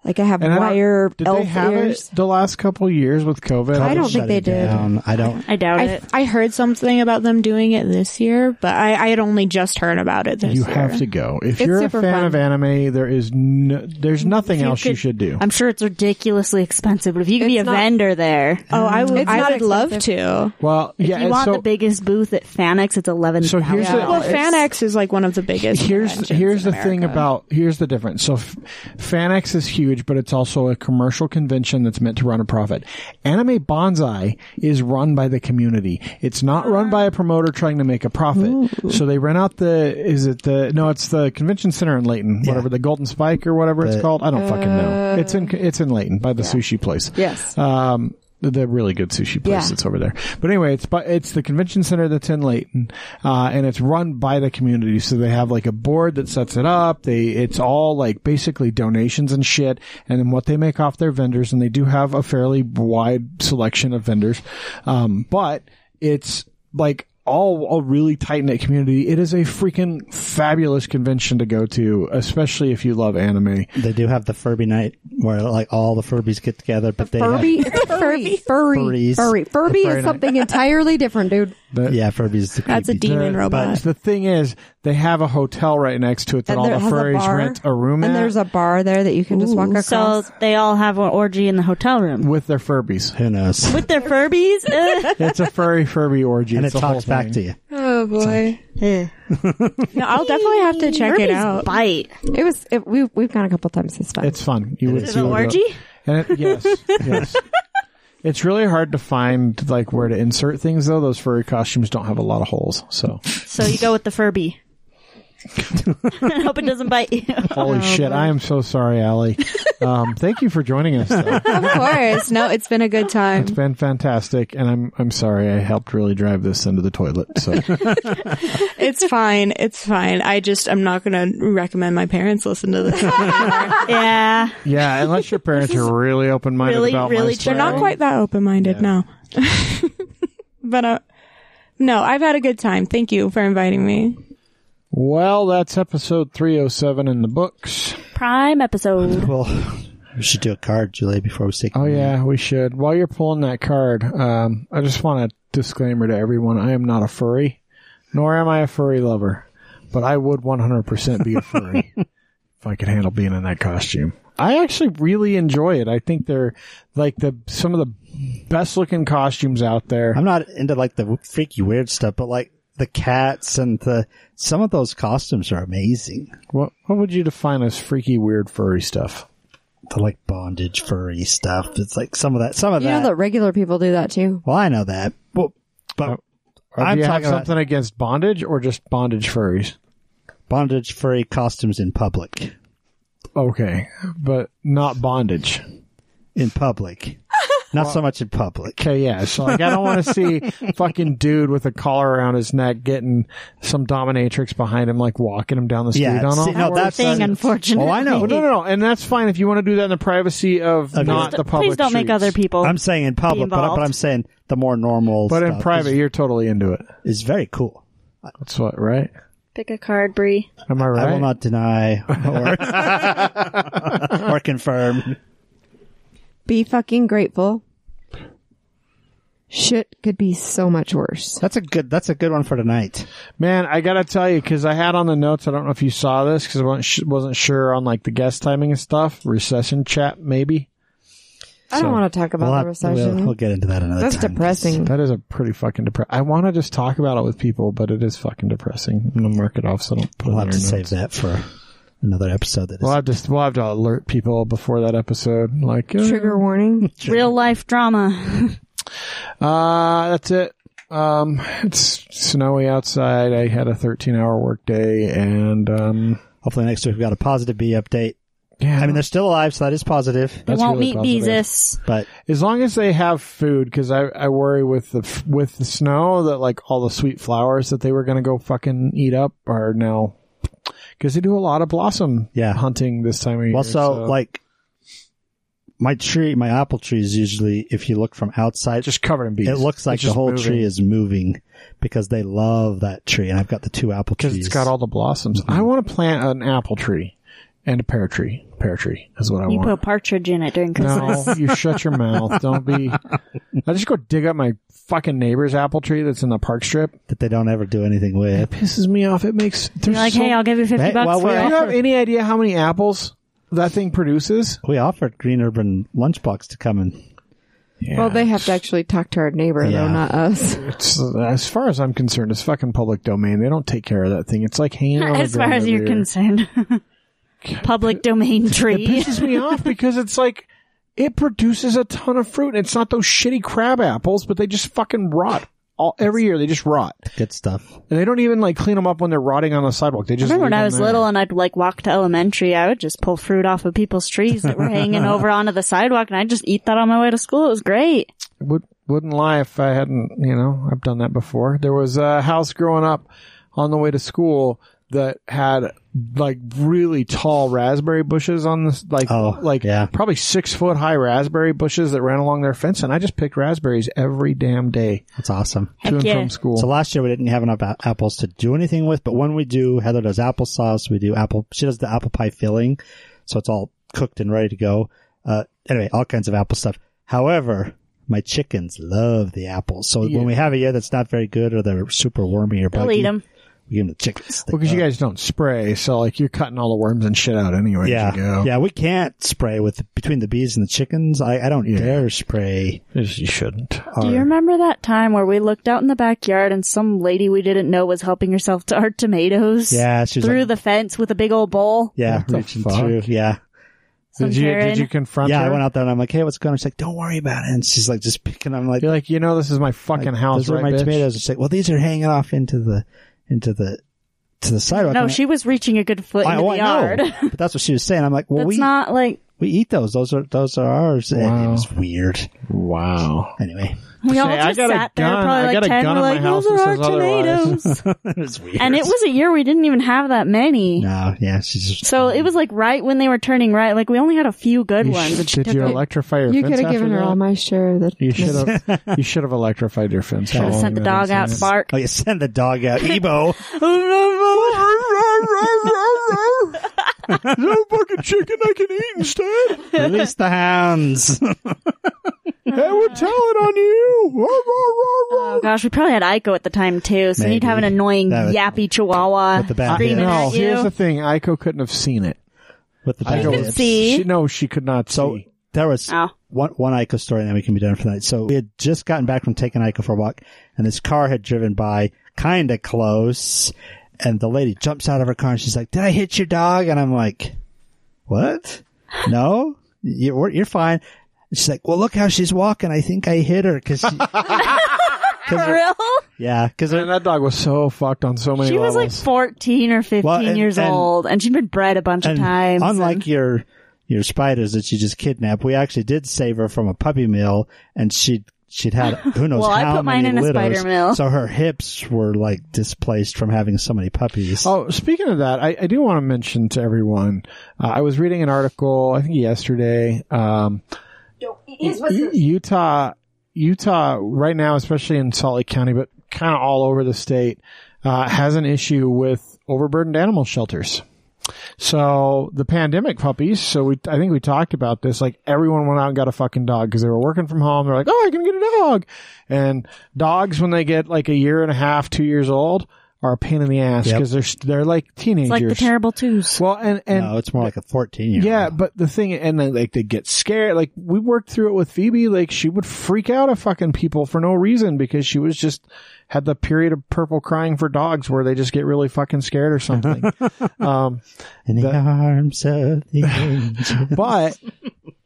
Speaker 2: like I have
Speaker 1: And I don't-
Speaker 2: wire
Speaker 1: Did
Speaker 2: elf
Speaker 1: they have
Speaker 2: ears.
Speaker 1: it the last couple years with COVID?
Speaker 2: I don't
Speaker 4: Shut
Speaker 2: think they
Speaker 4: it
Speaker 2: did.
Speaker 4: down. I don't.
Speaker 5: I doubt
Speaker 6: I,
Speaker 5: it.
Speaker 6: I heard something about them doing it this year, but I, I had only just heard about it this
Speaker 1: You
Speaker 6: year.
Speaker 1: have to go. If
Speaker 7: It's
Speaker 1: you're a
Speaker 7: super
Speaker 1: fan
Speaker 7: fun.
Speaker 1: of anime, there is no, there's nothing else you
Speaker 5: could-
Speaker 1: should do.
Speaker 5: I'm sure it's ridiculously expensive, but if you could be a
Speaker 2: It's not-
Speaker 5: vendor there,
Speaker 6: Oh, I would
Speaker 2: It's
Speaker 6: I
Speaker 2: not
Speaker 6: would love to.
Speaker 1: well, yeah,
Speaker 5: if you
Speaker 1: and
Speaker 5: want
Speaker 1: so
Speaker 5: the biggest booth at Fanex, it's eleven.
Speaker 1: So here's the-
Speaker 6: Well, Fanex is like one of the biggest.
Speaker 1: here's
Speaker 6: conventions
Speaker 1: here's
Speaker 6: in
Speaker 1: the thing
Speaker 6: America.
Speaker 1: about here's the difference. So F- Fanex is huge, but it's also a commercial convention that's meant to run a profit. Anime Bonsai is run by the community. It's not
Speaker 6: Uh-huh.
Speaker 1: run by a promoter trying to make a profit. So they rent out the is it the no it's the convention center in Layton, whatever the Golden Spike or whatever it's
Speaker 4: The-
Speaker 1: called. I don't fucking
Speaker 6: Uh,
Speaker 1: know. It's in it's in Layton by the sushi place.
Speaker 2: Yes.
Speaker 1: Um, the- the really good sushi place
Speaker 2: Yeah.
Speaker 1: that's over there. But anyway, it's by, it's the convention center that's in Layton, uh, and it's run by the community. So they have like a board that sets it up. They it's all like basically donations and shit, and then what they make off their vendors. And they do have a fairly wide selection of vendors, um, but it's like all a really tight knit community. It is a freaking fabulous convention to go to, especially if you love anime.
Speaker 4: They do have the Furby night where like all the Furbies get together, but they
Speaker 2: Furby, it's furry, furry,
Speaker 4: Furries.
Speaker 2: furry. Furby
Speaker 1: Furry
Speaker 2: is
Speaker 1: night.
Speaker 2: something entirely different, dude.
Speaker 1: But-
Speaker 4: have yeah Furbies. The
Speaker 6: That's a
Speaker 4: creepy-
Speaker 6: demon
Speaker 1: They're-
Speaker 6: robot.
Speaker 1: But the thing is, they have a hotel right next to it that all the
Speaker 2: has a
Speaker 1: furries
Speaker 2: bar,
Speaker 1: rent a room
Speaker 2: and
Speaker 1: at
Speaker 2: there's a bar there that you can just walk
Speaker 5: so
Speaker 2: across.
Speaker 5: they all have an orgy in the hotel room
Speaker 1: with their Furbies.
Speaker 4: Who knows?
Speaker 5: with their Furbies. Eh.
Speaker 1: It's a furry Furby orgy.
Speaker 4: and it
Speaker 1: it's a whole
Speaker 4: talks back
Speaker 1: thing.
Speaker 4: to you.
Speaker 7: Oh boy.
Speaker 6: No, I'll definitely have to check it
Speaker 5: Furbies
Speaker 6: out.
Speaker 5: Bite.
Speaker 2: it was it, we we've gone a couple times. It's fun.
Speaker 1: It's fun. You would
Speaker 4: is.
Speaker 1: see
Speaker 5: An
Speaker 1: what it-
Speaker 5: orgy?
Speaker 1: And it, yes, yes. It's really hard to find like where to insert things though. Those furry costumes don't have a lot of holes. So
Speaker 5: So you go with the Furby. I hope it doesn't bite you.
Speaker 2: Oh,
Speaker 1: holy shit, I am so sorry, Allie. Um, thank you for joining us. Though.
Speaker 7: Of course. No, it's been a good time.
Speaker 1: It's been fantastic, and I'm I'm sorry I helped really drive this into the toilet. So
Speaker 6: It's fine. It's fine. I just I'm not going to recommend my parents listen to this.
Speaker 5: yeah.
Speaker 1: yeah, unless your parents are really open minded
Speaker 5: really,
Speaker 1: about my
Speaker 5: really-
Speaker 1: story.
Speaker 5: they're
Speaker 6: Not quite that open minded, no. but uh, no, I've had a good time. Thank you for inviting me.
Speaker 1: Well, that's episode 307 in the books.
Speaker 5: Prime episode.
Speaker 4: Well, we should do a card, Julie, before we say.
Speaker 1: Oh, yeah,
Speaker 4: Mm.
Speaker 1: we should. While you're pulling that card, um, I just want a disclaimer to everyone I am not a furry, nor am I a furry lover, but I would 100% be a furry if I could handle being in that costume. I actually really enjoy it. I think they're like the some of the best looking costumes out there.
Speaker 4: I'm not into like the freaky weird stuff, but like the cats and the some of those costumes are amazing.
Speaker 1: What what would you define as freaky, weird, furry stuff?
Speaker 4: The like bondage furry stuff. It's like some of that. Some of
Speaker 2: You
Speaker 4: that.
Speaker 2: know that regular people do that too.
Speaker 4: well, I know that. Well,
Speaker 1: Oh.
Speaker 4: but
Speaker 1: Or do
Speaker 4: I'm
Speaker 1: you have
Speaker 4: talking about
Speaker 1: something against bondage or just bondage furries?
Speaker 4: bondage furry costumes in public.
Speaker 1: Okay, but not bondage.
Speaker 4: In public, not so much in public.
Speaker 1: Okay, yeah. So like, I don't want to see fucking dude with a collar around his neck getting some dominatrix behind him, like walking him down the street
Speaker 4: Yeah,
Speaker 1: on all.
Speaker 4: see, no, that's
Speaker 5: thing,
Speaker 4: not-
Speaker 5: unfortunately.
Speaker 4: Oh, I know.
Speaker 1: Well, no, no, no, and that's fine if you want to do that in the privacy of
Speaker 4: Okay.
Speaker 1: not
Speaker 4: Please
Speaker 1: the public.
Speaker 5: Please don't make
Speaker 1: streets.
Speaker 5: other people.
Speaker 4: I'm saying in public, but, I- but
Speaker 5: involved.
Speaker 4: I'm saying the more normal.
Speaker 1: But in
Speaker 4: stuff
Speaker 1: private,
Speaker 4: is,
Speaker 1: you're totally into it.
Speaker 4: is very cool.
Speaker 1: That's what, right?
Speaker 5: Pick a card, Bree.
Speaker 1: Am I right?
Speaker 4: I will not deny or, or confirm.
Speaker 2: Be fucking grateful. Shit could be so much worse.
Speaker 4: That's a good. That's a good one for tonight.
Speaker 1: Man, I gotta tell you, cause I had on the notes, I don't know if you saw this, cause I wasn't, sh- wasn't sure on like the guest timing and stuff. Recession chat, maybe.
Speaker 2: I don't want to talk about
Speaker 4: We'll have-
Speaker 2: the recession.
Speaker 4: We'll, we'll get into that another
Speaker 2: That's
Speaker 4: time.
Speaker 2: depressing.
Speaker 1: That is a pretty fucking depressing. I want to just talk about it with people, but it is fucking depressing. I'm gonna mark it off so I don't put
Speaker 4: We'll
Speaker 1: it
Speaker 4: have
Speaker 1: in
Speaker 4: to
Speaker 1: our
Speaker 4: save
Speaker 1: notes.
Speaker 4: that for another episode. That is
Speaker 1: We'll have to we'll have to alert people before that episode. Like eh.
Speaker 2: Trigger warning.
Speaker 5: Real life drama.
Speaker 1: Uh, that's it. Um, it's snowy outside. I had a 13 hour work day and, um,
Speaker 4: hopefully next week we've got a positive bee update.
Speaker 1: yeah,
Speaker 4: I mean, they're still alive, so that is positive.
Speaker 5: They
Speaker 1: That's
Speaker 5: won't
Speaker 1: really
Speaker 5: meet
Speaker 1: positive.
Speaker 5: Beezus.
Speaker 4: But
Speaker 1: as long as they have food, cause I, I worry with the, f- with the snow that like all the sweet flowers that they were going to go fucking eat up are now, cause they do a lot of blossom
Speaker 4: Yeah.
Speaker 1: hunting this time of year.
Speaker 4: also,
Speaker 1: so
Speaker 4: like my tree, my apple tree is usually, if you look from outside,
Speaker 1: just covered in bees.
Speaker 4: it looks like
Speaker 1: It's
Speaker 4: the
Speaker 1: just
Speaker 4: whole
Speaker 1: moving.
Speaker 4: tree is moving because they love that tree. And I've got the two apple trees.
Speaker 1: because it's got all the blossoms.
Speaker 4: Mm-hmm.
Speaker 1: I want to plant an apple tree and a pear tree. Pear tree is what I
Speaker 5: You
Speaker 1: want.
Speaker 5: put a partridge in it during Christmas.
Speaker 1: No, you shut your mouth. Don't be. I just go dig up my fucking neighbor's apple tree that's in the park strip.
Speaker 4: that they don't ever do anything with.
Speaker 1: Pisses me off. It makes. There's
Speaker 5: You're like,
Speaker 1: so-
Speaker 5: hey, I'll give you 50
Speaker 4: Hey,
Speaker 5: bucks
Speaker 4: well,
Speaker 5: for
Speaker 1: Do
Speaker 4: we're-
Speaker 5: it.
Speaker 1: you have any idea how many apples that thing produces?
Speaker 4: We offered Green Urban Lunchbox to come and
Speaker 2: Well, they have to actually talk to our neighbor,
Speaker 4: Yeah.
Speaker 2: though, not us.
Speaker 1: It's, as far as I'm concerned, it's fucking public domain. They don't take care of that thing. It's like hanging on
Speaker 5: As
Speaker 1: the
Speaker 5: far
Speaker 1: ground
Speaker 5: as
Speaker 1: over
Speaker 5: you're
Speaker 1: here.
Speaker 5: concerned. Public domain tree.
Speaker 1: pisses me off because it's like it produces a ton of fruit. And it's not those shitty crab apples, but they just fucking rot. All, every year they just rot,
Speaker 4: good stuff.
Speaker 1: and they don't even like clean them up when they're rotting on the sidewalk. They just
Speaker 5: remember when
Speaker 1: leave
Speaker 5: I
Speaker 1: them
Speaker 5: was
Speaker 1: there.
Speaker 5: little and I'd like walk to elementary, I would just pull fruit off of people's trees that were hanging over onto the sidewalk and I'd just eat that on my way to school. It was great.
Speaker 1: would wouldn't lie if I hadn't, you know, I've done that before. There was a house growing up on the way to school that had like really tall raspberry bushes on this, like,
Speaker 4: Oh,
Speaker 1: like
Speaker 4: yeah.
Speaker 1: probably six foot high raspberry bushes that ran along their fence. And I just picked raspberries every damn day
Speaker 4: That's awesome.
Speaker 1: to and
Speaker 5: yeah.
Speaker 1: from school.
Speaker 4: So last year we didn't have enough a- apples to do anything with, but when we do, Heather does applesauce. We do apple. She does the apple pie filling, so it's all cooked and ready to go. Uh, anyway, all kinds of apple stuff. However, my chickens love the apples, so when we have a year that's not very good or they're super wormy or
Speaker 5: They'll
Speaker 4: buggy,
Speaker 5: eat them.
Speaker 4: we give them the chickens. They
Speaker 1: well, because you
Speaker 4: love
Speaker 1: guys don't spray, so like you're cutting all the worms and shit out anyway. as
Speaker 4: Yeah,
Speaker 1: you go.
Speaker 4: yeah. We can't spray with between the bees and the chickens. I, I don't
Speaker 1: Yeah.
Speaker 4: dare spray.
Speaker 1: Yes, You shouldn't.
Speaker 5: Do you remember that time where we looked out in the backyard and some lady we didn't know was helping herself to our tomatoes?
Speaker 4: Yeah, she was
Speaker 5: Through
Speaker 4: like-
Speaker 5: the fence with a big old bowl.
Speaker 4: Yeah,
Speaker 1: What the
Speaker 4: reaching
Speaker 1: fuck?
Speaker 4: through. Yeah,
Speaker 5: Some
Speaker 1: did you
Speaker 5: Karen.
Speaker 1: did you confront?
Speaker 4: yeah.
Speaker 1: her?
Speaker 4: I went out there and I'm like, "Hey, what's going?" on? She's like, "Don't worry about it." And she's like, just picking. I'm like,
Speaker 1: You're like, you know, this is my fucking house.
Speaker 4: Those are
Speaker 1: right,
Speaker 4: my
Speaker 1: bitch?
Speaker 4: tomatoes. It's like, well, these are hanging off into the into the to the sidewalk.
Speaker 5: No,
Speaker 4: I'm
Speaker 5: she was reaching a good foot
Speaker 4: like,
Speaker 5: into the
Speaker 4: I know.
Speaker 5: yard.
Speaker 4: but that's what she was saying. I'm like, well,
Speaker 5: That's
Speaker 4: we
Speaker 5: not like
Speaker 4: we eat those. Those are those are ours. And It
Speaker 1: Wow.
Speaker 4: was weird.
Speaker 1: Wow.
Speaker 4: Anyway,
Speaker 5: we all
Speaker 1: Say, I
Speaker 5: just
Speaker 1: got a
Speaker 5: sat there,
Speaker 1: gun- I
Speaker 5: probably
Speaker 1: got a
Speaker 5: like ten.
Speaker 1: gun
Speaker 5: We're
Speaker 1: in my
Speaker 5: like,
Speaker 1: house
Speaker 5: those
Speaker 1: that
Speaker 5: are our
Speaker 1: says otherwise."
Speaker 5: tomatoes,
Speaker 4: it was weird.
Speaker 5: and it was a year we didn't even have that many.
Speaker 4: no, yeah, she's just,
Speaker 5: So it was like right when they were turning right. Like we only had a few good
Speaker 1: You
Speaker 5: ones.
Speaker 1: sh-
Speaker 5: and she
Speaker 1: did
Speaker 5: took
Speaker 1: you
Speaker 5: it.
Speaker 1: electrify your
Speaker 2: You
Speaker 1: fence
Speaker 2: could have
Speaker 1: after
Speaker 2: given her
Speaker 1: that?
Speaker 2: all my share. That
Speaker 1: you should have. you should have electrified your fence.
Speaker 5: I
Speaker 1: following
Speaker 5: sent the
Speaker 1: that
Speaker 5: dog out to
Speaker 1: incident.
Speaker 5: bark.
Speaker 4: oh, you send the dog out, Ebo.
Speaker 1: No fucking chicken I can eat instead.
Speaker 4: Release the hounds.
Speaker 1: I would tell it on you.
Speaker 5: Oh gosh, we probably had Ico at the time too, so you'd
Speaker 4: Maybe.
Speaker 5: have an annoying
Speaker 4: That would-
Speaker 5: yappy chihuahua
Speaker 4: with the bad
Speaker 5: screaming
Speaker 4: hair.
Speaker 1: Uh, no,
Speaker 5: at you.
Speaker 1: here's the thing. Ico couldn't have seen it.
Speaker 4: with the
Speaker 1: I
Speaker 4: bad
Speaker 1: don't-
Speaker 4: kids.
Speaker 1: She, no, she could not
Speaker 4: So
Speaker 1: see.
Speaker 4: there was
Speaker 5: Oh.
Speaker 4: one one Ico story, and then we can be done for tonight. So we had just gotten back from taking Ico for a walk, and this car had driven by kind of close, and the lady jumps out of her car and she's like, "Did I hit your dog?" And I'm like, "What? No, you're you're fine." And she's like, "Well, look how she's walking. I think I hit her because."
Speaker 5: For real?
Speaker 4: Yeah, because
Speaker 1: And that dog was so fucked on so many
Speaker 5: She was
Speaker 1: levels.
Speaker 5: like 14 or 15
Speaker 4: Well, and-
Speaker 5: years
Speaker 4: and-
Speaker 5: old, and she'd been bred a bunch of
Speaker 4: and
Speaker 5: times.
Speaker 4: Unlike your your spiders that you just kidnap, we actually did save her from a puppy mill, and she'd she'd had who knows
Speaker 5: Well, I
Speaker 4: how
Speaker 5: put mine
Speaker 4: many
Speaker 5: in a
Speaker 4: litters,
Speaker 5: spider mill.
Speaker 4: So her hips were like displaced from having so many puppies.
Speaker 1: Oh, speaking of that, I, I do want to mention to everyone. Uh, I was reading an article, I think yesterday. Um, U- Utah, Utah, right now, especially in Salt Lake County, but kind of all over the state, uh, has an issue with overburdened animal shelters. So the pandemic puppies. So we, I think we talked about this. Like everyone went out and got a fucking dog because they were working from home. They're like, oh, I can get a dog. And dogs, when they get like a year and a half, two years old, are a pain in the ass
Speaker 4: Yep.
Speaker 1: because they're they're like teenagers.
Speaker 5: it's like the terrible twos.
Speaker 1: well, and and
Speaker 4: no, it's more like a fourteen year.
Speaker 1: yeah, but the thing, and then like they get scared. Like we worked through it with Phoebe. Like she would freak out at fucking people for no reason because she was just had the period of purple crying for dogs where they just get really fucking scared or something. um,
Speaker 4: in the,
Speaker 1: the-
Speaker 4: arms of the angel.
Speaker 1: but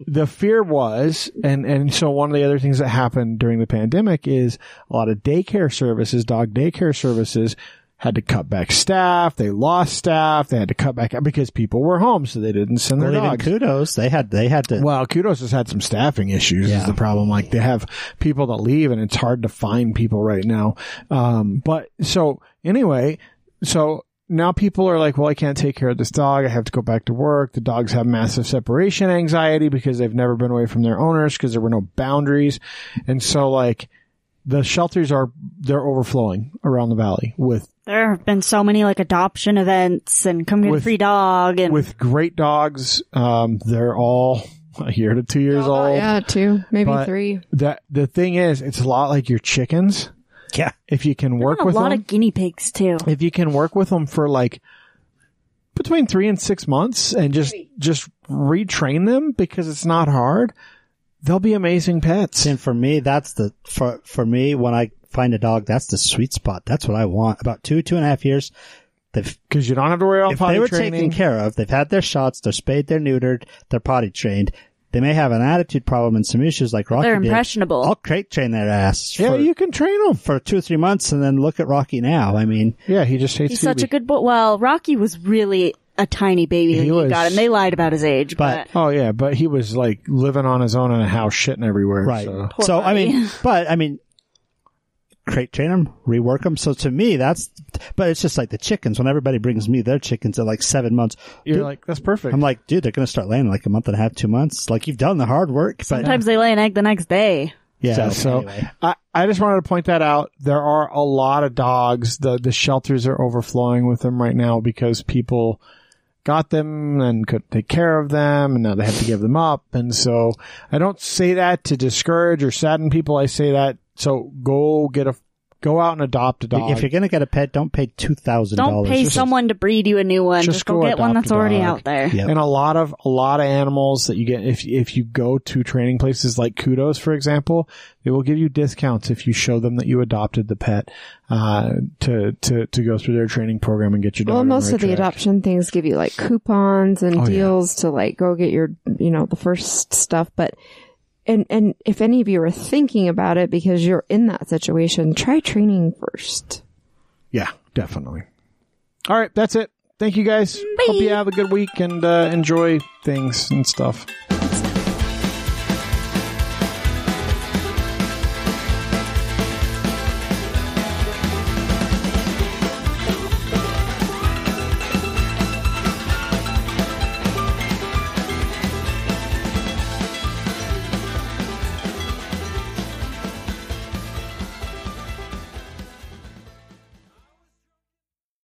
Speaker 1: the fear was, and and so one of the other things that happened during the pandemic is a lot of daycare services, dog daycare services. Had to cut back staff. They lost staff. They had to cut back because people were home, so they didn't send their
Speaker 4: Well, even
Speaker 1: dogs.
Speaker 4: kudos, they had they had to.
Speaker 1: Well, Kudos has had some staffing issues is the problem. Like they have people that leave and it's hard to find people right now. Um, but so anyway, so now people are like, well, I can't take care of this dog. I have to go back to work. The dogs have massive separation anxiety because they've never been away from their owners because there were no boundaries. And so like the shelters are, they're overflowing around the valley with
Speaker 5: There have been so many like adoption events and come get
Speaker 1: With-
Speaker 5: a free dog and
Speaker 1: with great dogs. Um, they're all a year to two years old.
Speaker 7: yeah, two, maybe
Speaker 1: But-
Speaker 7: three.
Speaker 1: That the thing is, it's a lot like your chickens.
Speaker 4: Yeah.
Speaker 1: If you can work
Speaker 5: a
Speaker 1: with
Speaker 5: lot
Speaker 1: them,
Speaker 5: of guinea pigs too.
Speaker 1: if you can work with them for like between three and six months, and just just retrain them because it's not hard, they'll be amazing pets.
Speaker 4: And for me, that's the for for me when I find a dog, that's the sweet spot. That's what I want. About two two and a half years, they've
Speaker 1: Because you don't have to worry about
Speaker 4: if they
Speaker 1: potty
Speaker 4: were taken
Speaker 1: training.
Speaker 4: care of, they've had their shots, they're spayed, they're neutered, they're potty trained. They may have an attitude problem and some issues like Rocky.
Speaker 5: They're
Speaker 4: did.
Speaker 5: impressionable.
Speaker 4: I'll crate train their ass.
Speaker 1: yeah,
Speaker 4: for,
Speaker 1: you can train them.
Speaker 4: for two or three months, and then look at Rocky now. I mean,
Speaker 1: Yeah, he just hates.
Speaker 5: He's such a
Speaker 1: Phoebe.
Speaker 5: good boy. Well, Rocky was really a tiny baby when
Speaker 1: He
Speaker 5: he
Speaker 1: was.
Speaker 5: got him. They lied about his age,
Speaker 4: But-
Speaker 5: but,
Speaker 1: Oh yeah, but he was like living on his own in a house, shitting everywhere.
Speaker 4: right?
Speaker 1: so-
Speaker 4: So, I mean, but I mean, crate train them, rework them. So to me, that's. But it's just like the chickens. When everybody brings me their chickens at like seven months,
Speaker 1: You're
Speaker 4: dude,
Speaker 1: like, that's perfect.
Speaker 4: I'm like, dude, they're gonna start laying in, like a month and a half, two months. Like you've done the hard work, but
Speaker 5: sometimes they lay an egg the next day.
Speaker 1: Yeah, so,
Speaker 4: So, anyway.
Speaker 1: I, I just wanted to point that out. There are a lot of dogs. The the shelters are overflowing with them right now because people got them and couldn't take care of them and now they have to give them up. And so I don't say that to discourage or sadden people. I say that so go get a go out and adopt a dog.
Speaker 4: if you're gonna get a pet, don't pay two thousand
Speaker 5: Don't
Speaker 4: dollars.
Speaker 5: pay someone to breed you a new one.
Speaker 1: just
Speaker 5: Just, go,
Speaker 1: go
Speaker 5: get one
Speaker 1: adopt a
Speaker 5: that's already
Speaker 1: dog.
Speaker 5: out there.
Speaker 4: Yeah.
Speaker 1: And a lot of a lot of animals that you get if if you go to training places like Kudos, for example, they will give you discounts if you show them that you adopted the pet uh, to to to go through their training program and get your dog.
Speaker 2: Well,
Speaker 1: on
Speaker 2: most
Speaker 1: right
Speaker 2: of the
Speaker 1: track.
Speaker 2: adoption things give you like coupons and
Speaker 1: Oh, yeah.
Speaker 2: deals to like go get your, you know, the first stuff. But, and, and if any of you are thinking about it because you're in that situation, try training first.
Speaker 1: Yeah, definitely. All right, that's it. Thank you guys. Hope you have a good week and uh, enjoy things and stuff.